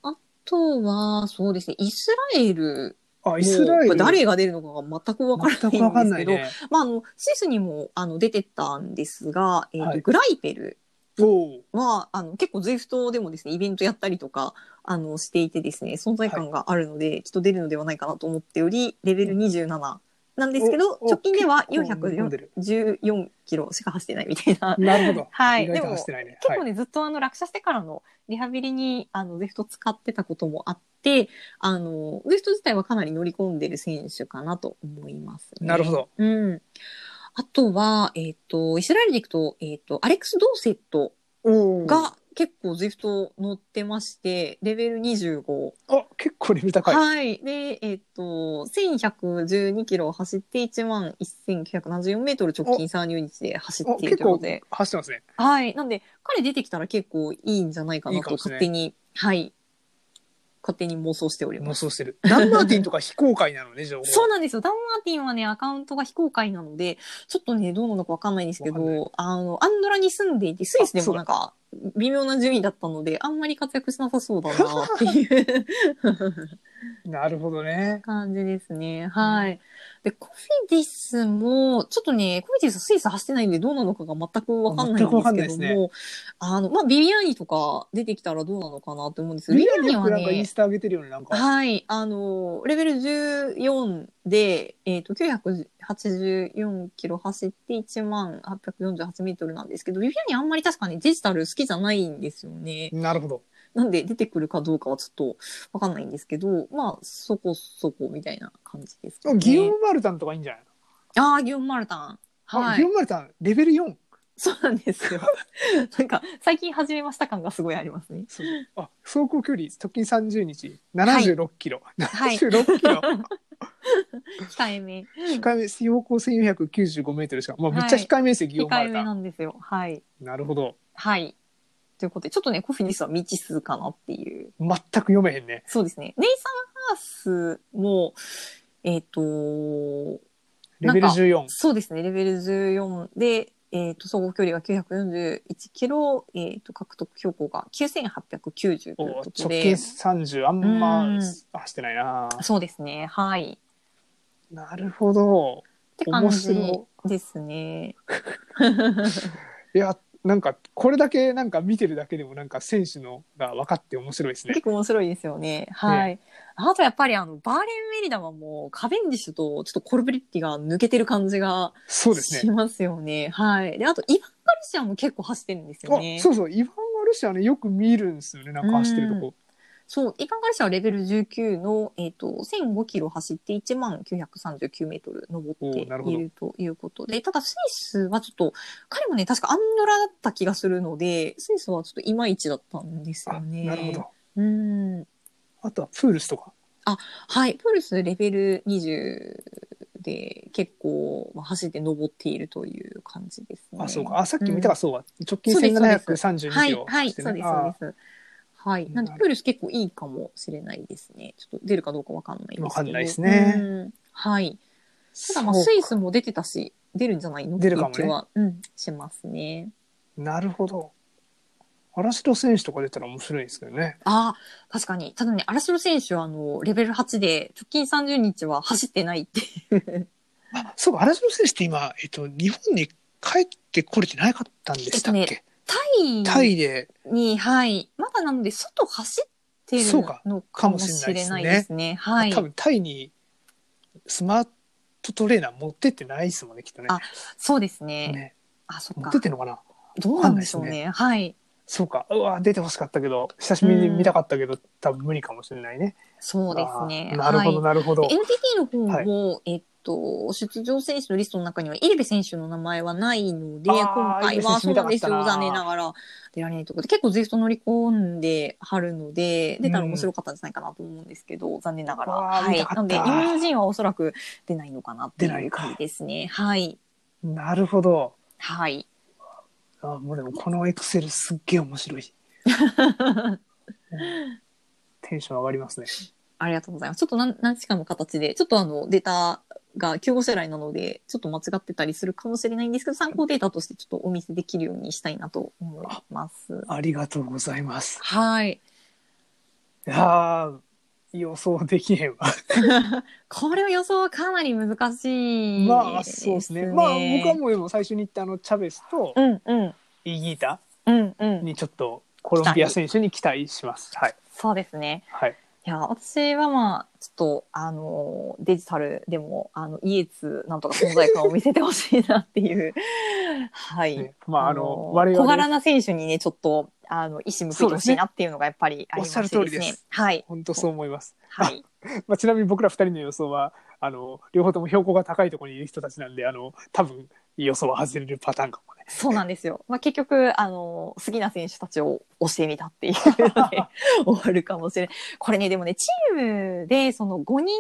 S2: あとは、そうですね、イスラエル
S1: あ
S2: も。
S1: イスラエ
S2: これ
S1: ル。
S2: 誰が出るのかが全くわから
S1: 全くわ
S2: な
S1: か
S2: いん
S1: ん
S2: です
S1: な
S2: け
S1: い
S2: ど、
S1: ね。
S2: まあ、あの、スイスにも、あの、出てったんですが、えっ、と、
S1: はい
S2: グライペル
S1: おう
S2: は、あの、結構、ズイフトでもですね、イベントやったりとか、あの、していてですね、存在感があるので、きっと出るのではないかなと思っており、レベル27なんですけど、
S1: おお
S2: 直近では
S1: 結構飲んでる
S2: 414キロしか走ってないみたいな。
S1: なるほど。
S2: はい。
S1: 意外
S2: で
S1: と
S2: も
S1: 走っ、てないね。
S2: 結構
S1: はい
S2: ね、ずっとあの落車してからのリハビリにあのゼフト使ってたこともあって、あの、ゼフト自体はかなり乗り込んでる選手かなと思います、
S1: なるほ。ど。
S2: うん。あとは、えっ、と、イスラエルで行くと、えっ、と、アレックス・ドーセット
S1: おう
S2: が結構ゼフト乗ってまして、レベル25。
S1: あ結構レベル高。
S2: はいい。で、えっ、と、1112キロ走って1万1974メートル直近30日で走
S1: あ
S2: ってい
S1: 結
S2: るというこ
S1: 構
S2: とで。
S1: 走ってますね。
S2: はい。なんで、彼出てきたら結構いいんじゃないか
S1: い
S2: ない
S1: か
S2: と、
S1: もしれな
S2: 勝
S1: い
S2: 手に、はい。勝手に妄想しており
S1: 妄
S2: ます。
S1: 想してる。ダンマーティンとか非公開なのね、情報。
S2: そうなんですよ。ダン・マーティンはね、アカウントが非公開なので、ちょっとね、どうなのかわかんないんですけ
S1: わかんな
S2: ど、あの、アンドラに住んでいて、スイスでもなんか、微妙な順位だったので、あんまり活躍しなさそうだな、っていう
S1: なるほどね。
S2: 感じですね。はい。で、コフィディスも、ちょっとね、コフィディスはスイス走ってないんでどうなのかが全くわかんないん
S1: 全くわかんないで
S2: で
S1: すす
S2: け
S1: ね
S2: ども、あの、まあ、ビビアーニとか出てきたらどうなのかなって思うんですけど、
S1: み
S2: ビ
S1: んな
S2: ビアー
S1: で
S2: ニ
S1: よ
S2: は
S1: くなんかイン
S2: ね、
S1: スタ上げてるよね、なんか。
S2: はい、あの、レベル14で、えっ、と、984キロ走って1万848メートルなんですけど、ビビアーニあんまり確かにデジタル好きじゃないんですよね。
S1: なるほど。
S2: なんで出てくるかどうかはちょっとわかんないんですけど、まあ、そこそこみたいな感じですかね。
S1: ギオン・マルタンとかいいんじゃない
S2: ああ、ギオン・マルタン。
S1: の、
S2: は
S1: あギオ
S2: い。
S1: ン・マルタン、レベル 4?
S2: そうなんですよ。 なんか、最近始めました感がすごいありますね。
S1: そうあ走行距離、直近30日、76キロ。
S2: はい
S1: 76キロ。
S2: 控えめ。
S1: 控えめ、標高1495メートルしか、まあ、めっちゃ控えめですよ、ギオン・マ
S2: 控え
S1: ル
S2: め
S1: タン。
S2: なんですよ。はい。
S1: なるほど。
S2: はい。ということで、ちょっとね、コフィニスは未知数かなっていう。
S1: 全く読めへんね。
S2: そうですね。ネイサン・ハースも、えっ、と、
S1: レベル
S2: なんか
S1: 14。
S2: そうですね、レベル14で、えっ、と、総合距離が941キロ、えっ、と、獲得標高が9890という
S1: お
S2: こ
S1: 直
S2: と
S1: 近
S2: で。
S1: 30、あんま
S2: うん
S1: 走ってないな。
S2: そうですね、はい。
S1: なるほど。
S2: って感
S1: 面
S2: じ
S1: 白
S2: ですね。
S1: いや、なんかこれだけなんか見てるだけでもなんか選手のが分かって面白いですね
S2: 結。構面白いですよね。はい。あとやっぱりあの、バーレン・メリダはもう、カベンディッシュとちょっとコルブリッティが抜けてる感じが
S1: そうです
S2: し
S1: ね。
S2: ますよね。はい。で、あと、イヴァン・ガルシアも結構走ってるんですよね。
S1: あ
S2: そ
S1: そううそうイヴァン・ガルシアねよく見るんですよねなんか走ってるとこ。
S2: イヴァン・ガルシアはレベル19の、えっ、と、1005キロ走って1万939メートル登って
S1: おーなるほ
S2: い
S1: ど
S2: るということで、ただスイスはちょっと、彼もね、確かアンドラだった気がするので、スイスはちょっといまいちだったんですよ
S1: あ
S2: ね。
S1: なるほど。
S2: うん。
S1: あとはプールスとか。
S2: はい、プールスレベル20で結構まあ走って登っているという感じですね。
S1: あそうかあさっき見た
S2: う
S1: かそうは、直近
S2: そうです
S1: 1732
S2: は
S1: キ
S2: い、
S1: ロ
S2: はい、
S1: 走
S2: そ
S1: ってね
S2: うです、
S1: あ
S2: そうです。はい、なんで
S1: なる
S2: プールス結構いいかもしれないですね。ちょっと出るかどうかわかんないですけど。
S1: わかんないですね
S2: うんはい。ただまあ
S1: そう
S2: スイスも出てたし、出るんじゃないのってい
S1: 出るかも
S2: う
S1: ね
S2: 気は、うん、しますね。
S1: なるほど。嵐戸選手とか出たら面白いですけどね。
S2: ああ、確かに。ただね、荒城選手はあの、レベル8で、直近30日は走ってないっていう。
S1: あ、そうか、嵐戸選手って今、えっと、日本に帰ってこれてなかったんでしたっけ、
S2: えっと
S1: タイで、
S2: に、はい、まだなので、外走ってる
S1: そうか
S2: のか
S1: か
S2: も
S1: も
S2: し
S1: し
S2: れ
S1: れ
S2: な
S1: ないい
S2: で
S1: です
S2: ね。はい
S1: 多。分タイにスマートトレーナー持ってってないですもんね、きっとね。
S2: あそうですね。
S1: ね
S2: あ、そっ
S1: 持
S2: か
S1: ってっ。てんのかな
S2: どうなんでしょうね。
S1: わかん
S2: はい。
S1: そうか、うわ、出てほしかったけど、久しぶりに見たかったけど、多分無理かもしれないね。
S2: そうですね。
S1: あーなるほど、
S2: はい
S1: なるほど。
S2: で NTT の方も、えっと、出場選手のリストの中には、入部選手の名前はないので、
S1: あー
S2: 今回
S1: 入部
S2: は、
S1: 選手
S2: そう
S1: 見
S2: な
S1: た
S2: ん
S1: か
S2: で
S1: っ
S2: す
S1: たな
S2: よ。残念ながら、出られないところで、結構ゼフト乗り込んではるので、出たら面白かったんじゃないかなと思うんですけど、残念ながら。
S1: うわー
S2: は
S1: 見
S2: い。
S1: たか
S2: な
S1: っ
S2: ので、
S1: た
S2: 日本人はおそらく出ないのかなって
S1: 出ないいうか
S2: 感じですね。はい。
S1: なるほど。
S2: はい。
S1: あ、もうでもこのエクセルすっげえ面白い。うんテンション上がりますね。
S2: ありがとうございます。ちょっと何何しかの形で、ちょっとあの、データが95世代なので、ちょっと間違ってたりするかもしれないんですけど、参考データとしてちょっとお見せできるようにしたいなと思います。
S1: ありがとうございます。
S2: はい。
S1: いやー予想できへんわ。
S2: これは予想はかなり難しい、
S1: まあ、そうですね。まあ、僕はもうでも最初に言ったあの、チャベスと
S2: うんうん。
S1: イギータ
S2: うんうん。
S1: にちょっとコロンビア選手に期待します。はい。
S2: そうですね。
S1: はい。
S2: いや、私はまあ、ちょっと、あの、デジタルでも、あの、イエツ、なんとか存在感を見せてほしいなっていう。はい。
S1: ねまあ、あの、
S2: ー
S1: 我
S2: 小柄
S1: 々、
S2: な選手にね、ちょっと、あの、意思向けてほしいなっていうのがやっぱりありまして
S1: そうですねおっしゃる通りです
S2: はい。
S1: 本当そう思います。
S2: はい。
S1: まあ、ちなみに僕ら二人の予想は、あの、両方とも標高が高いところにいる人たちなんで、あの、多分予想は外れるパターンかもね。
S2: そうなんです よ。まあ、結局、あの、好きな選手たちを押してみたっていうの で、終わるかもしれない。これね、でもね、チームで、その5人、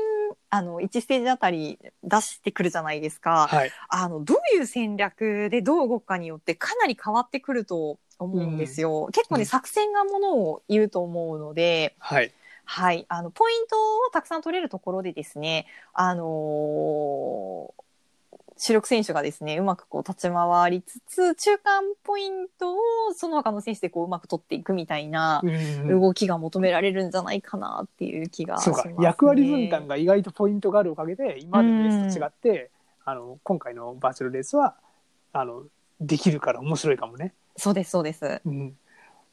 S2: あの、1ステージあたり出してくるじゃないですか。
S1: はい。
S2: あの、どういう戦略でどう動くかによってかなり変わってくると思うんですよ。結構ね、
S1: うん
S2: 作戦がものを言うと思うので、
S1: はい。
S2: はい、あのポイントをたくさん取れるところでですね、あのー主力選手がですね、うまくこう立ち回りつつ、中間ポイントをその他の選手でこううまく取っていくみたいな
S1: うん。
S2: 動きが求められるんじゃないかなっていう気がし
S1: そう
S2: ます、
S1: か
S2: ね。
S1: 役割分担が意外とポイントがあるおかげで今までのレースと違って、あの今回のバーチャルレースはあのできるから面白いかもね、
S2: そうです、そうです。
S1: うん、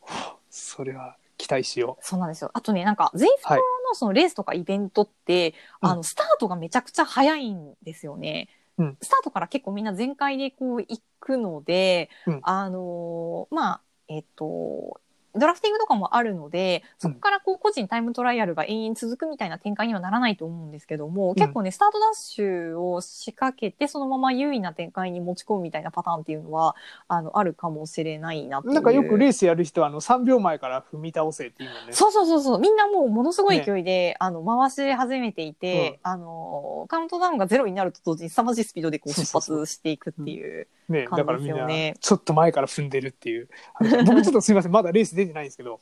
S1: はあそれは期待しよ
S2: そうなんですよ。あとね、なんか、全フ
S1: はい
S2: のそのレースとかイベントって、
S1: うん
S2: あの、スタートがめちゃくちゃ早いんですよね。
S1: うん
S2: スタートから結構みんな全開でこう行くので、
S1: うん
S2: あのーまあ、えっと、ドラフティングとかもあるので、そこからこう個人タイムトライアルが延々続くみたいな展開にはならないと思うんですけども、
S1: ん
S2: 結構ね、スタートダッシュを仕掛けて、そのまま優位な展開に持ち込むみたいなパターンっていうのは、あの、あるかもしれないなって
S1: う
S2: いう。
S1: なんかよくレースやる人はあの3秒前から踏み倒せっていうのね
S2: そうそうそうそう。みんなもうものすごい勢いで、あの、回し始めていて、あの、カウントダウンがゼロになると同時に凄まじいスピードでこう
S1: そう
S2: 出
S1: そうそう
S2: 発していくっていう。
S1: ねだからみん
S2: 感じ
S1: な
S2: ですよね
S1: ちょっと前から踏んでるっていう 話僕ちょっとすみませんまだレース出てないんですけど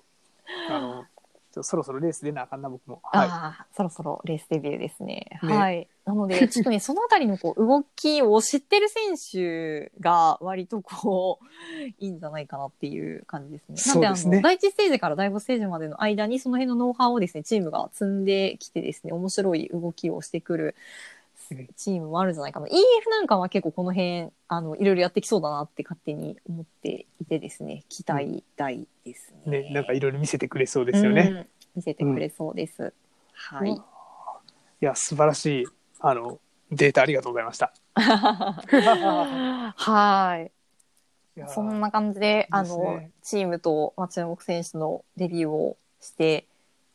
S1: あのちょっとそろそろレース出なあかんな僕もはい
S2: ああ、そろそろレースデビューですね。
S1: ね
S2: はい。なの で、ちょっとね、そのあたりのこう動きを知ってる選手が割とこう、いいんじゃないかなっていう感じですね。なんで、
S1: そうです
S2: あ
S1: ね
S2: の、第一ステージから第五ステージまでの間に、その辺のノウハウをですね、チームが積んできてですね、面白い動きをしてくる
S1: うん
S2: チームもあるんじゃないかな。EF なんかは結構この辺、あの、いろいろやってきそうだなって勝手に思っていてですね、期待大ですね。
S1: ね、なんかいろいろ見せてくれそうですよね。
S2: うん見せてくれそうです。 はい。
S1: いや、素晴らしい、あの、データありがとうございました。
S2: はい。
S1: いやー
S2: そんな感じで、あ
S1: です
S2: の
S1: ね、
S2: チームと、まあ、注目選手のレビューをして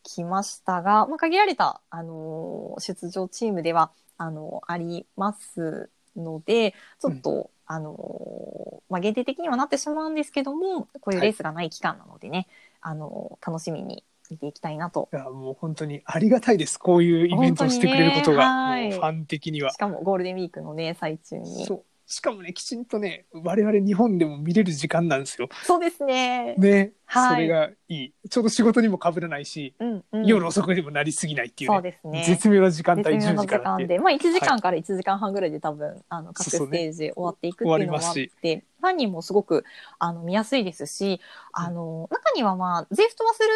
S2: きましたが、まあ、限られた、あのー出場チームでは、あのありますので、ちょっと、あのーまあ、限定的にはなってしまうんですけども、こういうレースがない期間なのでね、あのー楽しみに見ていきたいなと。
S1: いや、もう本当にありがたいです。こういうイベントをしてくれること
S2: 本
S1: が、
S2: 当にねはい
S1: もうファン的には
S2: し。かもゴールデンウィークのね、最中に。そ
S1: そう。しかもね、きちんとね、我々日本でも見れる時間なんですよ。
S2: うですね。
S1: ね。
S2: はい
S1: それがいい。ちょうど仕事にも被らないし、
S2: うんうん、
S1: 夜遅くにもなりすぎないっていう
S2: そう
S1: ね。
S2: ですね。
S1: 絶妙な時間帯
S2: 絶妙
S1: 10
S2: な
S1: 時
S2: 時
S1: からってい
S2: 間
S1: う。
S2: で、まあ、1時間から1時間半ぐらいで多分、あの
S1: そう
S2: 各
S1: そ
S2: ス
S1: うね
S2: テージ終わっていくっていうのもあっ
S1: 終わり
S2: て、ファンにもすごくあの見やすいですしあの中には、まあ、ゼフトはする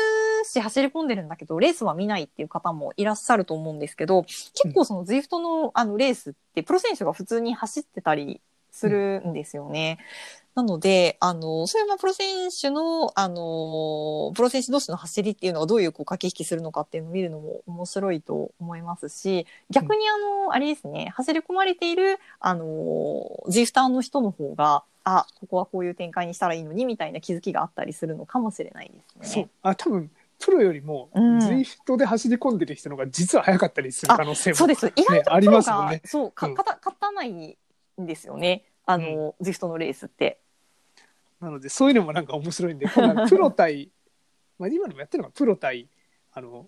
S2: し走り込んでるんだけどレースは見ないっていう方もいらっしゃると思うんですけど結構そのゼフトのあのレースってプロ選手が普通に走ってたりするんですよね。なので、あの、それはまあプロ選手の、あの、プロ選手同士の走りっていうのはどういうこう駆け引きするのかっていうのを見るのも面白いと思いますし、逆にあの、あれですね、走り込まれている、あの、ジフターの人の方が、あ、ここはこういう展開にしたらいいのにみたいな気づきがあったりするのかもしれないです
S1: そう
S2: ね。。
S1: あ、多分、プロよりも
S2: うん、
S1: ズイフトで走り込んでる人の方が実は早かったりする可能性も。
S2: そうです。意外
S1: ね
S2: と
S1: あ
S2: プ
S1: り
S2: ロ
S1: ますも
S2: が、
S1: んね
S2: そう、か、
S1: うん
S2: かた、勝たないんですよね。あの、ジフトのレースって。
S1: なので、そういうのもなんか面白 いんで、今度はプロ対、まあ今でもやってるのがプロ対、あの、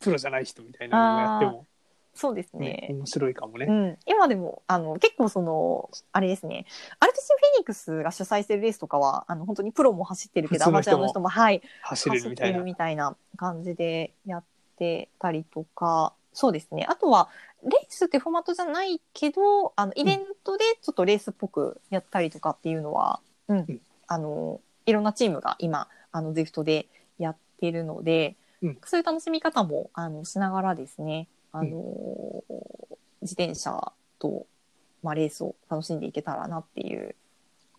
S1: プロじゃない人みたいなのをやっても、
S2: そうです
S1: ね
S2: ね、。
S1: 面白いかもね。
S2: うん、今でもあの結構そのあれですねアルティシンフェニックスが主催してるレースとかはあの本当にプロも走ってるけどア
S1: 普通
S2: マ
S1: の人
S2: チュア
S1: も
S2: の人もはい
S1: 走れ
S2: 走
S1: る
S2: っ
S1: みた
S2: て
S1: いな
S2: る。みたいな感じでやってたりとかそうですねあとはレースってフォーマットじゃないけどあのイベントでちょっとレースっぽくやったりとかっていうのは、うん
S1: ん
S2: あのいろんなチームが今あの ZWIFT でやってるので、
S1: うん
S2: そういう楽しみ方もあのしながらですねあのー、自転車と、まあ、レースを楽しんでいけたらなっていう。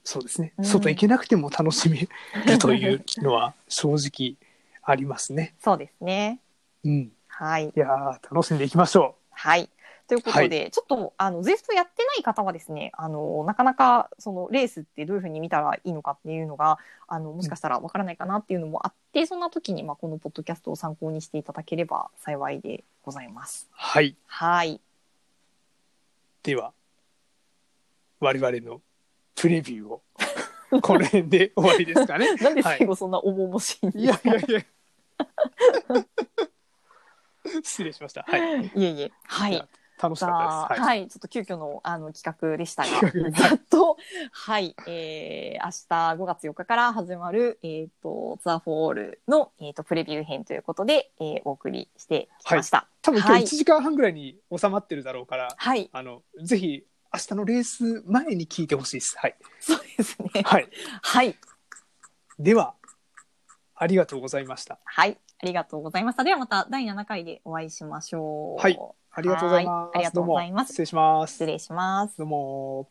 S1: そうですね。
S2: うん
S1: 外行けなくても楽しめる というのは正直ありますね。
S2: そうですね
S1: うん。
S2: はい
S1: いやー楽しんでいきましょ
S2: はい。ということで、ちょっと、あの、ゼフトやってない方はですね、あの、なかなか、その、レースってどういうふうに見たらいいのかっていうのが、あの、もしかしたらわからないかなっていうのもあって、そんな時に、まあ、このポッドキャストを参考にしていただければ幸いでございます
S1: う。。はい。
S2: はい。
S1: では、我々のプレビュー を、この辺で終わりですかね。
S2: なんで
S1: はい
S2: 最後そんな重々しいん
S1: い
S2: で
S1: や
S2: す
S1: い
S2: か、
S1: やいや。 失礼しました。はい。
S2: い、えいえ。はい。
S1: 楽し
S2: じ
S1: か
S2: ゃ
S1: っ
S2: あ、
S1: たです。
S2: はい、ちょっと急遽のあの企画でし た
S1: 企
S2: が、
S1: 画
S2: ざっと、はい、えー、明日5月4日から始まる、えっ、と、ツアーフォールの、えっ、と、プレビュー編ということで、えー、お送りしてきました。
S1: 多分今
S2: はい
S1: 日1時間半ぐらいに収まってるだろうから、
S2: はい、
S1: あの、ぜひ明日のレース前に聞いてほしいです。はい。
S2: そうです ね。
S1: はい。
S2: はい、
S1: では、ありがとうございました。
S2: はい、ありがとうございました。ではまた第7回でお会いしましょう。
S1: はいありがとうございます。
S2: はいありがとうございます
S1: ども失礼します。
S2: 失礼します。
S1: どうも。